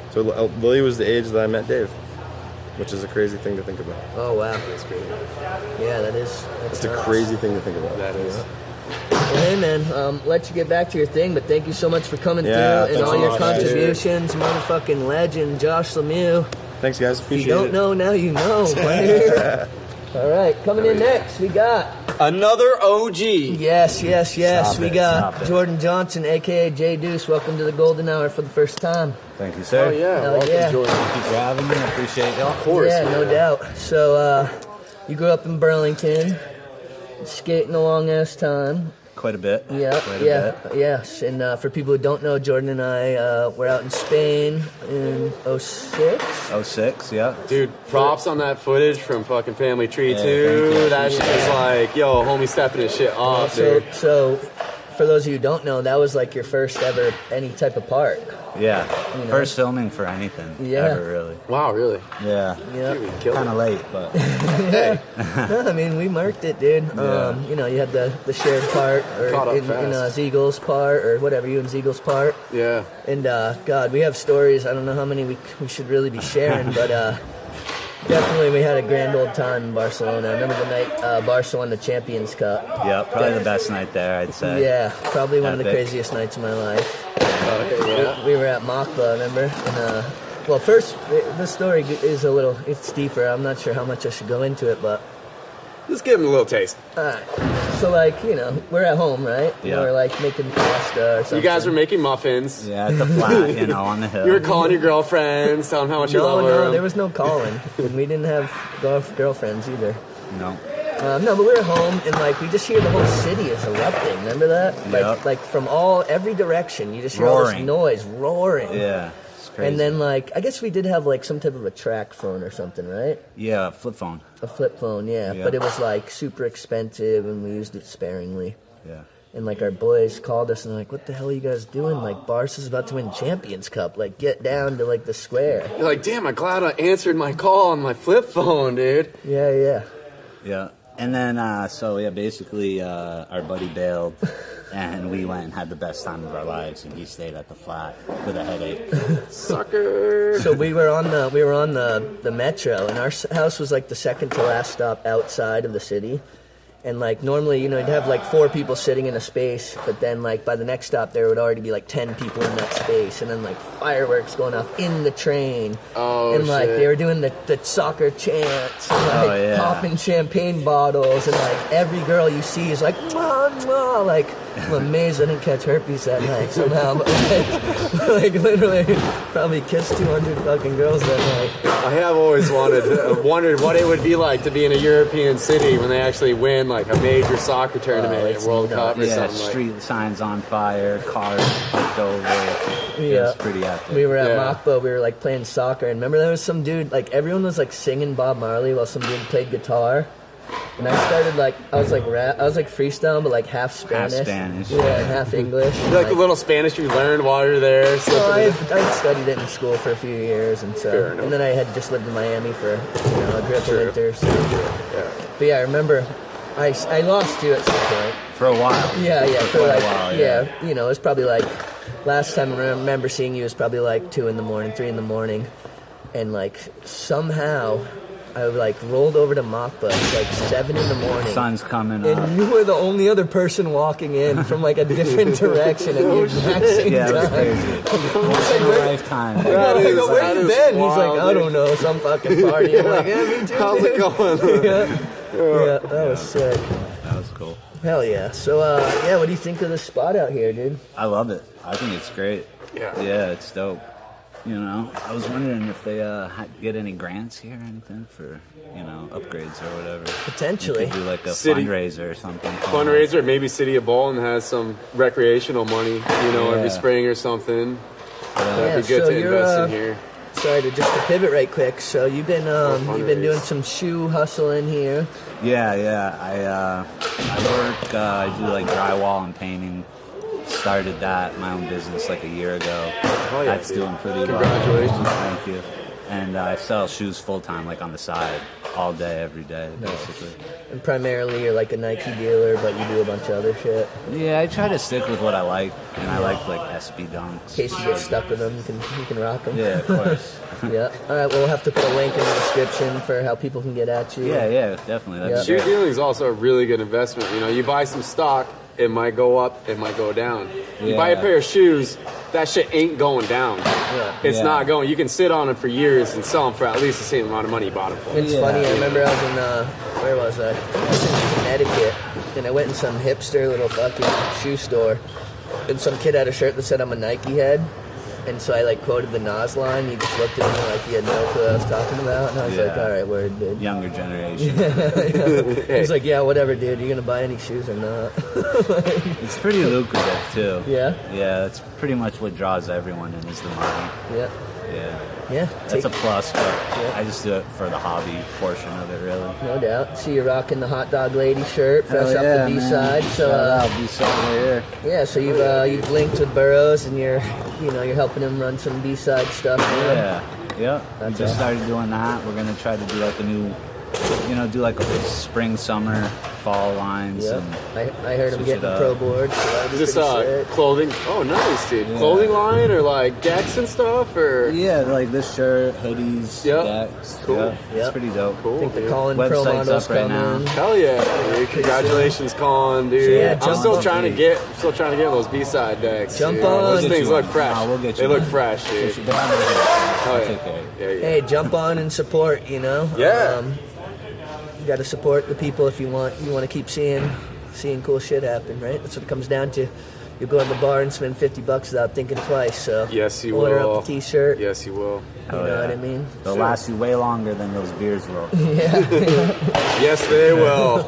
[SPEAKER 6] So L- Lily was the age that I met Dave, which is a crazy thing to think about.
[SPEAKER 1] Oh wow. That's great. Yeah, that is. That's
[SPEAKER 6] It's a
[SPEAKER 1] nuts.
[SPEAKER 6] crazy thing to think about.
[SPEAKER 4] That is.
[SPEAKER 1] Well, hey, man, um, let you get back to your thing, but thank you so much for coming
[SPEAKER 6] Yeah,
[SPEAKER 1] through and
[SPEAKER 6] thanks
[SPEAKER 1] all
[SPEAKER 6] a
[SPEAKER 1] your
[SPEAKER 6] lot, guys.
[SPEAKER 1] contributions. Motherfucking legend, Josh Lemieux.
[SPEAKER 6] Thanks, guys.
[SPEAKER 1] If you
[SPEAKER 6] Appreciate
[SPEAKER 1] don't
[SPEAKER 6] it.
[SPEAKER 1] know, now you know. buddy. all right, coming in next, we got.
[SPEAKER 4] Another OG.
[SPEAKER 1] Yes, yes, yes,
[SPEAKER 6] Stop
[SPEAKER 1] we
[SPEAKER 6] it,
[SPEAKER 1] got
[SPEAKER 6] stop it.
[SPEAKER 1] Jordan Johnson, aka J Deuce. Welcome to the Golden Hour for the first time.
[SPEAKER 7] Thank you, sir.
[SPEAKER 4] Oh yeah.
[SPEAKER 1] Hell
[SPEAKER 4] Welcome,
[SPEAKER 1] yeah.
[SPEAKER 4] Jordan.
[SPEAKER 7] Thank you for having me. I appreciate
[SPEAKER 4] Of
[SPEAKER 7] y'all.
[SPEAKER 4] course.
[SPEAKER 1] yeah,
[SPEAKER 4] man.
[SPEAKER 1] no doubt. So, uh, you grew up in Burlington, skating a long ass time.
[SPEAKER 7] Quite a bit.
[SPEAKER 1] Yeah,
[SPEAKER 7] Quite a
[SPEAKER 1] yeah,
[SPEAKER 7] bit.
[SPEAKER 1] yes. And uh, for people who don't know, Jordan and I uh, were out in Spain in 06.
[SPEAKER 8] Oh,
[SPEAKER 7] 06, yeah.
[SPEAKER 4] Dude, props on that footage from fucking Family Tree
[SPEAKER 7] Yeah,
[SPEAKER 4] too.
[SPEAKER 7] thank you.
[SPEAKER 4] That shit is like, yo, homie stepping his shit off,
[SPEAKER 1] So,
[SPEAKER 4] dude.
[SPEAKER 1] so for those of you who don't know, that was like your first ever any type of park.
[SPEAKER 8] Yeah.
[SPEAKER 1] You know.
[SPEAKER 8] First filming for anything
[SPEAKER 1] Yeah.
[SPEAKER 8] ever, really.
[SPEAKER 4] Wow, really?
[SPEAKER 8] Yeah.
[SPEAKER 1] Yeah.
[SPEAKER 4] Dude, we killed
[SPEAKER 8] Kind
[SPEAKER 4] it.
[SPEAKER 8] of late, but
[SPEAKER 1] No, I mean we marked it, dude. Um, you know, you had the, the shared part,
[SPEAKER 4] Caught
[SPEAKER 1] or
[SPEAKER 4] up
[SPEAKER 1] in, in uh,
[SPEAKER 4] fast.
[SPEAKER 1] Ziegel's part, or whatever you and Ziegel's part.
[SPEAKER 4] Yeah.
[SPEAKER 1] And uh, God, we have stories. I don't know how many we, we should really be sharing, but uh, definitely we had a grand old time in Barcelona. I remember the night uh, Barca won the Champions Cup.
[SPEAKER 8] yeah, probably the best night there, I'd say.
[SPEAKER 1] Yeah, probably one of the
[SPEAKER 8] Epic.
[SPEAKER 1] craziest nights of my life.
[SPEAKER 4] Oh, Okay, yeah.
[SPEAKER 1] We were at Machba, remember? And uh, well, first this story is a little it's deeper. I'm not sure how much I should go into it, but
[SPEAKER 4] Just give him a little taste.
[SPEAKER 1] So like, you know, we're at home, right? And
[SPEAKER 8] Yeah.
[SPEAKER 1] We're like making pasta or something.
[SPEAKER 4] You guys were making muffins.
[SPEAKER 8] Yeah, at the flat, you know, on the hill.
[SPEAKER 4] You were calling your girlfriends, telling how much you
[SPEAKER 1] No,
[SPEAKER 4] love
[SPEAKER 1] no,
[SPEAKER 4] her.
[SPEAKER 1] there was no calling. and we didn't have girlf- girlfriends either.
[SPEAKER 8] no.
[SPEAKER 1] Um, no, but we were home and like we just hear the whole city is erupting. Remember that? Like
[SPEAKER 8] Yep.
[SPEAKER 1] like from all every direction, you just hear all this
[SPEAKER 8] Roaring.
[SPEAKER 1] noise roaring.
[SPEAKER 8] Yeah. It's crazy.
[SPEAKER 1] And then like I guess we did have like some type of a track phone or something, right?
[SPEAKER 8] yeah, flip phone.
[SPEAKER 1] A flip phone, yeah.
[SPEAKER 8] Yeah.
[SPEAKER 1] But it was like super expensive and we used it sparingly.
[SPEAKER 8] Yeah.
[SPEAKER 1] And like our boys called us and they're like, "What the hell are you guys doing? Like Barca's about to win Champions Cup. Like get down to like the square."
[SPEAKER 4] You're like, damn, I'm glad I answered my call on my flip phone, dude.
[SPEAKER 1] Yeah, yeah.
[SPEAKER 8] Yeah. And then, uh, so yeah, basically, uh, our buddy bailed, and we went and had the best time of our lives, and he stayed at the flat with a headache.
[SPEAKER 4] Sucker.
[SPEAKER 1] So we were on the we were on the the metro and our s- house was like the second to last stop outside of the city. And like normally, you know, you'd have like four people sitting in a space, but then like by the next stop there would already be like 10 people in that space and then like fireworks going off in the train.
[SPEAKER 4] Oh,
[SPEAKER 1] and like
[SPEAKER 4] shit.
[SPEAKER 1] they were doing the, the soccer chants and like
[SPEAKER 8] Oh, yeah.
[SPEAKER 1] popping champagne bottles and like every girl you see is like mwah, mwah, like I'm amazed I didn't catch herpes that night somehow but like, like literally probably kissed 200 fucking girls that night
[SPEAKER 4] I have always wanted uh, wondered what it would be like to be in a European city when they actually win like a major soccer tournament,
[SPEAKER 1] Oh,
[SPEAKER 4] like a
[SPEAKER 1] it's
[SPEAKER 4] World Cup or
[SPEAKER 8] Yeah,
[SPEAKER 4] something.
[SPEAKER 8] street signs on fire, cars flipped over. It
[SPEAKER 1] Yeah.
[SPEAKER 8] was pretty epic.
[SPEAKER 1] we were at
[SPEAKER 4] Yeah.
[SPEAKER 1] Machba we were like playing soccer and remember there was some dude like everyone was like singing Bob Marley while some dude played guitar and I started like I was like rap I was like freestyle but like half Spanish
[SPEAKER 8] Spanish.
[SPEAKER 1] yeah and half English
[SPEAKER 4] like, like the little Spanish you learned while you're there. So
[SPEAKER 1] So I had, I had studied it in school for a few years, and so
[SPEAKER 4] Fair enough.
[SPEAKER 1] and then I had just lived in Miami for you know, a grip of winter. So. But yeah, I remember I, s- I lost you at some point.
[SPEAKER 8] For a while.
[SPEAKER 1] Yeah, yeah,
[SPEAKER 8] For
[SPEAKER 1] for
[SPEAKER 8] quite a
[SPEAKER 1] like
[SPEAKER 8] while,
[SPEAKER 1] yeah.
[SPEAKER 8] yeah.
[SPEAKER 1] you know, it was probably like last time I remember seeing you was probably like two in the morning, three in the morning, and like somehow I like rolled over to Machba it's like seven in the morning.
[SPEAKER 8] Sun's coming up.
[SPEAKER 1] and you were the only other person walking in from like a different direction at the exact
[SPEAKER 8] Oh,
[SPEAKER 1] same
[SPEAKER 8] Yeah, it was
[SPEAKER 1] time.
[SPEAKER 8] crazy. Once in a lifetime.
[SPEAKER 1] Yeah,
[SPEAKER 4] That
[SPEAKER 1] they go,
[SPEAKER 4] is-
[SPEAKER 1] where
[SPEAKER 4] that
[SPEAKER 1] you
[SPEAKER 4] is
[SPEAKER 1] been? He's
[SPEAKER 4] wild,
[SPEAKER 1] like, I
[SPEAKER 4] dude.
[SPEAKER 1] don't know, some fucking party. I'm like, yeah, me too.
[SPEAKER 4] How's it
[SPEAKER 1] dude."
[SPEAKER 4] going?
[SPEAKER 1] yeah. yeah, that was sick.
[SPEAKER 8] That was cool.
[SPEAKER 1] Hell yeah. So, uh, yeah, what do you think of this spot out here, dude?
[SPEAKER 8] I love it. I think it's great.
[SPEAKER 4] Yeah.
[SPEAKER 8] Yeah, it's dope. You know, I was wondering if they uh, ha- get any grants here or anything for, you know, upgrades or whatever.
[SPEAKER 1] Potentially.
[SPEAKER 8] You could do like a
[SPEAKER 4] City-
[SPEAKER 8] fundraiser or something.
[SPEAKER 4] Fundraiser, maybe City of Bolton has some recreational money, you know, every
[SPEAKER 8] Yeah.
[SPEAKER 4] spring or something.
[SPEAKER 1] yeah,
[SPEAKER 4] That'd be good
[SPEAKER 1] so
[SPEAKER 4] to
[SPEAKER 1] you're,
[SPEAKER 4] invest
[SPEAKER 1] uh,
[SPEAKER 4] in here.
[SPEAKER 1] Sorry to just to pivot right quick. So you've been um,
[SPEAKER 4] Or
[SPEAKER 1] you've been doing
[SPEAKER 4] fundraise.
[SPEAKER 1] some shoe hustling here.
[SPEAKER 8] Yeah, yeah. I uh, I work. Uh, I do like drywall and painting. Started that my own business like a year ago.
[SPEAKER 4] Oh, yeah,
[SPEAKER 8] That's
[SPEAKER 4] dude.
[SPEAKER 8] doing pretty
[SPEAKER 4] Congratulations.
[SPEAKER 8] well. Thank you. And uh, I sell shoes full time, like on the side, all day, every day, basically.
[SPEAKER 1] And primarily you're like a Nike dealer, but you do a bunch of other shit.
[SPEAKER 8] Yeah, I try to stick with what I like, and I like like SB dunks.
[SPEAKER 1] In case you get stuck with them, you can, you can rock them.
[SPEAKER 8] Yeah, of course.
[SPEAKER 1] yeah. All right, well, we'll have to put a link in the description for how people can get at you.
[SPEAKER 8] yeah, yeah, definitely. That's
[SPEAKER 1] Yeah.
[SPEAKER 4] Shoe dealing is also a really good investment. You know, you buy some stock, it might go up, it might go down. You buy a
[SPEAKER 8] Yeah.
[SPEAKER 4] pair of shoes, that shit ain't going down. It's
[SPEAKER 8] Yeah.
[SPEAKER 4] not going. You can sit on them for years and sell them for at least the same amount of money you bought them for.
[SPEAKER 1] It's
[SPEAKER 8] Yeah.
[SPEAKER 1] funny. I remember I was in uh, where was I? I was in Connecticut, and I went in some hipster little fucking shoe store, and some kid had a shirt that said "I'm a Nike head," And so I like quoted the Nas line. He just looked at me like he had no clue what I was talking about, and I was like,
[SPEAKER 8] Yeah.
[SPEAKER 1] "All right, word, dude."
[SPEAKER 8] Younger generation.
[SPEAKER 1] He's like, "Yeah, whatever, dude. You're gonna buy any shoes or not?"
[SPEAKER 8] It's pretty lucrative too.
[SPEAKER 1] Yeah.
[SPEAKER 8] Yeah, that's pretty much what draws everyone in is the money.
[SPEAKER 1] yeah,
[SPEAKER 8] Yeah.
[SPEAKER 1] yeah.
[SPEAKER 8] That's
[SPEAKER 1] Take,
[SPEAKER 8] a plus, but I just do it for the hobby portion of it really.
[SPEAKER 1] no doubt. See you rocking the hot dog lady shirt, fresh off the B side. So uh,
[SPEAKER 8] Shout out B side right here.
[SPEAKER 1] yeah, so you've uh, you've linked with Burroughs, and you're you know you're helping him run some B side stuff. man.
[SPEAKER 8] Yeah. Yep.
[SPEAKER 1] That's
[SPEAKER 8] we just
[SPEAKER 1] it.
[SPEAKER 8] started doing that. We're gonna try to do like a new you know, do like a spring, summer, fall lines
[SPEAKER 1] Yep.
[SPEAKER 8] and
[SPEAKER 1] I, I heard him
[SPEAKER 8] switch
[SPEAKER 1] getting
[SPEAKER 8] it up.
[SPEAKER 1] pro board. So that
[SPEAKER 4] Is
[SPEAKER 1] was
[SPEAKER 4] this
[SPEAKER 1] pretty
[SPEAKER 4] uh,
[SPEAKER 1] sick.
[SPEAKER 4] clothing? Oh, nice, dude. Clothing line or like decks and stuff or?
[SPEAKER 8] yeah, like this shirt, hoodies,
[SPEAKER 4] Yep.
[SPEAKER 8] decks.
[SPEAKER 4] Cool.
[SPEAKER 8] Yeah, It's
[SPEAKER 1] Yep.
[SPEAKER 8] pretty dope.
[SPEAKER 1] I
[SPEAKER 4] Cool,
[SPEAKER 1] think the
[SPEAKER 4] dude.
[SPEAKER 1] Colin pro
[SPEAKER 8] Website's
[SPEAKER 1] model's
[SPEAKER 8] up right now.
[SPEAKER 1] coming.
[SPEAKER 4] Hell yeah, dude. Congratulations, Colin, dude.
[SPEAKER 1] Yeah,
[SPEAKER 4] I'm
[SPEAKER 1] jump
[SPEAKER 4] still
[SPEAKER 1] on,
[SPEAKER 4] trying to
[SPEAKER 8] dude.
[SPEAKER 4] get, I'm still trying to get those B-side decks.
[SPEAKER 1] Jump
[SPEAKER 4] dude.
[SPEAKER 1] on. We'll
[SPEAKER 4] Those
[SPEAKER 1] get
[SPEAKER 4] things
[SPEAKER 8] you
[SPEAKER 4] look
[SPEAKER 8] one.
[SPEAKER 4] fresh.
[SPEAKER 8] Nah, we'll get
[SPEAKER 4] they
[SPEAKER 8] you
[SPEAKER 4] look
[SPEAKER 8] one.
[SPEAKER 4] fresh,
[SPEAKER 8] Get
[SPEAKER 4] dude.
[SPEAKER 8] your bottom of it.
[SPEAKER 4] Oh,
[SPEAKER 8] It's
[SPEAKER 4] yeah.
[SPEAKER 8] okay.
[SPEAKER 4] Yeah, yeah.
[SPEAKER 1] Hey, jump on and support. You know. Um,
[SPEAKER 4] Yeah.
[SPEAKER 1] you got to support the people if you want. You want to keep seeing, seeing cool shit happen, right? That's what it comes down to. You go in the bar and spend fifty bucks without thinking twice. So
[SPEAKER 4] Yes, you
[SPEAKER 1] order
[SPEAKER 4] will.
[SPEAKER 1] up a t-shirt.
[SPEAKER 4] Yes, you will.
[SPEAKER 1] You know
[SPEAKER 8] Oh, yeah.
[SPEAKER 1] what I mean?
[SPEAKER 8] They'll last you way longer than those beers will.
[SPEAKER 4] Yes, they will.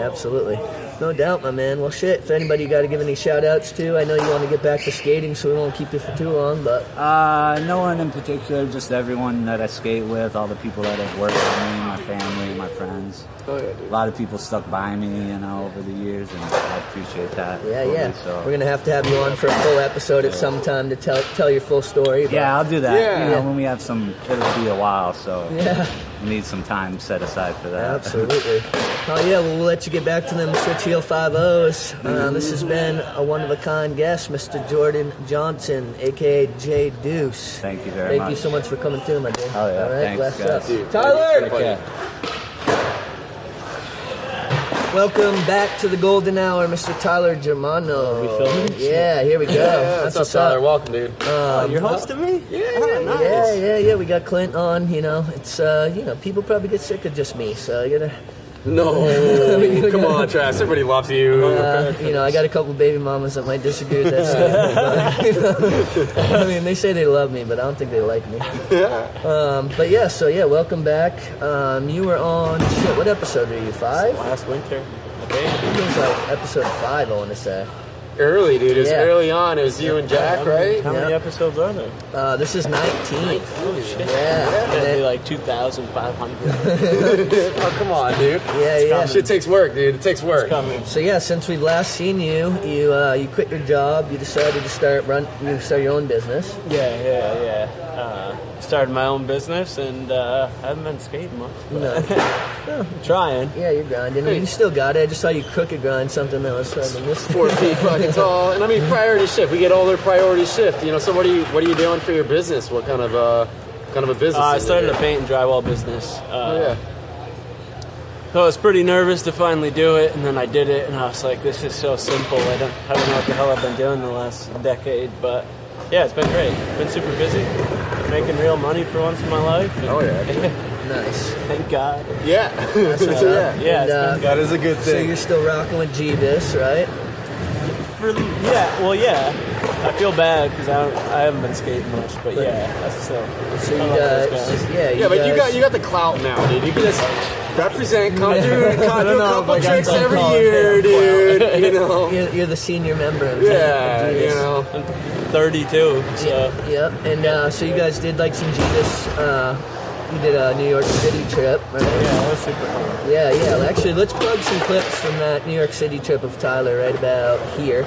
[SPEAKER 1] Absolutely. No doubt, my man. Well, shit. If anybody you got to give any shout outs to, I know you want to get back to skating, so we won't keep you for too long. But
[SPEAKER 8] Uh, no one in particular, just everyone that I skate with, all the people that have worked with me, my family, my friends.
[SPEAKER 4] oh, yeah, dude.
[SPEAKER 8] A lot of people stuck by me, you know, over the years, and I appreciate that.
[SPEAKER 1] yeah,
[SPEAKER 8] totally,
[SPEAKER 1] yeah,
[SPEAKER 8] So.
[SPEAKER 1] we're gonna have to have you on for a full episode at some time to tell tell your full story. but-
[SPEAKER 8] yeah, I'll do that.
[SPEAKER 4] Yeah.
[SPEAKER 8] You know, when we have some, it'll be a while, so
[SPEAKER 1] Yeah.
[SPEAKER 8] we need some time set aside for that.
[SPEAKER 1] Absolutely. Oh yeah, well, we'll let you get back to them Switch Heel 50s. Uh, this has been a one of a kind guest, Mr. Jordan Johnson, aka J Deuce.
[SPEAKER 8] Thank you very
[SPEAKER 1] Thank
[SPEAKER 8] much.
[SPEAKER 1] you so much for coming through, my dude.
[SPEAKER 8] Oh, yeah.
[SPEAKER 1] All right,
[SPEAKER 8] Thanks,
[SPEAKER 1] last
[SPEAKER 8] guys.
[SPEAKER 1] up.
[SPEAKER 4] Dude,
[SPEAKER 1] Tyler,
[SPEAKER 4] it's been a pleasure.
[SPEAKER 1] welcome back to the Golden Hour, Mr. Tyler Germano.
[SPEAKER 9] we filming?
[SPEAKER 1] Yeah, here we go.
[SPEAKER 4] Yeah, what's up,
[SPEAKER 1] what's Um,
[SPEAKER 4] Tyler? Welcome, dude.
[SPEAKER 9] Oh, you're hosting me? Yeah, nice.
[SPEAKER 1] Yeah, yeah, yeah. We got Clint on. You know, it's uh, you know, people probably get sick of just me, so you gotta.
[SPEAKER 4] No, come on, Travis. Everybody loves you.
[SPEAKER 1] Uh, you know, I got a couple baby mamas that might disagree with that statement. But, I mean, they say they love me, but I don't think they like me. Um, but yeah, so yeah, welcome back. Um, you were on shit. What episode are you? Five?
[SPEAKER 9] Last winter. Okay.
[SPEAKER 1] It was like episode five. I want to say.
[SPEAKER 4] early, dude. It was
[SPEAKER 1] Yeah.
[SPEAKER 4] early on. It was you and Jack, right?
[SPEAKER 9] How many episodes are there?
[SPEAKER 1] Uh, this is nineteen.
[SPEAKER 9] Oh, shit.
[SPEAKER 1] Yeah.
[SPEAKER 9] It's gonna be like 2,500.
[SPEAKER 4] Oh, come on, dude.
[SPEAKER 1] Yeah, yeah.
[SPEAKER 4] Shit takes work, dude. It takes work.
[SPEAKER 9] coming.
[SPEAKER 1] So yeah, since we've last seen you, you uh, you quit your job. You decided to start run. You start your own business.
[SPEAKER 9] Yeah, yeah, yeah. Uh, started my own business and uh, I haven't been skating much. but
[SPEAKER 1] No.
[SPEAKER 9] Trying.
[SPEAKER 1] Yeah, you're grinding. I mean, you still got it. I just saw you cookie grind something that was sort of this.
[SPEAKER 4] Four feet fucking tall. And I mean, priority shift. We get older, priority shift. You know. So what are you what are you doing for your business? What kind of uh kind of a business?
[SPEAKER 9] Uh, I
[SPEAKER 4] is it?
[SPEAKER 9] started a paint and drywall business.
[SPEAKER 4] Oh, yeah.
[SPEAKER 9] Uh, So I was pretty nervous to finally do it, and then I did it, and I was like, "This is so simple. I don't, I don't know what the hell I've been doing the last decade." But yeah, it's been great. Been super busy, making real money for once in my life. and
[SPEAKER 4] Oh yeah.
[SPEAKER 1] Nice.
[SPEAKER 9] Thank God.
[SPEAKER 4] Yeah. so,
[SPEAKER 1] what's
[SPEAKER 4] yeah.
[SPEAKER 1] up.
[SPEAKER 9] Yeah,
[SPEAKER 1] And,
[SPEAKER 9] it's
[SPEAKER 1] uh,
[SPEAKER 9] been
[SPEAKER 3] That is a good
[SPEAKER 1] So
[SPEAKER 3] thing.
[SPEAKER 1] you're still rocking with Jeebus, right?
[SPEAKER 9] For, yeah, well, yeah. I feel bad because I, don't- I haven't been skating much, but yeah, that's still.
[SPEAKER 1] So you
[SPEAKER 9] I love
[SPEAKER 1] guys,
[SPEAKER 9] those guys.
[SPEAKER 1] yeah, you
[SPEAKER 4] Yeah, but you
[SPEAKER 1] guys-
[SPEAKER 4] got you got the clout now, dude. You can just represent, come through, and
[SPEAKER 1] I
[SPEAKER 4] come
[SPEAKER 1] don't
[SPEAKER 4] do a
[SPEAKER 1] know
[SPEAKER 4] couple
[SPEAKER 1] if I got
[SPEAKER 4] tricks
[SPEAKER 1] that
[SPEAKER 4] every
[SPEAKER 1] clout.
[SPEAKER 4] year, dude. You know.
[SPEAKER 1] You're, you're the senior member. Of
[SPEAKER 4] Yeah, you know.
[SPEAKER 9] I'm 32, so
[SPEAKER 1] Yep. yep. And uh, so you guys did like some Jeebus. Uh, you did a New York City trip, right?
[SPEAKER 9] yeah, that was super cool.
[SPEAKER 1] Yeah, yeah. Well, actually, let's plug some clips from that New York City trip of Tyler right about here.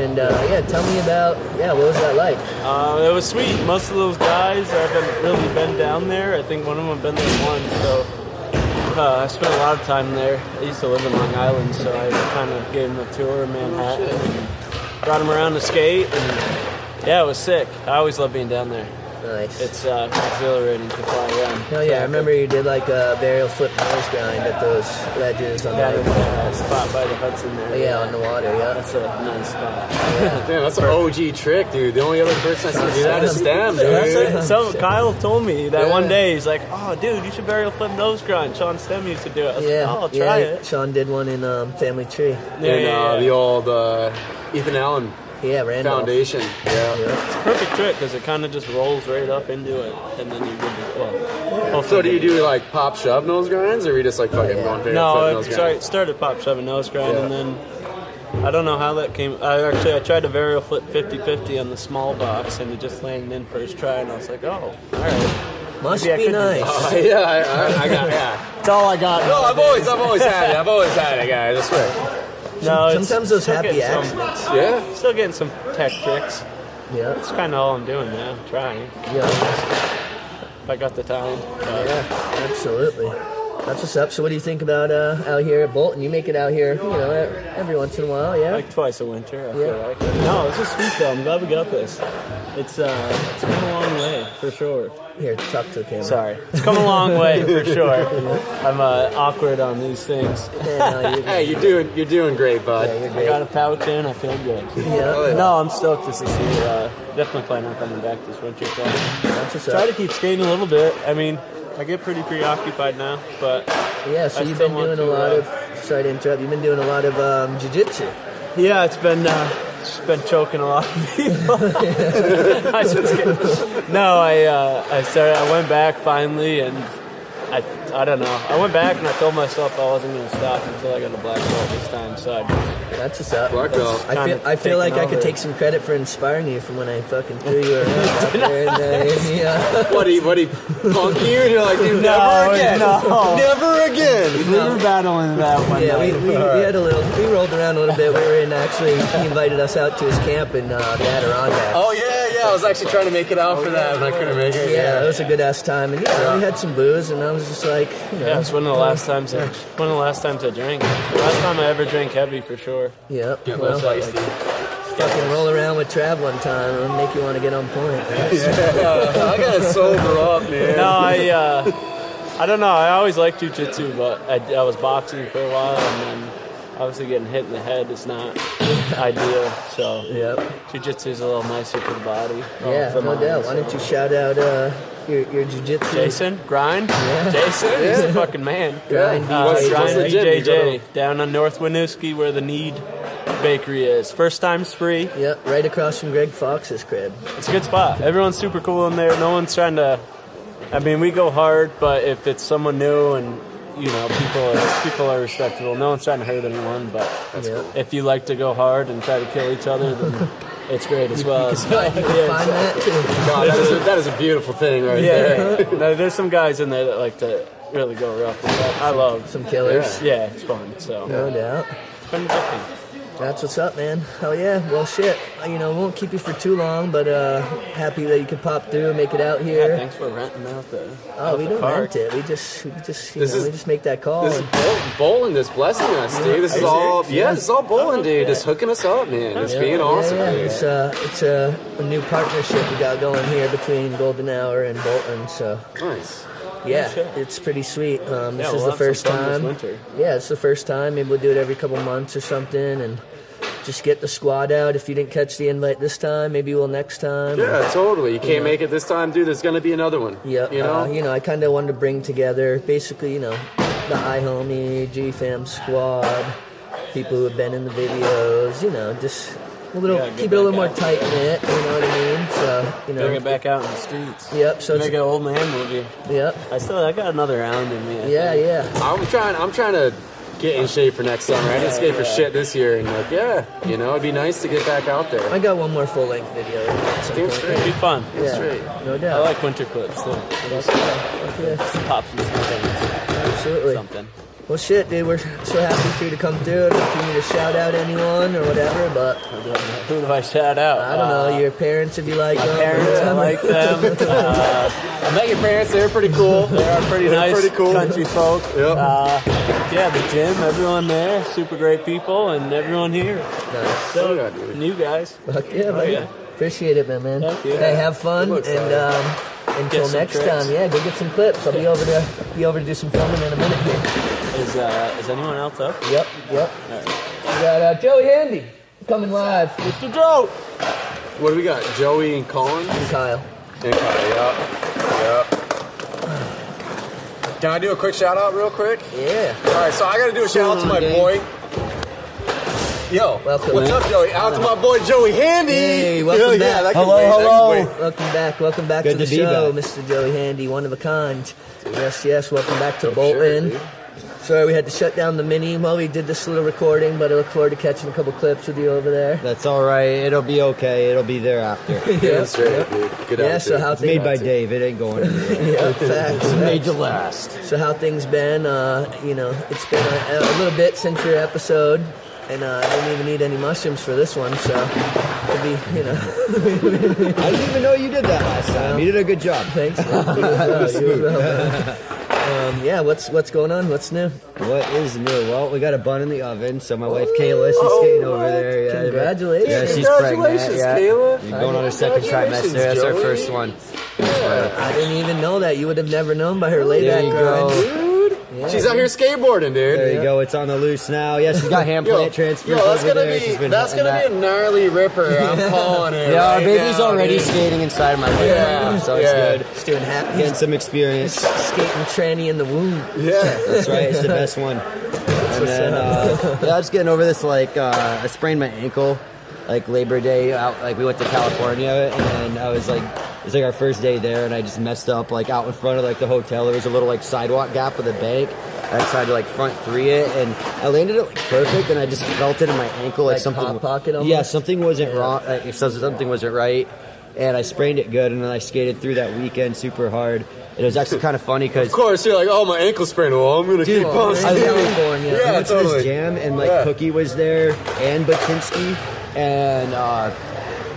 [SPEAKER 1] And uh, yeah, tell me about yeah, what was that like?
[SPEAKER 9] Uh, it was sweet. Most of those guys I haven't really been down there. I think one of them have been there once, so uh, I spent a lot of time there. I used to live in Long Island, so I kind of gave them a tour of Manhattan, and brought them around to skate, and yeah, it was sick. I always love being down there.
[SPEAKER 1] Nice.
[SPEAKER 9] It's uh, exhilarating to fly around.
[SPEAKER 1] Hell yeah, I remember you did like a burial flip nose grind at those ledges on
[SPEAKER 9] Yeah,
[SPEAKER 1] the
[SPEAKER 9] there's a spot by the Hudson there.
[SPEAKER 1] yeah on the water. Yeah.
[SPEAKER 9] That's a nice spot.
[SPEAKER 4] Damn, that's an OG trick, dude. The only other person I see do that is Stem, dude.
[SPEAKER 9] That's it. Some, Kyle told me that
[SPEAKER 4] Yeah.
[SPEAKER 9] one day he's like, "Oh, dude, you should burial flip nose grind." Sean Stem used to do it. I was
[SPEAKER 1] Yeah,
[SPEAKER 9] like, "Oh, I'll try
[SPEAKER 1] yeah,
[SPEAKER 9] it."
[SPEAKER 1] Sean did one in um, Family Tree.
[SPEAKER 9] Yeah,
[SPEAKER 4] and
[SPEAKER 9] yeah,
[SPEAKER 4] uh,
[SPEAKER 9] yeah.
[SPEAKER 4] the old uh, Ethan Allen
[SPEAKER 1] Yeah, Randolph.
[SPEAKER 4] foundation. Yeah.
[SPEAKER 9] It's a perfect trick because it kind of just rolls right up into it, and then you're good to well.
[SPEAKER 4] So
[SPEAKER 9] hopefully
[SPEAKER 4] do you
[SPEAKER 9] good.
[SPEAKER 4] do like pop shove nose grinds, or are you just like fucking going for
[SPEAKER 9] No,
[SPEAKER 4] nose
[SPEAKER 9] it
[SPEAKER 4] grind?
[SPEAKER 9] started, started pop shove and nose grind, and then I don't know how that came. I actually I tried a varial flip 50-50 on the small box, and it just landed in first try, and I was like, oh, all right.
[SPEAKER 1] Must
[SPEAKER 9] Maybe I
[SPEAKER 1] be
[SPEAKER 9] could do
[SPEAKER 1] nice.
[SPEAKER 4] Oh, yeah, I, I, I got yeah.
[SPEAKER 8] That's all I got.
[SPEAKER 4] No, I've always, I've always had it. I've always had it, guys. I swear.
[SPEAKER 9] No, it's-
[SPEAKER 1] sometimes those
[SPEAKER 9] still
[SPEAKER 1] happy
[SPEAKER 9] getting some-
[SPEAKER 1] accidents.
[SPEAKER 4] Yeah.
[SPEAKER 9] Still getting some tech tricks.
[SPEAKER 1] Yeah,
[SPEAKER 9] That's kind of all I'm doing now. I'm trying.
[SPEAKER 1] yeah,
[SPEAKER 9] If I got the time. but-
[SPEAKER 1] yeah, absolutely. That's what's up. So, what do you think about uh, out here at Bolton? You make it out here, you know, every once in a while, yeah.
[SPEAKER 9] Like twice a winter, I
[SPEAKER 1] Yeah.
[SPEAKER 9] feel like. No, this is sweet though. I'm glad we got this. It's uh, it's come a long way for sure.
[SPEAKER 1] Here, talk to the camera.
[SPEAKER 9] Sorry, it's come a long way for sure. I'm uh, awkward on these things.
[SPEAKER 1] Yeah, no, you're
[SPEAKER 4] Hey,
[SPEAKER 1] good.
[SPEAKER 4] you're doing, you're doing great, bud.
[SPEAKER 1] Yeah, you're
[SPEAKER 9] I
[SPEAKER 1] great.
[SPEAKER 9] got a pouch in. I feel good.
[SPEAKER 1] Yeah,
[SPEAKER 9] No, I'm stoked to succeed. Uh, definitely plan on coming back this winter. So.
[SPEAKER 1] that's what's
[SPEAKER 9] Try
[SPEAKER 1] up.
[SPEAKER 9] to keep skating a little bit. I mean, I get pretty preoccupied now, but
[SPEAKER 1] Yeah, so
[SPEAKER 9] I
[SPEAKER 1] you've
[SPEAKER 9] still
[SPEAKER 1] been
[SPEAKER 9] want
[SPEAKER 1] doing a
[SPEAKER 9] to,
[SPEAKER 1] lot
[SPEAKER 9] uh,
[SPEAKER 1] of. Sorry to interrupt. You've been doing a lot of um, jujitsu.
[SPEAKER 9] Yeah, it's been uh, it's been choking a lot of people. I was just kidding. no, I uh, I started. I went back finally, and I I don't know. I went back and I told myself I wasn't going to stop until I got a black belt this time. So I,
[SPEAKER 1] That's what's up.
[SPEAKER 4] Black belt.
[SPEAKER 1] I feel,
[SPEAKER 9] Kinda
[SPEAKER 1] I feel like I
[SPEAKER 9] taking
[SPEAKER 1] could
[SPEAKER 9] over.
[SPEAKER 1] take some credit for inspiring you from when I fucking threw you around out there in the, in the, uh,
[SPEAKER 4] What do you, what do you, punk you? And you're like, dude,
[SPEAKER 9] No,
[SPEAKER 4] never again.
[SPEAKER 9] no.
[SPEAKER 4] Never again.
[SPEAKER 9] we were battling that one.
[SPEAKER 1] Yeah, we, we, we had a little, we rolled around a little bit. We were in actually, he invited us out to his camp in uh, the Adirondacks.
[SPEAKER 4] Oh, yeah, yeah. I was actually trying to make it out for that, and I couldn't make it.
[SPEAKER 1] Yeah, that was a good ass time, and yeah, we had some booze, and I was just like, you know,
[SPEAKER 9] Yeah, it's one of the last times I one of the last times I drank. Last time I ever drank heavy for sure.
[SPEAKER 1] yeah,
[SPEAKER 4] It
[SPEAKER 1] well,
[SPEAKER 4] was feisty.
[SPEAKER 1] fucking roll around with Trav one time, and make you want to get on point.
[SPEAKER 4] Yeah, I gotta sober up, man.
[SPEAKER 9] No, I uh, I don't know. I always liked jujitsu, but I, I was boxing for a while, and then obviously getting hit in the head is not ideal. So
[SPEAKER 1] Yep.
[SPEAKER 9] jujitsu is a little nicer for the body. uh,
[SPEAKER 1] Yeah,
[SPEAKER 4] Oh,
[SPEAKER 9] for
[SPEAKER 1] no
[SPEAKER 9] mine,
[SPEAKER 1] doubt. Why
[SPEAKER 9] so.
[SPEAKER 1] don't you shout out uh, your your jujitsu?
[SPEAKER 9] Jason grind? Jason, he's a fucking man.
[SPEAKER 1] Grind
[SPEAKER 9] Uh,
[SPEAKER 4] What's- what's
[SPEAKER 9] grind
[SPEAKER 4] the gym? You go
[SPEAKER 9] BJJ down on North Winooski where the Need Bakery is. First time's free.
[SPEAKER 1] Yep, right across from Greg Fox's crib.
[SPEAKER 9] It's a good spot. Everyone's super cool in there. No one's trying to. I mean, we go hard, but if it's someone new and you know people are people are respectable, no one's trying to hurt anyone. But
[SPEAKER 1] Yeah.
[SPEAKER 9] if you like to go hard and try to kill each other, then it's great as well. So, yeah,
[SPEAKER 1] Find that too.
[SPEAKER 4] God, that is, a, that is a beautiful thing right there.
[SPEAKER 9] yeah. no, there's some guys in there that like to really go rough. with that. I love.
[SPEAKER 1] Some killers.
[SPEAKER 9] Yeah, it's fun. So
[SPEAKER 1] No doubt.
[SPEAKER 9] it's been good.
[SPEAKER 1] That's what's up, man. Hell yeah. Well, shit. You know, won't keep you for too long, but uh, happy that you could pop through and make it out here.
[SPEAKER 9] Yeah, thanks for renting out the.
[SPEAKER 1] Oh,
[SPEAKER 9] out
[SPEAKER 1] we
[SPEAKER 9] the
[SPEAKER 1] don't
[SPEAKER 9] park.
[SPEAKER 1] rent it. We just, we just, you
[SPEAKER 4] This
[SPEAKER 1] know,
[SPEAKER 4] is-
[SPEAKER 1] we just make that call.
[SPEAKER 4] This is
[SPEAKER 1] and-
[SPEAKER 4] Bol- Bolin that's blessing us, dude. This is all, yeah, this is all Bolin, dude. Just hooking us up, man. It's being awesome,
[SPEAKER 1] yeah, yeah.
[SPEAKER 4] dude.
[SPEAKER 1] It's a, it's a, a new partnership we got going here between Golden Hour and Bolton. So
[SPEAKER 4] Nice.
[SPEAKER 1] yeah,
[SPEAKER 9] shit.
[SPEAKER 1] it's pretty sweet. Um, this
[SPEAKER 9] Yeah,
[SPEAKER 1] is
[SPEAKER 9] we'll
[SPEAKER 1] the
[SPEAKER 9] have some
[SPEAKER 1] first
[SPEAKER 9] fun this
[SPEAKER 1] time.
[SPEAKER 9] winter.
[SPEAKER 1] Yeah, it's the first time. Maybe we'll do it every couple months or something, and just get the squad out. If you didn't catch the invite this time, maybe we'll next time.
[SPEAKER 4] Yeah, totally. You can't make it this time, dude. There's gonna be another one.
[SPEAKER 1] Yeah,
[SPEAKER 4] You know?
[SPEAKER 1] uh, you know, I kind of wanted to bring together basically, you know, the iHomie, GFAM squad, people who have been in the videos, you know, just a little,
[SPEAKER 9] Yeah, get
[SPEAKER 1] keep it a little
[SPEAKER 9] back
[SPEAKER 1] more
[SPEAKER 9] out.
[SPEAKER 1] tight knit, you know what I mean? So, you know,
[SPEAKER 9] Bring it back out in the streets.
[SPEAKER 1] Yep, so it's-
[SPEAKER 9] make an old man movie.
[SPEAKER 1] Yep.
[SPEAKER 9] I still, Oh, I got another round in me. I
[SPEAKER 1] Yeah,
[SPEAKER 9] think.
[SPEAKER 1] yeah.
[SPEAKER 4] I'm trying. I'm trying to get in shape for next summer. I didn't skate for shit this year, and like, yeah, you know, it'd be nice to get back out there.
[SPEAKER 1] I got one more full length video. at some
[SPEAKER 4] Damn
[SPEAKER 1] point.
[SPEAKER 4] straight.
[SPEAKER 9] It'd be fun.
[SPEAKER 1] Yeah,
[SPEAKER 4] straight.
[SPEAKER 1] no
[SPEAKER 9] I
[SPEAKER 1] douut
[SPEAKER 9] like winter clips too. Just
[SPEAKER 1] Yeah,
[SPEAKER 9] pop some things,
[SPEAKER 1] absolutely.
[SPEAKER 9] something.
[SPEAKER 1] Well, shit, dude, we're so happy for you to come through. I don't know if you need to shout out anyone or whatever, but
[SPEAKER 9] Who do I shout out? Uh,
[SPEAKER 1] I don't know, your parents if you like
[SPEAKER 9] My
[SPEAKER 1] them. or
[SPEAKER 9] parents, I
[SPEAKER 1] whatever.
[SPEAKER 9] like them. Uh,
[SPEAKER 4] I met your parents. They're pretty cool.
[SPEAKER 9] they are pretty
[SPEAKER 4] They're
[SPEAKER 9] nice,
[SPEAKER 4] pretty cool.
[SPEAKER 9] country folk.
[SPEAKER 4] Yep.
[SPEAKER 9] Uh, yeah, the gym, everyone there, super great people, and everyone here.
[SPEAKER 1] Nice.
[SPEAKER 4] Oh, yeah, dude.
[SPEAKER 9] New guys. Oh,
[SPEAKER 1] Fuck yeah, buddy.
[SPEAKER 9] yeah.
[SPEAKER 1] Appreciate it, man, man.
[SPEAKER 9] Thank you.
[SPEAKER 1] Hey, have fun,
[SPEAKER 4] Good looks,
[SPEAKER 1] and um, until
[SPEAKER 9] some
[SPEAKER 1] next
[SPEAKER 9] tricks.
[SPEAKER 1] time, yeah, go get some clips. I'll be over to be over to do some filming in a minute here.
[SPEAKER 9] Is uh, is anyone else up?
[SPEAKER 1] Yep, yep. We got uh, Joey Handy coming live with
[SPEAKER 9] Mr. Joe.
[SPEAKER 4] What do we got? Joey and Colin.
[SPEAKER 1] Kyle.
[SPEAKER 4] And Kyle. Yeah. Yeah. Can I do a quick shout out real quick?
[SPEAKER 1] Yeah.
[SPEAKER 4] All right, so I got to do a shout out to my boy. Yo,
[SPEAKER 1] Welcome,
[SPEAKER 4] what's
[SPEAKER 1] man.
[SPEAKER 4] up, Joey? Out to my boy Joey Handy.
[SPEAKER 1] Hey, welcome
[SPEAKER 4] yeah,
[SPEAKER 1] back.
[SPEAKER 4] that can
[SPEAKER 7] Hello,
[SPEAKER 4] wait, that can
[SPEAKER 7] hello.
[SPEAKER 4] wait.
[SPEAKER 1] Welcome back, welcome back
[SPEAKER 7] Good
[SPEAKER 1] to the
[SPEAKER 7] to be
[SPEAKER 1] show,
[SPEAKER 7] back.
[SPEAKER 1] Mr. Joey Handy, one of a kind. Yes, yes, welcome back to Bolton. Sorry we had to shut down the mini while we did this little recording, but I look forward to catching a couple clips with you over there.
[SPEAKER 10] That's all right. It'll be okay. It'll be there after. It's
[SPEAKER 4] Yeah, that's right, dude. Good
[SPEAKER 1] Yeah, so
[SPEAKER 4] attitude.
[SPEAKER 1] how
[SPEAKER 10] made
[SPEAKER 1] things
[SPEAKER 10] by Dave. It ain't going anywhere.
[SPEAKER 1] yeah, facts,
[SPEAKER 10] made
[SPEAKER 1] facts.
[SPEAKER 10] to last.
[SPEAKER 1] So how things been? Uh, you know, it's been a, a little bit since your episode, and uh, I didn't even need any mushrooms for this one, so it'd be you know.
[SPEAKER 10] I didn't even know you did that last time. You did a good job.
[SPEAKER 1] Thanks. man. You as well, you as well, man. um, yeah, what's what's going on? What's new?
[SPEAKER 10] What is new? Oh, Well, we got a bun in the oven. So my wife Kayla, she's
[SPEAKER 4] Oh,
[SPEAKER 10] skating over there. Yeah,
[SPEAKER 1] Congratulations.
[SPEAKER 10] Yeah, she's pregnant.
[SPEAKER 4] Congratulations,
[SPEAKER 10] Yeah.
[SPEAKER 4] Kayla.
[SPEAKER 10] You're going on her second
[SPEAKER 4] Congratulations,
[SPEAKER 10] trimester. That's our
[SPEAKER 4] Joey.
[SPEAKER 10] first one.
[SPEAKER 1] I didn't even know that. You would have never known by her lay
[SPEAKER 10] There
[SPEAKER 1] back
[SPEAKER 10] you
[SPEAKER 1] grind.
[SPEAKER 10] go.
[SPEAKER 4] Dude, she's out here skateboarding, dude.
[SPEAKER 10] There you go. It's on the loose now. Yeah, she's got hand plant transfers
[SPEAKER 4] yo, that's
[SPEAKER 10] over
[SPEAKER 4] gonna
[SPEAKER 10] there. She's
[SPEAKER 4] be
[SPEAKER 10] been
[SPEAKER 4] that's
[SPEAKER 10] hitting
[SPEAKER 4] gonna
[SPEAKER 10] that.
[SPEAKER 4] be a gnarly ripper. I'm calling it.
[SPEAKER 10] Yeah, our
[SPEAKER 4] right
[SPEAKER 10] baby's
[SPEAKER 4] now,
[SPEAKER 10] already
[SPEAKER 4] dude.
[SPEAKER 10] skating inside my leg
[SPEAKER 4] Yeah,
[SPEAKER 10] right now, so it's
[SPEAKER 4] yeah.
[SPEAKER 10] good.
[SPEAKER 1] He's doing happy.
[SPEAKER 10] Getting
[SPEAKER 1] He's
[SPEAKER 10] some experience.
[SPEAKER 1] skating tranny in the womb.
[SPEAKER 4] Yeah,
[SPEAKER 10] That's right. It's the best one. And then, uh, yeah, I was getting over this. Like, uh, I sprained my ankle, like Labor Day. Out, like we went to California, and I was like, it's like our first day there, and I just messed up. Like out in front of like the hotel, there was a little like sidewalk gap with a bank. I decided to like front three it, and I landed it like perfect, and I just felt it in my ankle, like,
[SPEAKER 1] Like
[SPEAKER 10] something.
[SPEAKER 1] hot pocket almost?
[SPEAKER 10] Yeah, something wasn't wrong. Like, so- something wasn't right. And I sprained it good, and then I skated through that weekend super hard. And It was actually kind of funny because
[SPEAKER 4] of course. You're like, oh, my ankle sprained. Well, I'm gonna
[SPEAKER 10] Dude,
[SPEAKER 4] keep
[SPEAKER 10] oh,
[SPEAKER 4] on
[SPEAKER 10] I
[SPEAKER 4] skating.
[SPEAKER 1] love-
[SPEAKER 10] we
[SPEAKER 4] yeah,
[SPEAKER 10] went to
[SPEAKER 4] totally.
[SPEAKER 10] this jam and like
[SPEAKER 4] Yeah.
[SPEAKER 10] Cookie was there and Batinski and uh,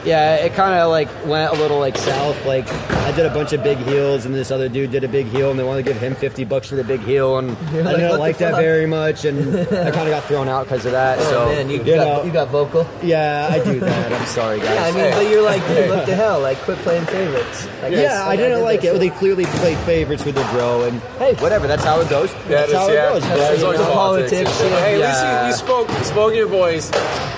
[SPEAKER 10] yeah, it kind of like went a little like south. Like I did a bunch of big heels and this other dude did a big heel and they wanted to give him fifty bucks for the big heel and I
[SPEAKER 1] like, what the
[SPEAKER 10] didn't like that
[SPEAKER 1] fuck?
[SPEAKER 10] very much and I kind of got thrown out because of that.
[SPEAKER 1] Oh
[SPEAKER 10] so
[SPEAKER 1] man, you,
[SPEAKER 10] you
[SPEAKER 1] got
[SPEAKER 10] know,
[SPEAKER 1] you got vocal.
[SPEAKER 10] yeah, I do that. I'm sorry, guys.
[SPEAKER 1] Yeah, I mean, but you're like, dude, what the hell? Like, quit playing favorites. Like,
[SPEAKER 10] Yeah, I didn't
[SPEAKER 1] did
[SPEAKER 10] like
[SPEAKER 1] that
[SPEAKER 10] it.
[SPEAKER 1] shit.
[SPEAKER 10] They clearly played favorites with their bro, and hey, whatever. That's how it goes.
[SPEAKER 4] it
[SPEAKER 10] that's
[SPEAKER 4] is,
[SPEAKER 10] how
[SPEAKER 4] yeah.
[SPEAKER 10] it goes.
[SPEAKER 4] Yeah,
[SPEAKER 10] But,
[SPEAKER 4] it's
[SPEAKER 10] you
[SPEAKER 4] always
[SPEAKER 10] know,
[SPEAKER 1] politics,
[SPEAKER 4] politics.
[SPEAKER 1] yeah.
[SPEAKER 4] Hey, at least you,
[SPEAKER 10] Yeah.
[SPEAKER 4] you spoke spoke your voice.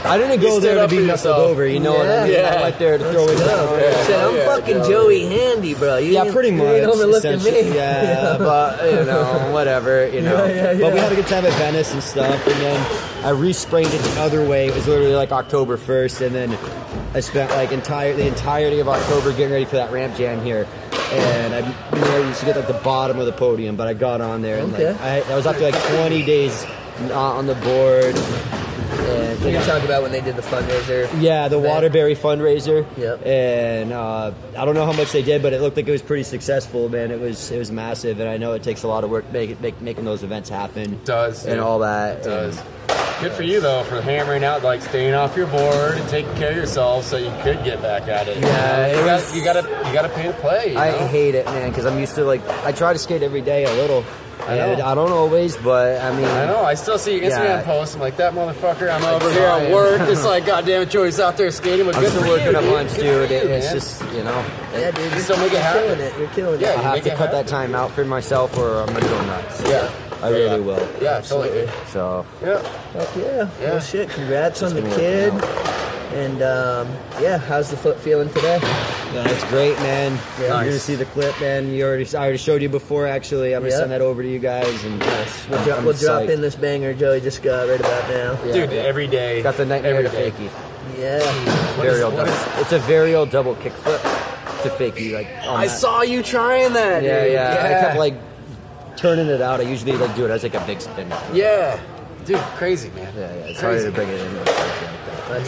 [SPEAKER 10] I didn't
[SPEAKER 4] You
[SPEAKER 10] go
[SPEAKER 4] stood
[SPEAKER 10] there to
[SPEAKER 4] up
[SPEAKER 10] be
[SPEAKER 4] for
[SPEAKER 10] knuckled
[SPEAKER 4] yourself.
[SPEAKER 10] over, you know what I mean?
[SPEAKER 4] Yeah.
[SPEAKER 10] I went there to throw it down.
[SPEAKER 1] Yeah, Said, I'm
[SPEAKER 4] yeah,
[SPEAKER 1] fucking
[SPEAKER 4] yeah.
[SPEAKER 1] Joey Handy, bro. You
[SPEAKER 10] Yeah,
[SPEAKER 1] ain't-
[SPEAKER 10] pretty much.
[SPEAKER 1] You ain't overlooking
[SPEAKER 10] essentially.
[SPEAKER 1] me.
[SPEAKER 10] Yeah, but you know, whatever, you know.
[SPEAKER 1] Yeah, yeah,
[SPEAKER 10] But we
[SPEAKER 1] yeah.
[SPEAKER 10] had a good time at Venice and stuff, and then I resprained it the other way. It was literally like October first, and then I spent like entire the entirety of October getting ready for that ramp jam here. And I nearly used to get at the bottom of the podium, but I got on there, and
[SPEAKER 1] Okay.
[SPEAKER 10] like I, I was after like 20 days not on the board. And
[SPEAKER 1] We can talk about when they did the fundraiser.
[SPEAKER 10] Yeah, the
[SPEAKER 1] That-
[SPEAKER 10] Waterbury fundraiser.
[SPEAKER 1] Yep.
[SPEAKER 10] And uh, I don't know how much they did, but it looked like it was pretty successful. Man, it was it was massive, and I know it takes a lot of work make, make, making those events happen.
[SPEAKER 4] Does
[SPEAKER 10] and
[SPEAKER 4] dude.
[SPEAKER 10] all that.
[SPEAKER 4] It does. Good for you though for hammering out, like staying off your board and taking care of yourself, so you could get back at it.
[SPEAKER 10] Yeah,
[SPEAKER 4] you,
[SPEAKER 10] uh, it
[SPEAKER 4] got,
[SPEAKER 10] was-
[SPEAKER 4] you gotta you gotta pay to play. you
[SPEAKER 10] I
[SPEAKER 4] know?
[SPEAKER 10] hate it, man, because I'm used to like I try to skate every day a little,
[SPEAKER 4] I know.
[SPEAKER 10] and I don't always, but I mean,
[SPEAKER 4] I know. I still see Instagram
[SPEAKER 10] Yeah.
[SPEAKER 4] posts. I'm like, that motherfucker. I'm over
[SPEAKER 10] I'm
[SPEAKER 4] here at
[SPEAKER 10] trying.
[SPEAKER 4] work. It's like, goddamn, Joey's out there skating. But
[SPEAKER 10] I'm
[SPEAKER 4] good
[SPEAKER 10] still
[SPEAKER 4] for
[SPEAKER 10] working
[SPEAKER 4] you,
[SPEAKER 10] a
[SPEAKER 4] dude.
[SPEAKER 10] bunch,
[SPEAKER 4] Good for
[SPEAKER 10] dude. It,
[SPEAKER 4] you,
[SPEAKER 10] it's
[SPEAKER 4] man.
[SPEAKER 10] just you know,
[SPEAKER 1] Yeah, dude, you're,
[SPEAKER 4] Just don't make it
[SPEAKER 1] you're
[SPEAKER 4] happen.
[SPEAKER 1] killing it. You're killing
[SPEAKER 4] Yeah,
[SPEAKER 1] it.
[SPEAKER 10] I
[SPEAKER 4] you
[SPEAKER 10] have
[SPEAKER 4] make
[SPEAKER 10] to
[SPEAKER 4] it
[SPEAKER 10] cut that
[SPEAKER 4] happen.
[SPEAKER 10] time out for myself, or I'm gonna go nuts.
[SPEAKER 4] Yeah.
[SPEAKER 10] I really will.
[SPEAKER 4] Yeah, totally.
[SPEAKER 10] So
[SPEAKER 4] Yeah.
[SPEAKER 1] Fuck yeah.
[SPEAKER 4] Yeah.
[SPEAKER 1] Well, shit, congrats on the
[SPEAKER 10] been
[SPEAKER 1] kid.
[SPEAKER 10] working
[SPEAKER 1] And um, yeah, how's the foot feeling today?
[SPEAKER 10] Yeah, that's great, man.
[SPEAKER 1] Yeah.
[SPEAKER 10] You're gonna
[SPEAKER 4] Nice.
[SPEAKER 10] see the clip, man. You already, I already showed you before. Actually, I'm gonna
[SPEAKER 1] Yeah.
[SPEAKER 10] send that over to you guys. And
[SPEAKER 1] We'll,
[SPEAKER 10] I'm-
[SPEAKER 1] drop,
[SPEAKER 10] I'm
[SPEAKER 1] we'll drop
[SPEAKER 10] psyched.
[SPEAKER 1] in this banger Joey just got right about now.
[SPEAKER 10] Yeah,
[SPEAKER 4] Dude,
[SPEAKER 10] yeah.
[SPEAKER 4] every day.
[SPEAKER 10] Got the nightmare
[SPEAKER 4] every
[SPEAKER 10] to
[SPEAKER 4] day.
[SPEAKER 10] fakie.
[SPEAKER 1] Yeah.
[SPEAKER 10] Very
[SPEAKER 4] is-
[SPEAKER 10] old
[SPEAKER 4] what
[SPEAKER 10] double. It's a very old double kick flip to fakie. Like on
[SPEAKER 4] I
[SPEAKER 10] that.
[SPEAKER 4] saw you trying that.
[SPEAKER 10] Yeah,
[SPEAKER 4] dude.
[SPEAKER 10] yeah, I kept
[SPEAKER 4] Yeah.
[SPEAKER 10] like turning it out. I usually like do it as like a big spin. Yeah,
[SPEAKER 4] Yeah. eh, Dude, crazy, man.
[SPEAKER 10] yeah. It's
[SPEAKER 4] Crazy.
[SPEAKER 10] harder to bring it in.
[SPEAKER 1] That's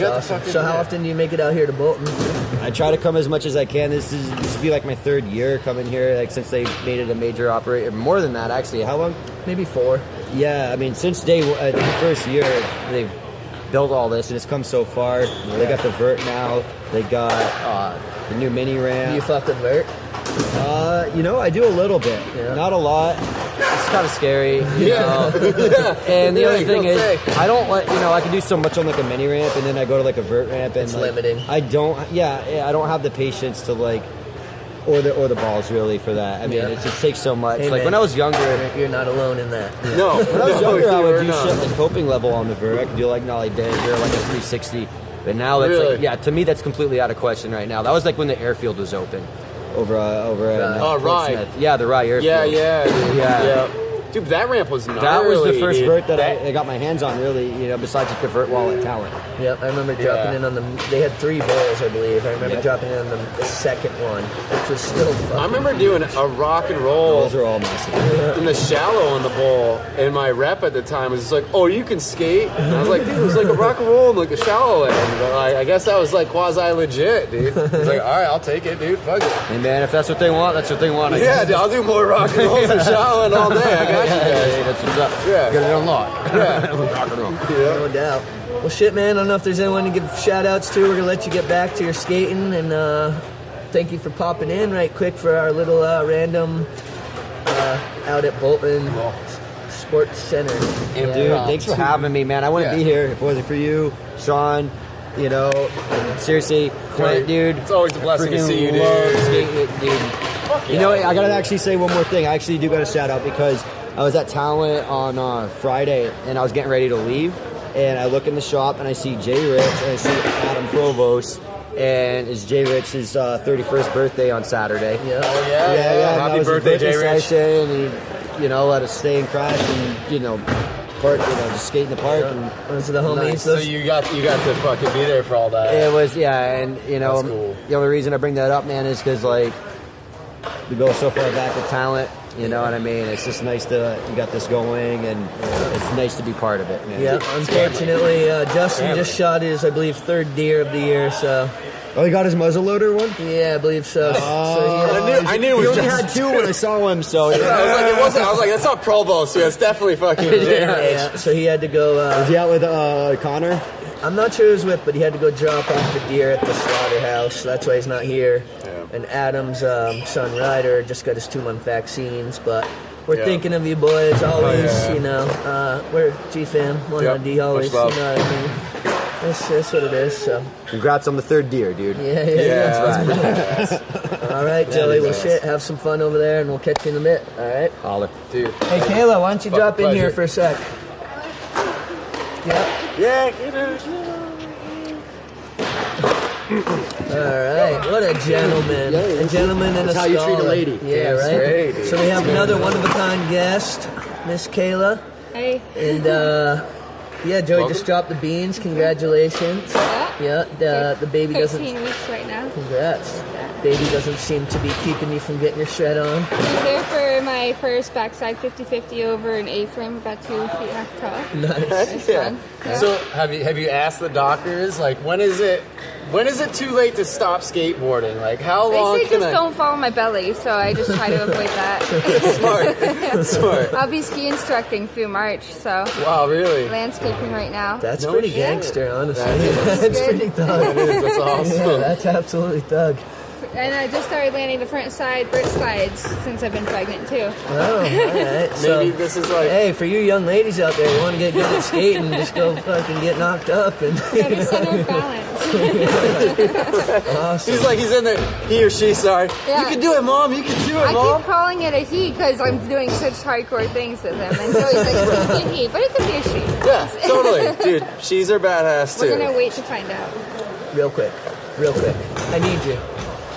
[SPEAKER 4] got the
[SPEAKER 1] awesome.
[SPEAKER 4] fucking-
[SPEAKER 1] So how
[SPEAKER 4] yeah.
[SPEAKER 1] often do you make it out here to Bolton?
[SPEAKER 10] I try to come as much as I can. This is this would be like my third year coming here. Like since they made it a major operator, more than that actually. How long?
[SPEAKER 1] Maybe four.
[SPEAKER 10] Yeah, I mean, since day one- uh, the first year, they've built all this and it's come so far. They got the vert now. They got uh, the new mini
[SPEAKER 1] Do you
[SPEAKER 10] ramp.
[SPEAKER 1] fuck with Vert?
[SPEAKER 10] Uh, you know, I do a little bit,
[SPEAKER 1] Yeah.
[SPEAKER 10] not a lot. It's kind of scary. You
[SPEAKER 4] Yeah.
[SPEAKER 10] Know? And the
[SPEAKER 4] Yeah,
[SPEAKER 10] other thing
[SPEAKER 4] don't
[SPEAKER 10] is,
[SPEAKER 4] say.
[SPEAKER 10] I don't let you know. I can do so much on like a mini ramp, and then I go to like a vert ramp, and
[SPEAKER 1] It's
[SPEAKER 10] like,
[SPEAKER 1] limiting.
[SPEAKER 10] I don't. Yeah, yeah, I don't have the patience to like, or the or the balls really for that. I mean,
[SPEAKER 1] Yeah.
[SPEAKER 10] it just takes so much.
[SPEAKER 1] Hey,
[SPEAKER 10] like
[SPEAKER 1] man.
[SPEAKER 10] when I was younger,
[SPEAKER 1] You're not alone in that.
[SPEAKER 4] No.
[SPEAKER 10] when I was
[SPEAKER 4] no,
[SPEAKER 10] younger, I
[SPEAKER 4] you
[SPEAKER 10] would
[SPEAKER 4] were
[SPEAKER 10] do
[SPEAKER 4] not.
[SPEAKER 10] shit like coping level on the vert. I could do like nollie danger, like a 360. But now it's
[SPEAKER 4] Really?
[SPEAKER 10] like, yeah, to me that's completely out of question right now. That was like when the airfield was open, over uh, over at uh,
[SPEAKER 4] Oh, Rye.
[SPEAKER 10] Portsmouth. Yeah, the Rye airfield.
[SPEAKER 4] Yeah, yeah. dude.
[SPEAKER 10] Yeah.
[SPEAKER 4] Yeah. Dude, that ramp was gnarly.
[SPEAKER 10] That was the first
[SPEAKER 4] dude.
[SPEAKER 10] vert that, I, I got my hands on, really, you know, besides just the vert wall at Talent.
[SPEAKER 1] Yep, I remember dropping
[SPEAKER 4] Yeah.
[SPEAKER 1] in on the. They had three balls, I believe. I remember
[SPEAKER 10] Yep.
[SPEAKER 1] dropping in on the, the second one, which was still. Fucking,
[SPEAKER 4] I remember doing a rock and roll
[SPEAKER 10] Those are all massive.
[SPEAKER 4] in the shallow on the bowl, and my rep at the time was just like, "Oh, you can skate." And I was like, "Dude, it was like a rock and roll and like a shallow end." But like, I guess that was like quasi legit, dude. I was like, "All right, I'll take it, dude. Fuck it."
[SPEAKER 10] And man, if that's what they want, that's what they want. I
[SPEAKER 4] Yeah,
[SPEAKER 10] guess.
[SPEAKER 4] dude, I'll do more rock and roll than shallow end all day. I got you guys.
[SPEAKER 10] Hey, that's what's up.
[SPEAKER 4] Yeah.
[SPEAKER 10] Get it unlocked.
[SPEAKER 1] no doubt. Well, shit, man. I don't know if there's anyone to give shout outs to. We're going to let you get back to your skating. And uh, thank you for popping in right quick for our little uh, random uh, out at Bolton Sports Center.
[SPEAKER 10] Dude, thanks for having me, man. I wouldn't
[SPEAKER 4] Yeah.
[SPEAKER 10] be here if it wasn't for you, Sean. You know, and seriously, Clint, dude.
[SPEAKER 4] It's always a blessing to
[SPEAKER 10] freaking
[SPEAKER 4] see you, dude.
[SPEAKER 10] love skating it, dude. You know, I gotta actually say one more thing. I actually do gotta shout out because I was at Talent on uh, Friday and I was getting ready to leave, and I look in the shop and I see Jay Rich and I see Adam Provost, and it's Jay Rich's uh, 31st birthday on Saturday.
[SPEAKER 1] Yeah.
[SPEAKER 4] Oh yeah,
[SPEAKER 10] yeah, yeah. and that
[SPEAKER 4] Happy
[SPEAKER 10] was
[SPEAKER 4] birthday,
[SPEAKER 10] his
[SPEAKER 4] Jay
[SPEAKER 10] birthday
[SPEAKER 4] Rich.
[SPEAKER 10] session, and he, you know, let us stay and crash and you know, park, you know, just skate in the park and.
[SPEAKER 1] Those are the homies.
[SPEAKER 10] Nice.
[SPEAKER 4] So
[SPEAKER 1] Those
[SPEAKER 4] you got you got to fucking be there for all that.
[SPEAKER 10] It was, yeah, and you know,
[SPEAKER 4] That's cool.
[SPEAKER 10] the only reason I bring that up, man, is because like we go so far back with talent. You know what I mean? It's just nice to you got this going, and it's nice to be part of it, man.
[SPEAKER 1] Yeah, unfortunately, uh, Justin just shot his, I believe, third deer of the year. So,
[SPEAKER 10] Oh, he got his muzzle loader one. Oh.
[SPEAKER 1] yeah, I believe so. so
[SPEAKER 4] I knew, I knew it
[SPEAKER 10] He
[SPEAKER 4] was
[SPEAKER 10] only
[SPEAKER 4] just.
[SPEAKER 10] had two when I saw him, so
[SPEAKER 4] I was like, it wasn't. I was like, that's not Provost. Yeah, it's definitely fucking Jay
[SPEAKER 1] yeah,
[SPEAKER 4] Rich.
[SPEAKER 1] yeah, so he had to go. Uh,
[SPEAKER 10] Is he out with uh, Connor?
[SPEAKER 1] I'm not sure who he was with, but he had to go drop off the deer at the slaughterhouse. That's why he's not here. And Adam's um, son Ryder just got his two month vaccines, but we're
[SPEAKER 4] Yeah. Oh,
[SPEAKER 1] thinking of you boys always. You know, uh, we're G fam, one
[SPEAKER 4] Yep,
[SPEAKER 1] on D always. You know
[SPEAKER 4] much love.
[SPEAKER 1] what I mean? That's, that's what it is. So
[SPEAKER 10] Congrats on the third deer, dude.
[SPEAKER 1] yeah, yeah.
[SPEAKER 4] Yeah,
[SPEAKER 1] yeah.
[SPEAKER 4] that's pretty
[SPEAKER 1] All right, Joey. Well, shit. Have some fun over there, and we'll catch you in a bit. All right.
[SPEAKER 10] Holler.
[SPEAKER 4] Dude.
[SPEAKER 1] Hey, Kayla, why don't
[SPEAKER 4] Fucking
[SPEAKER 1] you drop in here
[SPEAKER 4] pleasure.
[SPEAKER 1] for a sec? Yep.
[SPEAKER 4] Yeah, get it.
[SPEAKER 1] All right. What a gentleman. a gentleman and a
[SPEAKER 10] how you treat a
[SPEAKER 1] scholar.
[SPEAKER 10] lady.
[SPEAKER 1] Yeah, right. so we have another one of a kind guest, Miss Kayla,
[SPEAKER 11] Hey.
[SPEAKER 1] and uh, yeah, Joey
[SPEAKER 4] Welcome.
[SPEAKER 1] just dropped the beans. Congratulations.
[SPEAKER 11] Yeah.
[SPEAKER 1] Yeah. The the baby
[SPEAKER 11] 13
[SPEAKER 1] doesn't.
[SPEAKER 11] weeks right now.
[SPEAKER 1] Congrats. Baby doesn't seem to be keeping you from getting your shred on.
[SPEAKER 11] I was there for my first backside 50-50 over an A-frame about two feet and a half tall.
[SPEAKER 1] Nice.
[SPEAKER 11] It was
[SPEAKER 4] Yeah.
[SPEAKER 11] fun. Yeah.
[SPEAKER 4] So have you have you asked the doctors like when is it when is it too late to stop skateboarding? Like how long
[SPEAKER 11] They say
[SPEAKER 4] Oh, can
[SPEAKER 11] just
[SPEAKER 4] I?
[SPEAKER 11] don't fall on my belly, so I just try to avoid that.
[SPEAKER 4] Smart, smart.
[SPEAKER 11] I'll be ski instructing through March, so
[SPEAKER 4] Wow, really?
[SPEAKER 11] landscaping right now.
[SPEAKER 1] That's
[SPEAKER 4] No
[SPEAKER 1] pretty
[SPEAKER 4] shit.
[SPEAKER 1] gangster, honestly.
[SPEAKER 4] That is.
[SPEAKER 1] That's pretty thug.
[SPEAKER 4] That is, that's
[SPEAKER 1] Yeah,
[SPEAKER 4] awesome.
[SPEAKER 1] that's absolutely thug.
[SPEAKER 11] And I just started landing the front side vert slides since I've been pregnant too.
[SPEAKER 1] Oh, all right.
[SPEAKER 4] Maybe
[SPEAKER 1] so,
[SPEAKER 4] this is like
[SPEAKER 1] hey, for you young ladies out there, you want to get good at skating, just go fucking get knocked up and
[SPEAKER 11] Better center of balance.
[SPEAKER 4] he's like he's in there. He or she, sorry. You
[SPEAKER 11] Yeah.
[SPEAKER 4] can do it, mom. You can do it,
[SPEAKER 11] I
[SPEAKER 4] mom.
[SPEAKER 11] keep calling it a he because I'm doing such hardcore things with him. And Joey's like, it's gonna be a he, but it could be a she.
[SPEAKER 4] Yeah, totally, dude. She's are badass too.
[SPEAKER 11] We're gonna wait to find out.
[SPEAKER 1] real quick, real quick. I need you.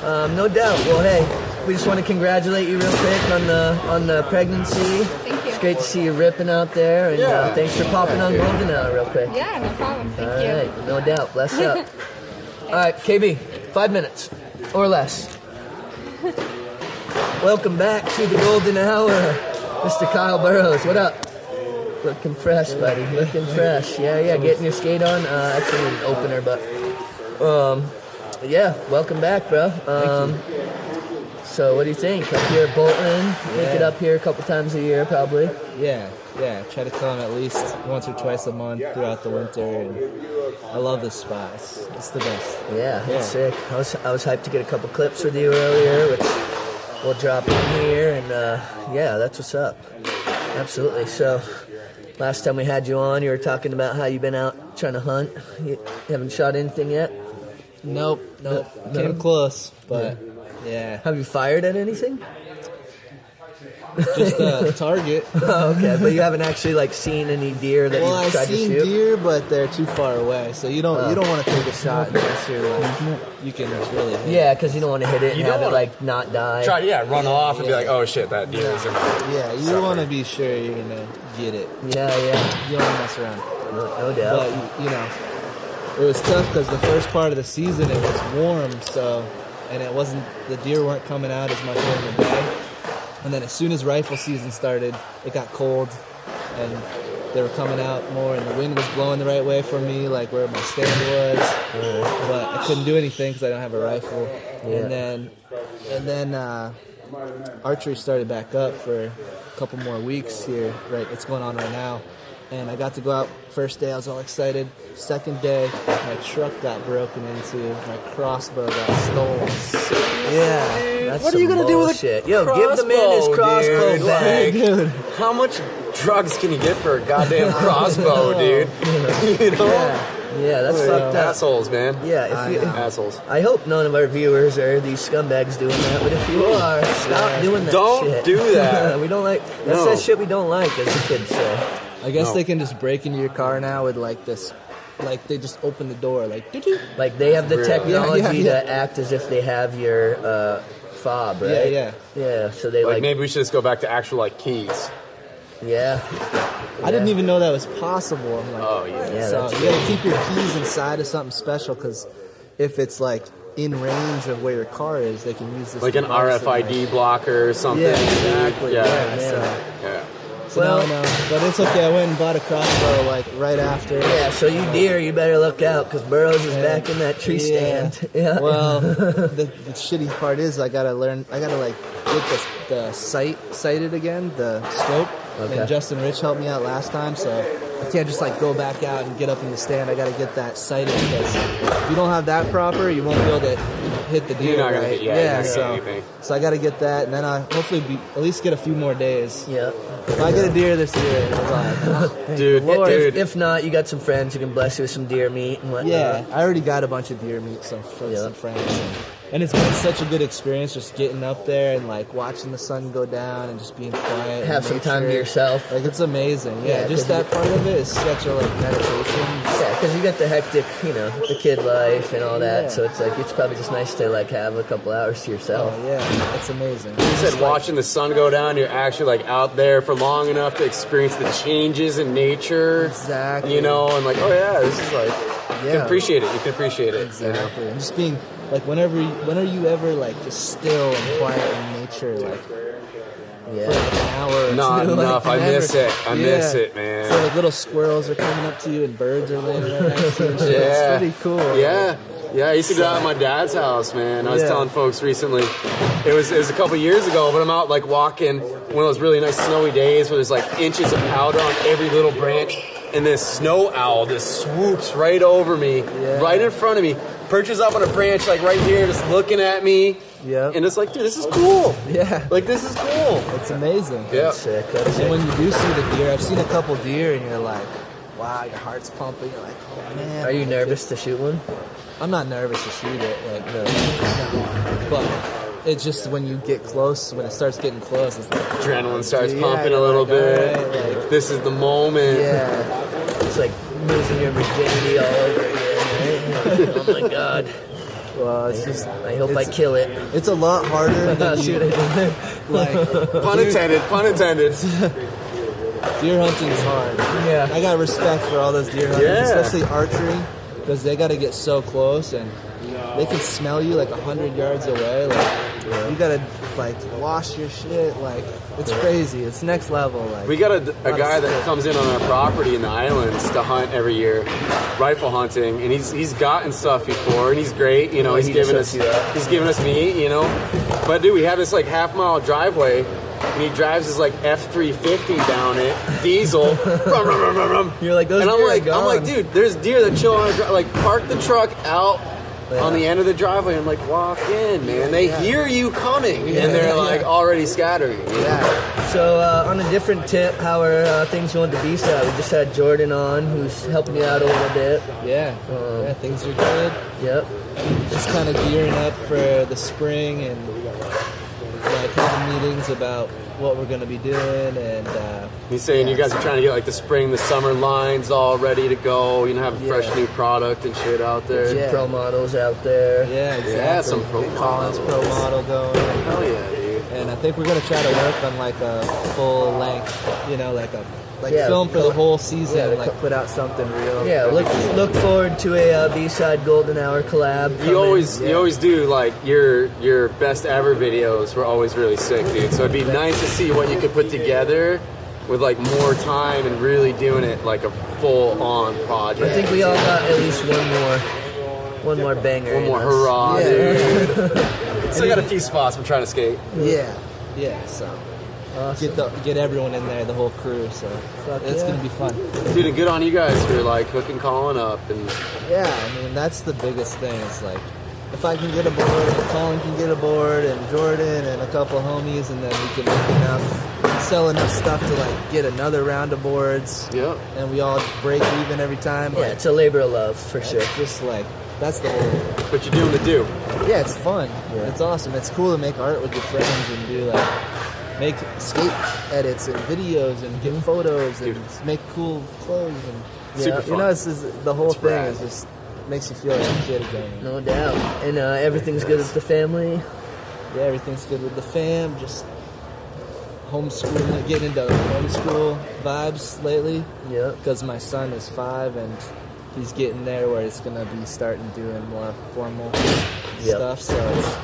[SPEAKER 1] Um, no doubt. Well, hey, we just want to congratulate you real quick on the on the pregnancy.
[SPEAKER 11] Thank you.
[SPEAKER 1] It's great to see you ripping out there, and uh,
[SPEAKER 4] Yeah.
[SPEAKER 1] thanks for popping on Golden Hour real quick.
[SPEAKER 11] Yeah, no problem. Thank
[SPEAKER 1] All
[SPEAKER 11] you.
[SPEAKER 1] right, no doubt. Bless up. All right, KB, five minutes or less. Welcome back to the Golden Hour, Mr. Kyle Burrows. What up? Looking fresh, buddy. Looking fresh. Yeah, yeah. Getting your skate on. Uh, actually, an opener, but um, yeah. Welcome back, bro. Um, so, what do you think? Up here at Bolton, make it up here a couple times a year, probably.
[SPEAKER 12] Yeah, yeah. Try to come at least once or twice a month throughout the winter. And I love this spot. It's, it's the best.
[SPEAKER 1] Yeah,
[SPEAKER 12] Yeah.
[SPEAKER 1] that's sick. I was, I was hyped to get a couple clips with you earlier, which we'll drop in here. And uh, yeah, that's what's up. Absolutely. So, last time we had you on, you were talking about how you've been out trying to hunt. You haven't shot anything yet.
[SPEAKER 12] Nope,
[SPEAKER 1] Nope,
[SPEAKER 12] nope. Came
[SPEAKER 1] nope.
[SPEAKER 12] close, but yeah.
[SPEAKER 1] Have you fired at anything?
[SPEAKER 12] Just uh, Target.
[SPEAKER 1] oh, okay, but you haven't actually like seen any deer that
[SPEAKER 12] well,
[SPEAKER 1] you've
[SPEAKER 12] I've
[SPEAKER 1] tried
[SPEAKER 12] seen
[SPEAKER 1] to shoot.
[SPEAKER 12] deer, but they're too far away, so you don't
[SPEAKER 1] Oh.
[SPEAKER 12] you don't want to take a shot unless you're like you can really. Hit
[SPEAKER 1] Yeah, because you don't want to hit it
[SPEAKER 12] You
[SPEAKER 1] and have
[SPEAKER 12] don't
[SPEAKER 1] it
[SPEAKER 12] wanna-
[SPEAKER 1] like not die.
[SPEAKER 4] Try, yeah, run off and be
[SPEAKER 12] yeah.
[SPEAKER 4] like, oh shit, that deer is in my
[SPEAKER 12] it. Yeah, you want to be sure you're gonna get it.
[SPEAKER 1] Yeah, yeah.
[SPEAKER 12] You don't want to mess around.
[SPEAKER 1] No, no
[SPEAKER 12] But
[SPEAKER 1] doubt.
[SPEAKER 12] you, you know, it was tough because the first part of the season it was warm, so and it wasn't the deer weren't coming out as much during the day. And then as soon as rifle season started, it got cold, and they were coming out more, and the wind was blowing the right way for me, like where my stand was. But I couldn't do anything because I don't have a rifle.
[SPEAKER 1] Uh-huh. Yeah.
[SPEAKER 12] And then, and then uh, archery started back up for a couple more weeks here. Right, it's going on right now. And I got to go out first day. I was all excited. Second day, my truck got broken into. My crossbow got stolen.
[SPEAKER 1] Yeah. That's
[SPEAKER 12] What are you
[SPEAKER 1] some
[SPEAKER 12] gonna do with a
[SPEAKER 1] bullshit. Yo, give the man his crossbow
[SPEAKER 4] dude.
[SPEAKER 1] back.
[SPEAKER 4] Like, how much drugs can you get for a goddamn crossbow, dude? you know?
[SPEAKER 1] Oh. Yeah, yeah, that's fucked up.
[SPEAKER 4] Assholes, man.
[SPEAKER 1] Yeah, if I you- know.
[SPEAKER 4] assholes.
[SPEAKER 1] I hope none of our viewers are these scumbags doing that, but if you are, stop doing that
[SPEAKER 4] Don't
[SPEAKER 1] shit.
[SPEAKER 4] do that.
[SPEAKER 1] we don't like that's
[SPEAKER 12] No.
[SPEAKER 1] that shit we don't like, as the kids say.
[SPEAKER 12] I guess
[SPEAKER 1] No.
[SPEAKER 12] they can just break into your car now with like this, like they just open the door, like doo-doo.
[SPEAKER 1] Like they have the
[SPEAKER 12] Really?
[SPEAKER 1] technology
[SPEAKER 12] Yeah, yeah, yeah.
[SPEAKER 1] to act as if they have your uh, fob,
[SPEAKER 4] Yeah,
[SPEAKER 1] right?
[SPEAKER 4] yeah.
[SPEAKER 1] Yeah, so they
[SPEAKER 4] like,
[SPEAKER 1] like,
[SPEAKER 4] maybe we should just go back to actual like keys.
[SPEAKER 1] yeah.
[SPEAKER 12] I didn't even know that was possible. I'm like,
[SPEAKER 4] Oh, yeah. Yeah,
[SPEAKER 12] so
[SPEAKER 4] that's
[SPEAKER 12] you gotta
[SPEAKER 4] it.
[SPEAKER 12] keep your keys inside of something special because if it's like in range of where your car is, they can use this
[SPEAKER 4] Like an
[SPEAKER 12] device and, like-
[SPEAKER 4] RFID blocker or something.
[SPEAKER 12] Yeah, exactly.
[SPEAKER 4] Yeah.
[SPEAKER 12] Yeah,
[SPEAKER 4] yeah.
[SPEAKER 12] so-
[SPEAKER 4] yeah.
[SPEAKER 12] So well, no, but it's okay. I went and bought a crossbow like right after.
[SPEAKER 1] Yeah, so you deer, you better look out because Burrows is
[SPEAKER 12] Yeah.
[SPEAKER 1] back in that tree
[SPEAKER 12] Yeah.
[SPEAKER 1] stand. Yeah.
[SPEAKER 12] Well, the, the shitty part is I gotta learn. I gotta like get the, the sight sighted again, the scope.
[SPEAKER 1] Okay.
[SPEAKER 12] And Justin Rich helped me out last time, so I can't just like go back out and get up in the stand. I gotta get that sighted because if you don't have that proper, you won't be able to hit the deer.
[SPEAKER 4] You're not gonna
[SPEAKER 12] right?
[SPEAKER 4] hit- yeah, you're not gonna
[SPEAKER 12] so,
[SPEAKER 4] hit anything.
[SPEAKER 12] so I gotta get that, and then I hopefully be, at least get a few more days.
[SPEAKER 1] Yeah.
[SPEAKER 12] If I get a deer this year, I'm like,
[SPEAKER 4] dude,
[SPEAKER 1] Lord,
[SPEAKER 12] dude.
[SPEAKER 1] If, if not, you got some friends who can bless you with some deer meat and whatnot.
[SPEAKER 12] Yeah, I already got a bunch of deer meat, so from some friends. And it's been such a good experience just getting up there and like watching the sun go down and just being quiet.
[SPEAKER 1] Have
[SPEAKER 12] and
[SPEAKER 1] some time to
[SPEAKER 12] nature.
[SPEAKER 1] yourself.
[SPEAKER 12] Like it's amazing. Yeah,
[SPEAKER 1] Yeah,
[SPEAKER 12] just
[SPEAKER 1] 'cause you-
[SPEAKER 12] that part of it is such a like meditation.
[SPEAKER 1] Yeah, because you got the hectic, you know, the kid life and all that.
[SPEAKER 12] Yeah.
[SPEAKER 1] So it's like it's probably just nice to like have a couple hours to yourself.
[SPEAKER 12] Oh yeah, it's amazing.
[SPEAKER 4] You said watching the sun go down, you're actually like out there for long enough to experience the changes in nature.
[SPEAKER 12] Exactly.
[SPEAKER 4] You know, and like, oh yeah, this is like, you
[SPEAKER 12] Yeah.
[SPEAKER 4] can appreciate it. You can appreciate it.
[SPEAKER 12] Exactly. And just being like whenever you- when are you ever like just still and quiet in nature like for like an hour or
[SPEAKER 4] Not
[SPEAKER 12] two, like,
[SPEAKER 4] enough. I
[SPEAKER 12] never-
[SPEAKER 4] miss it. I miss
[SPEAKER 12] Yeah.
[SPEAKER 4] it, man.
[SPEAKER 12] So like little squirrels are coming up to you and birds are laying right next to you. and shit.
[SPEAKER 4] Yeah.
[SPEAKER 12] It's pretty cool.
[SPEAKER 4] Yeah. Yeah, I used to go out at my dad's house, man. I was
[SPEAKER 12] Yeah.
[SPEAKER 4] telling folks recently, it was it was a couple years ago, but I'm out like walking one of those really nice snowy days where there's like inches of powder on every little branch, and this snow owl just swoops right over me, right in front of me, perches up on a branch like right here, just looking at me.
[SPEAKER 12] Yeah.
[SPEAKER 4] And it's like, dude, this is cool.
[SPEAKER 12] Yeah.
[SPEAKER 4] Like this is cool.
[SPEAKER 12] It's amazing.
[SPEAKER 4] Yeah.
[SPEAKER 12] And when you do see the deer, I've seen a couple deer, and you're like, wow, your heart's pumping. You're like, oh man.
[SPEAKER 1] Are you nervous to shoot one?
[SPEAKER 12] I'm not nervous to shoot it, like no. no. But it's just when you get close, when it starts getting close, it's like
[SPEAKER 4] Adrenaline starts
[SPEAKER 12] Yeah,
[SPEAKER 4] pumping a
[SPEAKER 12] you're
[SPEAKER 4] little
[SPEAKER 12] like,
[SPEAKER 4] bit.
[SPEAKER 12] all right, like-
[SPEAKER 4] this is the moment.
[SPEAKER 1] Yeah. It's like losing your virginity all over again. right? oh my god.
[SPEAKER 12] Well, it's just,
[SPEAKER 1] I hope I kill it.
[SPEAKER 12] It's a lot harder than
[SPEAKER 1] See
[SPEAKER 12] you,
[SPEAKER 1] what I did there?
[SPEAKER 12] like
[SPEAKER 4] Pun intended, pun intended.
[SPEAKER 12] deer hunting is hard.
[SPEAKER 1] Yeah.
[SPEAKER 12] I got respect for all those deer hunters,
[SPEAKER 4] Yeah.
[SPEAKER 12] especially archery, because they got to get so close and they can smell you like a hundred yards away. Like you got to like wash your shit. Like it's crazy. It's next level. Like
[SPEAKER 4] We got a, a guy that comes in on our property in the islands to hunt every year, rifle hunting, and he's he's gotten stuff before, and he's great. You know,
[SPEAKER 1] Yeah,
[SPEAKER 4] he's
[SPEAKER 1] he
[SPEAKER 4] giving us
[SPEAKER 1] just lets you out.
[SPEAKER 4] he's giving us meat. You know, but dude, we have this like half mile driveway, and he drives his like F three fifty down it, diesel. rum, rum, rum, rum, rum.
[SPEAKER 1] You're like those
[SPEAKER 4] and I'm
[SPEAKER 1] deer are
[SPEAKER 4] like I'm like,
[SPEAKER 1] gone.
[SPEAKER 4] dude, there's deer that chill on a dri- like park the truck out. On the
[SPEAKER 1] Yeah.
[SPEAKER 4] end of the driveway, I'm like, walk in, man. They hear you coming, and
[SPEAKER 1] Yeah.
[SPEAKER 4] they're like already scattering. you know?
[SPEAKER 1] So uh, on a different tip, how are uh, things going to B side? We just had Jordan on, who's helping you out a little bit. Um,
[SPEAKER 12] yeah, yeah, things are good.
[SPEAKER 1] Yep.
[SPEAKER 12] Just kind of gearing up for the spring and like having me meetings about what we're going to be doing and. Uh,
[SPEAKER 4] He's saying you guys are trying to get like the spring, the summer lines all ready to go. You know, have a fresh new product and shit out there.
[SPEAKER 1] There's pro models out there.
[SPEAKER 12] Yeah, exactly.
[SPEAKER 4] Yeah, some pro
[SPEAKER 12] Big Collins pro
[SPEAKER 4] models.
[SPEAKER 12] model going. Hell yeah, dude. And I think we're gonna try to work on like a full length, you know, like a like
[SPEAKER 1] Yeah,
[SPEAKER 12] film for the
[SPEAKER 1] co-
[SPEAKER 12] whole season,
[SPEAKER 1] yeah, the
[SPEAKER 12] like put out something real.
[SPEAKER 1] Yeah, look look forward to a uh, B-side Golden Hour collab. coming.
[SPEAKER 4] You always
[SPEAKER 1] Yeah.
[SPEAKER 4] you always do like your your best ever videos were always really sick, dude. So it'd be nice to see what you could put together with like more time and really doing it like a full on
[SPEAKER 1] I
[SPEAKER 4] project.
[SPEAKER 1] think we all got at least one more, one more banger.
[SPEAKER 4] One
[SPEAKER 1] in
[SPEAKER 4] more
[SPEAKER 1] us.
[SPEAKER 4] hurrah,
[SPEAKER 1] Yeah.
[SPEAKER 4] dude. Still got a few spots I'm trying to skate.
[SPEAKER 12] Yeah, yeah. So get the get everyone in there, the whole crew. So it's yeah. gonna be fun.
[SPEAKER 4] Dude, and good on you guys for like hooking Colin up and
[SPEAKER 12] Yeah, I mean that's the biggest thing. It's like if I can get a board, and Colin can get a board, and Jordan and a couple homies, and then we can make enough, sell enough stuff to like get another round of boards.
[SPEAKER 4] Yep.
[SPEAKER 12] And we all break even every time.
[SPEAKER 1] Yeah, it's a labor of love for sure.
[SPEAKER 12] Just like that's the whole.
[SPEAKER 4] What you doing to do?
[SPEAKER 12] Yeah, it's fun. It's awesome. It's cool to make art with your friends and do like make skate edits and videos and
[SPEAKER 1] Mm-hmm.
[SPEAKER 12] get photos and make cool clothes and yeah,
[SPEAKER 1] Super
[SPEAKER 12] you
[SPEAKER 1] fun.
[SPEAKER 12] know this is the whole
[SPEAKER 1] It's
[SPEAKER 12] thing
[SPEAKER 1] rad.
[SPEAKER 12] is just makes you feel like a kid again.
[SPEAKER 1] No doubt. And uh, everything's good with the family.
[SPEAKER 12] Yeah, everything's good with the fam. Just homeschooling, getting into homeschool vibes lately.
[SPEAKER 1] Yeah.
[SPEAKER 12] Because my son is five and he's getting there where it's gonna be starting doing more formal stuff. So it's,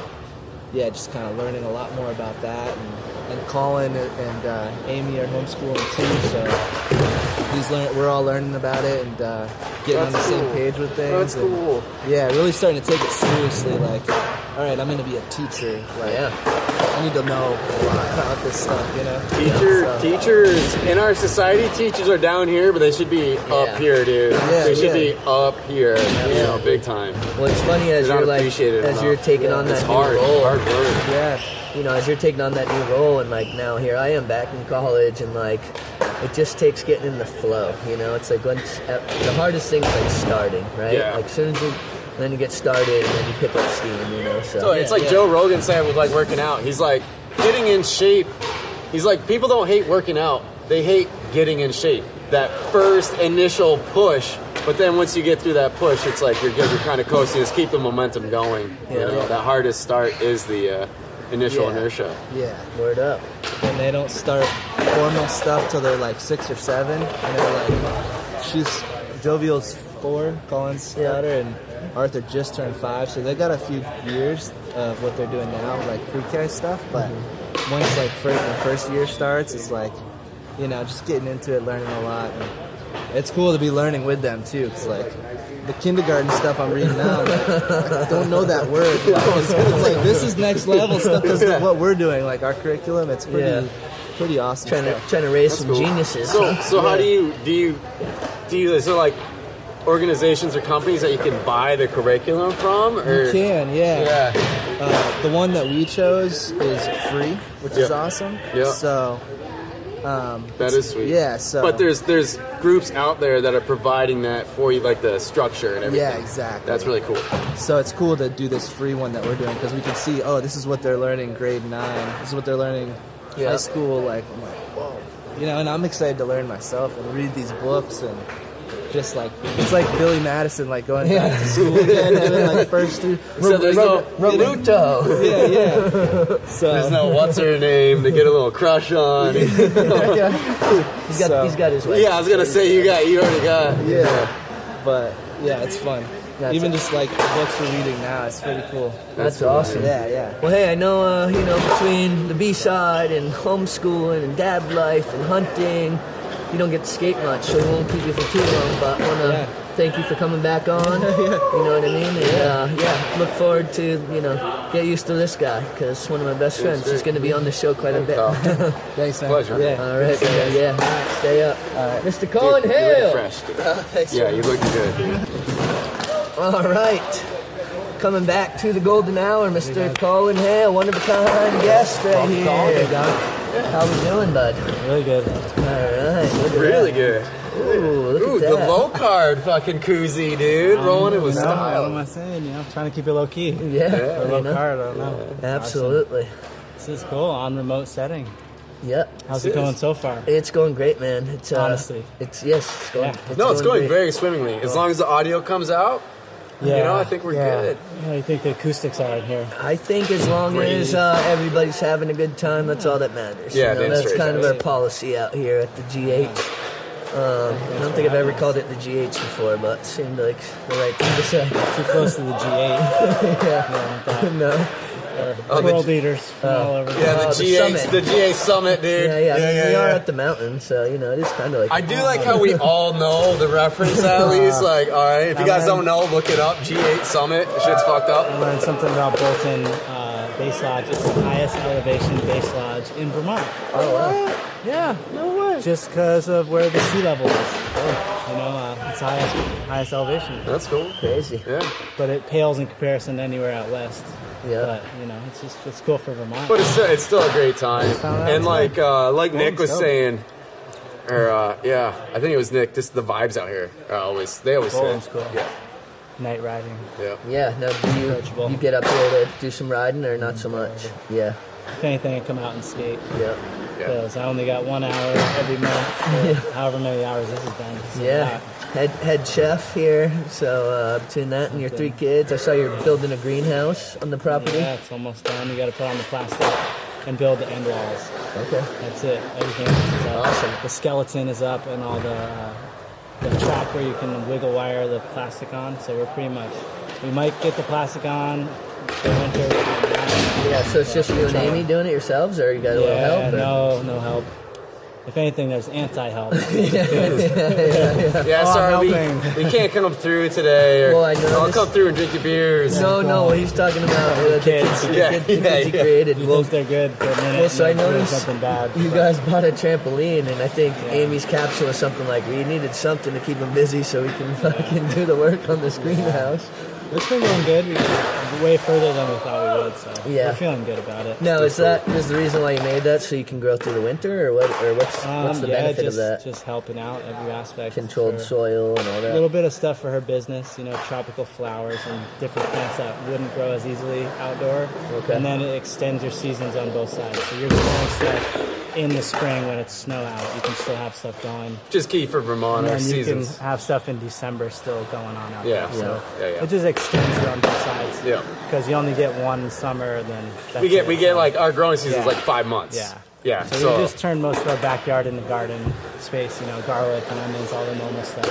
[SPEAKER 12] yeah, just kind of learning a lot more about that. And, and Colin and uh, Amy are homeschooling too, so he's learn. We're all learning about it and uh, getting on the
[SPEAKER 4] That's
[SPEAKER 12] same
[SPEAKER 4] cool.
[SPEAKER 12] page with things.
[SPEAKER 4] Oh, That's
[SPEAKER 12] and-
[SPEAKER 4] cool.
[SPEAKER 12] yeah, really starting to take it seriously. Like, all right, I'm going to be a teacher. Like, I need to know a lot about this stuff, you know?
[SPEAKER 4] Teacher,
[SPEAKER 12] So-
[SPEAKER 4] teachers in our society, teachers are down here, but they should be up here, dude.
[SPEAKER 1] Yeah,
[SPEAKER 4] they should
[SPEAKER 1] yeah.
[SPEAKER 4] be up here, you know, big time.
[SPEAKER 1] Well, it's funny as
[SPEAKER 4] They're
[SPEAKER 1] you're
[SPEAKER 4] not
[SPEAKER 1] like
[SPEAKER 4] appreciated
[SPEAKER 1] as
[SPEAKER 4] enough.
[SPEAKER 1] you're taking
[SPEAKER 4] Yeah.
[SPEAKER 1] on
[SPEAKER 4] It's
[SPEAKER 1] that new
[SPEAKER 4] hard,
[SPEAKER 1] role.
[SPEAKER 4] hard work.
[SPEAKER 1] Yeah, you know, as you're taking on that new role, and like now here I am back in college, and like it just takes getting in the flow. You know, it's like once uh, the hardest thing is like starting, right?
[SPEAKER 4] Yeah.
[SPEAKER 1] Like soon as you then you get started, and then you pick up steam. You know, so,
[SPEAKER 4] So it's like Joe Rogan said with like working out. He's like getting in shape. He's like people don't hate working out. They hate getting in shape. That first initial push, but then once you get through that push, it's like you're good. You're kind of coasting. Just keep the momentum going. You
[SPEAKER 12] Yeah.
[SPEAKER 4] know, that hardest start is the uh, initial
[SPEAKER 12] Yeah.
[SPEAKER 4] inertia.
[SPEAKER 12] Yeah.
[SPEAKER 1] Word up.
[SPEAKER 12] And they don't start formal stuff till they're like six or seven. And they're like, she's Jovial's four, Colin's daughter, and Arthur just turned five. So they got a few years of what they're doing now, like pre K stuff. But once like first, the first year starts, it's like, you know, just getting into it, learning a lot. And it's cool to be learning with them too. It's like, the kindergarten stuff I'm reading now, I don't know that word. It's, it's like this is next level stuff. This is what we're doing. Like our curriculum, it's pretty, pretty awesome.
[SPEAKER 1] Trying to-
[SPEAKER 12] stuff.
[SPEAKER 1] trying to raise some geniuses.
[SPEAKER 4] So, so how
[SPEAKER 1] Yeah.
[SPEAKER 4] do you do you do you so like organizations or companies that you can buy the curriculum from? Or
[SPEAKER 12] You can, yeah.
[SPEAKER 4] yeah.
[SPEAKER 12] Uh, the one that we chose is free, which is
[SPEAKER 4] Yeah.
[SPEAKER 12] awesome.
[SPEAKER 4] Yeah.
[SPEAKER 12] So. Um,
[SPEAKER 4] That is sweet.
[SPEAKER 12] Yeah. So.
[SPEAKER 4] but there's there's groups out there that are providing that for you, like the structure and everything.
[SPEAKER 12] Yeah, exactly.
[SPEAKER 4] That's really cool.
[SPEAKER 12] So it's cool to do this free one that we're doing because we can see, oh, this is what they're learning grade nine. This is what they're learning high
[SPEAKER 4] Yeah.
[SPEAKER 12] school. Like, I'm like, whoa. You know, and I'm excited to learn myself and read these books and just like, it's like Billy Madison, like going back to school again, doing like first through.
[SPEAKER 4] So there's no-
[SPEAKER 1] Raluto.
[SPEAKER 12] Yeah, yeah. So
[SPEAKER 4] There's no what's her name to get a little crush on.
[SPEAKER 1] he's got he's got his way.
[SPEAKER 4] yeah, I was gonna say you got you already got.
[SPEAKER 12] Yeah, but yeah, it's fun. Even just like the books we're reading now, it's pretty cool.
[SPEAKER 1] That's awesome.
[SPEAKER 12] Yeah, yeah.
[SPEAKER 1] Well, hey, I know, uh, you know, between the B-side and homeschooling and dad life and hunting, you don't get to skate much, so we won't keep you for too long, but I want to thank you for coming back on. You know what I mean? And, uh, yeah, look forward to, you know, get used to this guy, because one of my best friends is going to be on the show quite a bit.
[SPEAKER 12] Thanks, man.
[SPEAKER 4] Pleasure.
[SPEAKER 12] Yeah.
[SPEAKER 1] All right, man, yeah. Stay up. All right. Mr. Colin
[SPEAKER 4] Dude, You
[SPEAKER 1] Hale.
[SPEAKER 4] look fresh, dude.
[SPEAKER 12] thanks,
[SPEAKER 4] yeah,
[SPEAKER 12] man.
[SPEAKER 4] you look good, dude.
[SPEAKER 1] All right. Coming back to the golden hour, Mr. Colin Hale, one of a kind guest right here. How we doing, bud?
[SPEAKER 9] Really good.
[SPEAKER 1] All right. look at
[SPEAKER 4] Really
[SPEAKER 1] that.
[SPEAKER 4] good.
[SPEAKER 1] Ooh, look
[SPEAKER 4] Ooh,
[SPEAKER 1] at
[SPEAKER 4] the
[SPEAKER 1] that.
[SPEAKER 4] low card fucking koozie, dude. Rolling it with
[SPEAKER 1] no,
[SPEAKER 9] What am
[SPEAKER 4] style.
[SPEAKER 9] I saying? You know, I'm trying to keep it low key.
[SPEAKER 1] Yeah,
[SPEAKER 9] Or low
[SPEAKER 1] you know.
[SPEAKER 9] card, I don't know.
[SPEAKER 1] Absolutely.
[SPEAKER 13] This is cool on remote setting.
[SPEAKER 1] Yeah.
[SPEAKER 13] How's it going so far?
[SPEAKER 1] It's going great, man. It's uh,
[SPEAKER 13] Honestly.
[SPEAKER 1] It's yes. It's going,
[SPEAKER 4] no, it's going
[SPEAKER 1] great.
[SPEAKER 4] very swimmingly. As long as the audio comes out, you know, I think we're
[SPEAKER 1] Yeah.
[SPEAKER 4] good.
[SPEAKER 13] How do you think the acoustics are in here?
[SPEAKER 1] I think as long as uh, everybody's having a good time, that's all that matters.
[SPEAKER 13] Yeah,
[SPEAKER 1] You know,
[SPEAKER 13] damn
[SPEAKER 1] that's
[SPEAKER 13] straight,
[SPEAKER 1] kind of
[SPEAKER 13] guys.
[SPEAKER 1] our policy out here at the GH. Um, I don't think I've ever called it the GH before, but it seemed like the right thing to say. Too
[SPEAKER 13] close to the GH.
[SPEAKER 1] yeah. No.
[SPEAKER 4] Oh, the
[SPEAKER 13] world
[SPEAKER 4] G-
[SPEAKER 13] eaters from all over.
[SPEAKER 4] Yeah, the
[SPEAKER 1] Oh, the
[SPEAKER 4] GA,
[SPEAKER 1] summit.
[SPEAKER 4] the GA summit, dude.
[SPEAKER 1] Yeah, yeah. I mean,
[SPEAKER 4] yeah,
[SPEAKER 1] we are
[SPEAKER 4] yeah.
[SPEAKER 1] at the mountain, so you know it is kind of like. uh,
[SPEAKER 4] I do like how we all know the reference at least. Like, all right, if you guys don't know, look it up. G8 Summit, shit's fucked
[SPEAKER 13] I
[SPEAKER 4] up.
[SPEAKER 13] learned something about Bolton uh, Base Lodge. It's the highest elevation base lodge in Vermont.
[SPEAKER 1] Oh,
[SPEAKER 13] wow. Yeah. No way. Just because of where the sea level is. You know, uh, it's highest, highest elevation.
[SPEAKER 4] That's cool.
[SPEAKER 1] Crazy.
[SPEAKER 4] Yeah.
[SPEAKER 13] But it pales in comparison to anywhere out west.
[SPEAKER 1] Yeah.
[SPEAKER 13] But, you know, it's just it's cool for Vermont.
[SPEAKER 4] But it's still, it's still a great time.
[SPEAKER 13] out
[SPEAKER 4] And like uh, like Nick was
[SPEAKER 13] so.
[SPEAKER 4] saying, or uh, yeah, I think it was Nick. Just the vibes out here are always they always say.
[SPEAKER 13] Bolton's cool.
[SPEAKER 4] Yeah,
[SPEAKER 13] Night riding.
[SPEAKER 4] yeah.
[SPEAKER 1] Yeah. Now, do you you get up there to do some riding or not so much? Yeah.
[SPEAKER 13] If anything, I come out and skate.
[SPEAKER 1] Yeah.
[SPEAKER 13] Because I only got one hour every month, for however many hours this has been. It's a
[SPEAKER 1] Yeah,
[SPEAKER 13] lot.
[SPEAKER 1] head head chef here. So uh, between that and your three kids, I saw you're building a greenhouse on the property.
[SPEAKER 13] Yeah, it's almost done. You got to put on the plastic and build the end walls.
[SPEAKER 1] Okay.
[SPEAKER 13] That's it. Everything else is up. Awesome. The skeleton is up and all the uh, the track where you can wiggle wire the plastic on. So we're pretty much we might get the plastic on for winter.
[SPEAKER 1] Yeah, so it's just you and Amy doing it yourselves, or you got a little
[SPEAKER 13] Yeah,
[SPEAKER 1] help? or-
[SPEAKER 13] no, no help. If anything, there's anti-help. Oh,
[SPEAKER 4] Yeah, sorry, we, we can't come through today. Or
[SPEAKER 13] Well, I know
[SPEAKER 4] will
[SPEAKER 13] this-
[SPEAKER 4] come through and drink your beers.
[SPEAKER 1] No, no, he's talking about uh, the kids.
[SPEAKER 4] Yeah,
[SPEAKER 1] the kids, the
[SPEAKER 4] yeah,
[SPEAKER 1] kids he
[SPEAKER 4] yeah.
[SPEAKER 1] created.
[SPEAKER 13] He
[SPEAKER 1] Well,
[SPEAKER 13] thinks they're good for a minute.
[SPEAKER 1] well, so I
[SPEAKER 13] and then doing
[SPEAKER 1] noticed
[SPEAKER 13] something bad.
[SPEAKER 1] you guys bought a trampoline, and I think Amy's caption was something like, "We needed something to keep him busy, so we can fucking do the work on this greenhouse."
[SPEAKER 13] It's been going good. We got way further than we thought we would. So
[SPEAKER 1] Yeah.
[SPEAKER 13] we're feeling good about it.
[SPEAKER 1] Now, is that is the reason why you made that so you can grow through the winter, or what? Or what's what's
[SPEAKER 13] Um,
[SPEAKER 1] the
[SPEAKER 13] yeah,
[SPEAKER 1] benefit
[SPEAKER 13] just,
[SPEAKER 1] of that?
[SPEAKER 13] Just helping out every aspect.
[SPEAKER 1] Controlled
[SPEAKER 13] for-
[SPEAKER 1] soil and all
[SPEAKER 13] A
[SPEAKER 1] that.
[SPEAKER 13] little bit of stuff for her business, you know, tropical flowers and different plants that wouldn't grow as easily outdoor.
[SPEAKER 1] Okay.
[SPEAKER 13] And then it extends your seasons on both sides. So you're growing stuff in the spring when it's snow out. You can still have stuff going.
[SPEAKER 4] Just key for Vermont
[SPEAKER 13] and
[SPEAKER 4] our
[SPEAKER 13] then you
[SPEAKER 4] seasons.
[SPEAKER 13] can have stuff in December still going on out
[SPEAKER 4] Yeah.
[SPEAKER 13] there. So
[SPEAKER 4] Yeah, yeah.
[SPEAKER 13] it just extends it on both sides.
[SPEAKER 4] Yeah.
[SPEAKER 13] Because you only get one summer, then that's
[SPEAKER 4] we get
[SPEAKER 13] it.
[SPEAKER 4] we get like our growing season is
[SPEAKER 13] Yeah.
[SPEAKER 4] like five months.
[SPEAKER 13] Yeah.
[SPEAKER 4] yeah.
[SPEAKER 13] So,
[SPEAKER 4] So,
[SPEAKER 13] we just turned most of our backyard into garden space, you know, garlic and onions, all the normal stuff.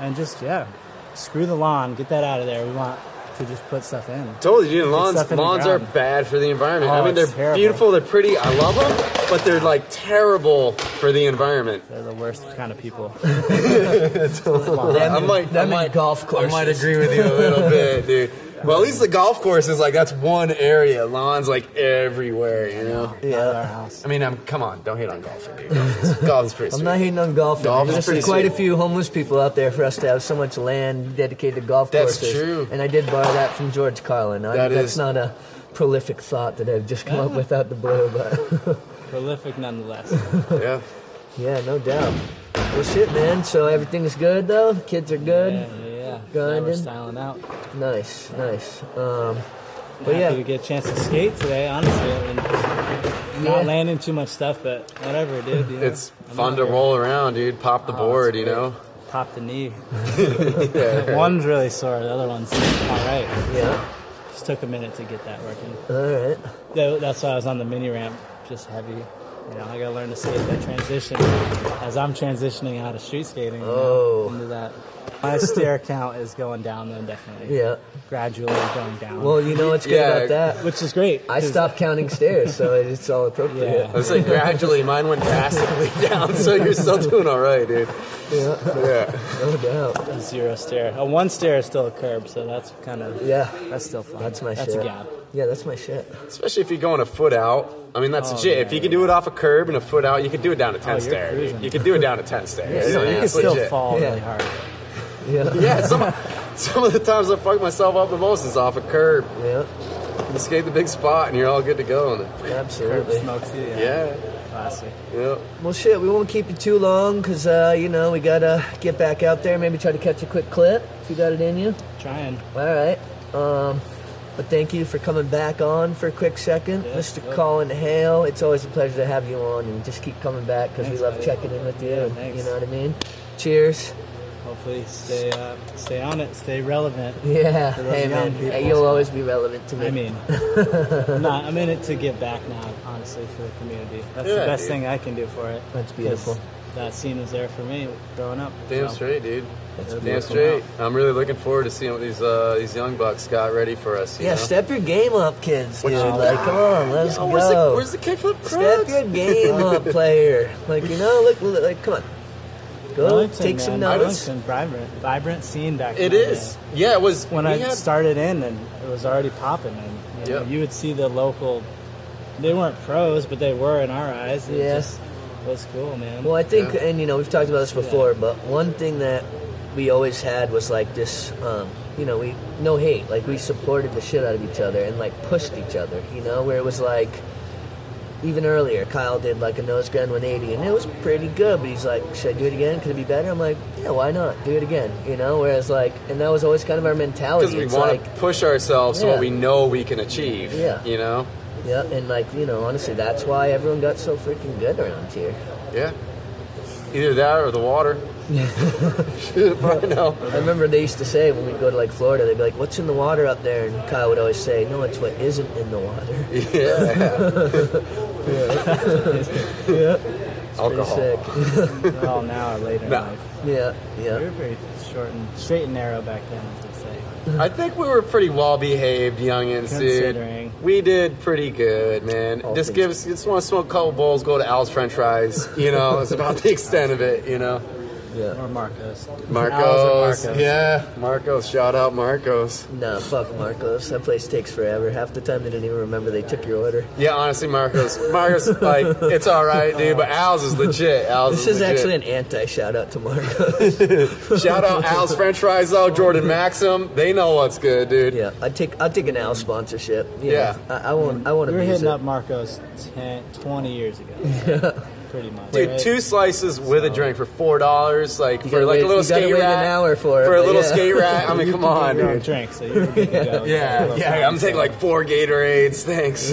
[SPEAKER 13] And just yeah, screw the lawn, get that out of there. We want to just put stuff in.
[SPEAKER 4] totally, dude.
[SPEAKER 13] Get
[SPEAKER 4] Lawns
[SPEAKER 13] stuff in the
[SPEAKER 4] lawns are
[SPEAKER 13] ground.
[SPEAKER 4] bad for the environment.
[SPEAKER 13] Oh,
[SPEAKER 4] I mean, they're
[SPEAKER 13] it's terrible.
[SPEAKER 4] beautiful, they're pretty. I love them, but they're like terrible for the environment.
[SPEAKER 13] They're the worst kind of people.
[SPEAKER 4] I might, I might
[SPEAKER 1] golf
[SPEAKER 4] I might agree with you a little bit, dude. Well, at least the golf course is like that's one area. Lawns like everywhere, you know.
[SPEAKER 1] Yeah.
[SPEAKER 4] I mean, I'm come on, don't hate on golfing, dude. Golf is, golf is pretty.
[SPEAKER 1] I'm
[SPEAKER 4] sweet.
[SPEAKER 1] not hating on golf.
[SPEAKER 4] Golf is
[SPEAKER 1] There's
[SPEAKER 4] pretty
[SPEAKER 1] quite
[SPEAKER 4] sweet.
[SPEAKER 1] a few homeless people out there for us to have so much land dedicated to golf
[SPEAKER 4] That's
[SPEAKER 1] courses.
[SPEAKER 4] true.
[SPEAKER 1] And I did borrow that from George Carlin. I,
[SPEAKER 4] That
[SPEAKER 1] that's
[SPEAKER 4] is-
[SPEAKER 1] not a prolific thought that I've just come
[SPEAKER 13] Oh.
[SPEAKER 1] up with out the blue, but
[SPEAKER 13] Prolific nonetheless.
[SPEAKER 4] yeah.
[SPEAKER 1] yeah, no doubt. Well, shit, man. So everything's good though. Kids are good.
[SPEAKER 13] Yeah, yeah, yeah. Now we're
[SPEAKER 1] Grinding.
[SPEAKER 13] styling out.
[SPEAKER 1] Nice, nice. Um, but
[SPEAKER 13] Happy
[SPEAKER 1] yeah,
[SPEAKER 13] to get a chance to skate today. Honestly, I mean,
[SPEAKER 1] Yeah.
[SPEAKER 13] not landing too much stuff, but whatever, dude. You know?
[SPEAKER 4] It's
[SPEAKER 13] I'm
[SPEAKER 4] fun
[SPEAKER 13] out
[SPEAKER 4] to
[SPEAKER 13] here.
[SPEAKER 4] roll around, dude. Pop the
[SPEAKER 13] Oh,
[SPEAKER 4] board,
[SPEAKER 13] it's
[SPEAKER 4] you
[SPEAKER 13] great.
[SPEAKER 4] know.
[SPEAKER 13] Pop the knee.
[SPEAKER 4] Yeah.
[SPEAKER 13] one's really sore. The other one's all right.
[SPEAKER 1] Yeah.
[SPEAKER 13] Just took a minute to get that working.
[SPEAKER 1] all right.
[SPEAKER 13] Tha- That's why I was on the mini ramp, just heavy. You know, I gotta learn to skate that transition as I'm transitioning out of street skating. you know,
[SPEAKER 1] Oh.
[SPEAKER 13] into that. My stair count is going down then, definitely.
[SPEAKER 1] Yeah.
[SPEAKER 13] Gradually going down.
[SPEAKER 1] Well, you know what's good about that?
[SPEAKER 13] Which is great.
[SPEAKER 1] I stopped counting stairs, so it's all appropriate.
[SPEAKER 4] I was like, gradually, mine went drastically down, so you're still doing all right, dude.
[SPEAKER 1] Yeah.
[SPEAKER 4] Yeah.
[SPEAKER 1] No doubt.
[SPEAKER 13] A zero stair. A one stair is still a curb, so that's kind of
[SPEAKER 1] Yeah.
[SPEAKER 13] That's still fun.
[SPEAKER 1] That's my
[SPEAKER 13] That's
[SPEAKER 1] shit.
[SPEAKER 13] a gap.
[SPEAKER 1] Yeah, that's my shit.
[SPEAKER 4] Especially if you're going a foot out. I mean, that's
[SPEAKER 13] Oh,
[SPEAKER 4] legit.
[SPEAKER 13] yeah,
[SPEAKER 4] if you can do it off a curb and a foot out, you can do it down to 10
[SPEAKER 13] you're
[SPEAKER 4] stair. dude.
[SPEAKER 13] cruising.
[SPEAKER 4] You can do it down to 10 stair.
[SPEAKER 13] Yeah, you can
[SPEAKER 4] it's
[SPEAKER 13] still
[SPEAKER 4] legit.
[SPEAKER 13] fall
[SPEAKER 1] Yeah.
[SPEAKER 13] really hard.
[SPEAKER 1] Yeah.
[SPEAKER 4] Yeah, some, some of the times I fuck myself up the most is off a curb.
[SPEAKER 1] Yeah.
[SPEAKER 4] You skate the big spot and you're all good to go. And
[SPEAKER 1] Absolutely.
[SPEAKER 13] Smokes you,
[SPEAKER 4] yeah.
[SPEAKER 13] Classic.
[SPEAKER 4] yeah.
[SPEAKER 1] Well, shit, we won't keep you too long because, uh, you know, we gotta get back out there. Maybe try to catch a quick clip if you got it in you.
[SPEAKER 13] Trying.
[SPEAKER 1] All right. Um, But thank you for coming back on for a quick second, Mr. Colin Hale. It's always a pleasure to have you on, and just keep coming back because we
[SPEAKER 13] Thanks,
[SPEAKER 1] love
[SPEAKER 13] buddy.
[SPEAKER 1] checking in with you.
[SPEAKER 13] Yeah,
[SPEAKER 1] and you
[SPEAKER 13] thanks.
[SPEAKER 1] know what I mean? Cheers.
[SPEAKER 13] Hopefully, stay uh, stay on it, stay relevant.
[SPEAKER 1] Yeah.
[SPEAKER 13] For those
[SPEAKER 1] Hey
[SPEAKER 13] young
[SPEAKER 1] man,
[SPEAKER 13] people.
[SPEAKER 1] hey, you'll always be relevant to me.
[SPEAKER 13] I mean, I'm not- I'm in it to give back now, honestly, for the community. That's
[SPEAKER 4] Yeah,
[SPEAKER 13] the best
[SPEAKER 4] dude.
[SPEAKER 13] thing I can do for it.
[SPEAKER 1] That's
[SPEAKER 13] 'Cause
[SPEAKER 4] beautiful.
[SPEAKER 13] That scene was there for me growing up.
[SPEAKER 4] Damn
[SPEAKER 13] so.
[SPEAKER 4] straight, dude.
[SPEAKER 13] That's
[SPEAKER 4] Damn
[SPEAKER 13] beautiful.
[SPEAKER 4] straight. I'm really looking forward to seeing what these uh, these young bucks got ready for us. You
[SPEAKER 1] Yeah,
[SPEAKER 4] know?
[SPEAKER 1] step your game up, kids.
[SPEAKER 4] What
[SPEAKER 1] Dude.
[SPEAKER 4] you
[SPEAKER 1] Like,
[SPEAKER 4] got?
[SPEAKER 1] come on, let's
[SPEAKER 4] Yo,
[SPEAKER 1] go.
[SPEAKER 4] where's the- where's the kickflip
[SPEAKER 1] Step
[SPEAKER 4] cracks?
[SPEAKER 1] your game up, player. Like, you know, look, look, like, come on. Go
[SPEAKER 13] Burlington,
[SPEAKER 1] take some
[SPEAKER 13] man,
[SPEAKER 1] notes.
[SPEAKER 13] Burlington, vibrant, vibrant scene back.
[SPEAKER 4] It
[SPEAKER 13] then,
[SPEAKER 4] is. Yeah, it was
[SPEAKER 13] when
[SPEAKER 4] we
[SPEAKER 13] I
[SPEAKER 4] had-
[SPEAKER 13] started in, and it was already popping. And you, know,
[SPEAKER 4] Yep.
[SPEAKER 13] you would see the local. They weren't pros, but they were in our eyes. It
[SPEAKER 1] Yeah.
[SPEAKER 13] just was cool, man.
[SPEAKER 1] Well, I think, and you know, we've talked about this before, but one thing that we always had was like this, um, you know, we, no hate, like we supported the shit out of each other and like pushed each other, you know, where it was like, even earlier, Kyle did like a nose gun 180, and it was pretty good. But he's like, "Should I do it again? Could it be better?" I'm like, "Yeah, why not? Do it again." You know. Whereas like, and that was always kind of our mentality.
[SPEAKER 4] because we
[SPEAKER 1] It's
[SPEAKER 4] want
[SPEAKER 1] like,
[SPEAKER 4] to push ourselves to
[SPEAKER 1] Yeah.
[SPEAKER 4] what we know we can achieve.
[SPEAKER 1] Yeah.
[SPEAKER 4] You know.
[SPEAKER 1] yeah, and like you know, honestly, that's why everyone got so freaking good around here.
[SPEAKER 4] Yeah. Either that or the water.
[SPEAKER 1] I remember they used to say when we'd go to like Florida, they'd be like, "What's in the water up there?" And Kyle would always say, "No, it's what isn't in the water." yeah. yeah. It's pretty
[SPEAKER 13] Alcohol.
[SPEAKER 1] sick.
[SPEAKER 13] Well, Oh, now or later in
[SPEAKER 4] No.
[SPEAKER 13] life.
[SPEAKER 1] Yeah, yeah.
[SPEAKER 13] We were very short and straight and narrow back then, as they say.
[SPEAKER 4] I think we were pretty well behaved, youngins,
[SPEAKER 13] Considering.
[SPEAKER 4] dude. We did pretty good, man.
[SPEAKER 13] All
[SPEAKER 4] just
[SPEAKER 13] things-
[SPEAKER 4] give us, just want to smoke a couple bowls, go to Al's French fries. You know, it's about the extent of it. You know,
[SPEAKER 1] Yeah.
[SPEAKER 13] Or Marcos.
[SPEAKER 4] Marcos.
[SPEAKER 13] Owls and Marcos.
[SPEAKER 4] Yeah, Marcos. Shout out Marcos.
[SPEAKER 1] No, fuck Marcos. That place takes forever. Half the time they didn't even remember they took your order.
[SPEAKER 4] Yeah, honestly, Marcos. Marcos, like, it's all right, dude. But Al's is legit. Al's
[SPEAKER 1] this is
[SPEAKER 4] legit.
[SPEAKER 1] actually an anti shout out to Marcos.
[SPEAKER 4] Shout out Al's French fries though, Jordan Maxim. They know what's good, dude.
[SPEAKER 1] Yeah, I take I take an Al sponsorship.
[SPEAKER 4] Yeah.
[SPEAKER 1] I, I want I want
[SPEAKER 13] We
[SPEAKER 1] to
[SPEAKER 13] were
[SPEAKER 1] use
[SPEAKER 13] hitting
[SPEAKER 1] it.
[SPEAKER 13] up Marcos 10, 20 years ago. Pretty much.
[SPEAKER 4] Dude, two slices with a drink for four dollars, like for
[SPEAKER 1] gotta
[SPEAKER 4] like
[SPEAKER 1] wait-
[SPEAKER 4] a little
[SPEAKER 1] you gotta
[SPEAKER 4] skate
[SPEAKER 1] wait an
[SPEAKER 4] rat.
[SPEAKER 1] hour for it,
[SPEAKER 4] for a
[SPEAKER 1] but
[SPEAKER 4] little
[SPEAKER 1] yeah.
[SPEAKER 4] skate rat. I mean,
[SPEAKER 1] You
[SPEAKER 4] come
[SPEAKER 1] can get
[SPEAKER 4] on,
[SPEAKER 1] your own
[SPEAKER 4] dude.
[SPEAKER 13] drink, so you're good to go.
[SPEAKER 4] Yeah, yeah. I'm taking like four Gatorades. Thanks.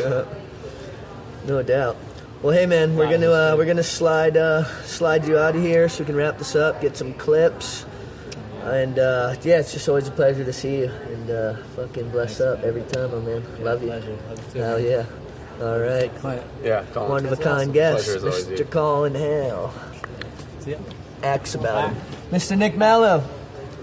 [SPEAKER 1] No doubt. Well, hey man, we're gonna uh, we're gonna slide uh, slide you out of here so we can wrap this up, get some clips, and uh, yeah, it's just always a pleasure to see you and uh, fucking bless up every time, my man. Love you. Hell yeah. All right.
[SPEAKER 4] Yeah, Colin.
[SPEAKER 1] One of a
[SPEAKER 4] That's
[SPEAKER 1] kind
[SPEAKER 4] awesome.
[SPEAKER 1] guest,
[SPEAKER 4] Pleasure as always,
[SPEAKER 1] Mr.
[SPEAKER 4] dude.
[SPEAKER 1] Colin Hale.
[SPEAKER 13] See ya.
[SPEAKER 1] Acts about him. Mr. Nick Mallow,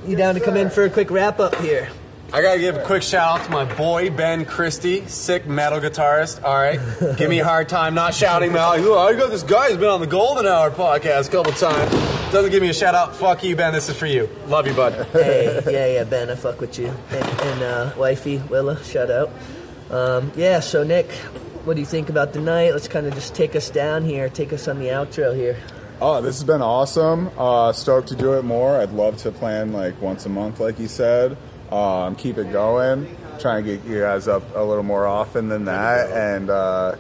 [SPEAKER 1] you down to come in for a quick wrap up here?
[SPEAKER 4] I gotta give a quick shout out to my boy Ben Christie, sick metal guitarist. All right, give me a hard time not shouting him out. Oh, I got this guy who's been on the Golden Hour podcast a couple times. Doesn't give me a shout out. Fuck you, Ben. This is for you. Love you, bud.
[SPEAKER 1] hey, yeah, yeah, Ben, I fuck with you. And, and uh, wifey, Willa, shout out. Um, yeah, so Nick, what do you think about the night? Let's kind of just take us down here, take us on the outro here.
[SPEAKER 3] Oh, this has been awesome. Uh, stoked to do it more. I'd love to plan like once a month, like you said. Um, keep it going. Try and get you guys up a little more often than that, and uh,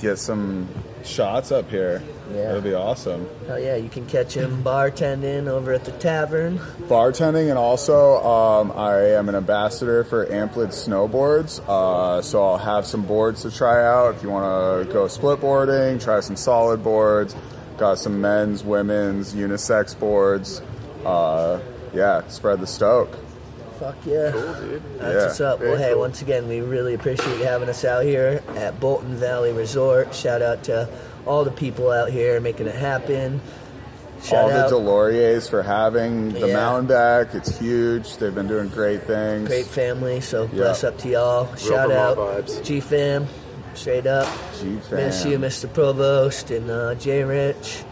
[SPEAKER 3] get some shots up here.
[SPEAKER 1] Yeah.
[SPEAKER 3] It'll be awesome.
[SPEAKER 1] Hell yeah, you can catch him bartending over at the tavern.
[SPEAKER 3] bartending and also um, i am an ambassador for amplit snowboards uh, so i'll have some boards to try out if you want to go split boarding try some solid boards got some men's women's unisex boards uh, yeah spread the stoke
[SPEAKER 1] Fuck yeah. That's
[SPEAKER 3] Yeah.
[SPEAKER 1] what's up. Well,
[SPEAKER 3] Very
[SPEAKER 1] hey,
[SPEAKER 3] cool.
[SPEAKER 1] once again, we really appreciate you having us out here at Bolton Valley Resort. Shout out to all the people out here making it happen. Shout
[SPEAKER 3] all
[SPEAKER 1] out.
[SPEAKER 3] the deloriers for having the
[SPEAKER 1] Yeah.
[SPEAKER 3] mountain back it's huge they've been doing great things
[SPEAKER 1] Great family, so bless up to y'all.
[SPEAKER 3] Real
[SPEAKER 1] Shout out
[SPEAKER 3] Vermont
[SPEAKER 1] G Fam, straight up.
[SPEAKER 3] G Fam.
[SPEAKER 1] Miss you, Mr. Provost, and uh, J Rich,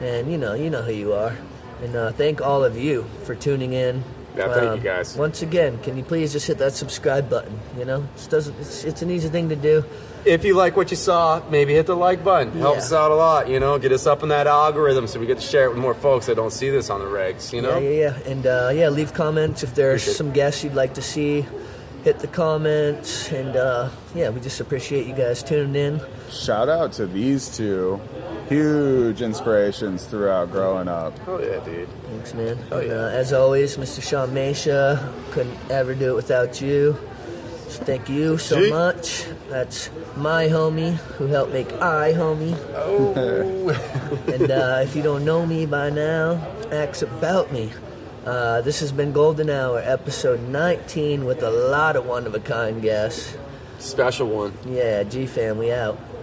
[SPEAKER 1] and you know, you know who you are. And uh, thank all of you for tuning in. Um,
[SPEAKER 4] Yeah, thank you guys.
[SPEAKER 1] Once again, can you please just hit that subscribe button? You know, it doesn't. It's, it's an easy thing to do.
[SPEAKER 4] If you like what you saw, maybe hit the like button. Helps
[SPEAKER 1] Yeah.
[SPEAKER 4] us out a lot, you know. Get us up in that algorithm so we get to share it with more folks that don't see this on the regs, you know.
[SPEAKER 1] Yeah, yeah, yeah. And uh, yeah, leave comments if there's
[SPEAKER 4] Appreciate it.
[SPEAKER 1] some guests you'd like to see. Hit the comments, and uh, yeah, we just appreciate you guys tuning in.
[SPEAKER 3] shout out to these two huge inspirations throughout growing up
[SPEAKER 4] oh yeah dude
[SPEAKER 1] Thanks, man. Oh, And, uh, as always, Mr. Sean Mesha, couldn't ever do it without you. Thank you so
[SPEAKER 2] Jake.
[SPEAKER 1] much. That's my homie who helped make I homie. Oh. and uh, if you don't know me by now, ask about me. Uh, this has been Golden Hour, episode 19, with a lot of one of a kind guests.
[SPEAKER 4] Special one.
[SPEAKER 1] Yeah, G Fam, we out.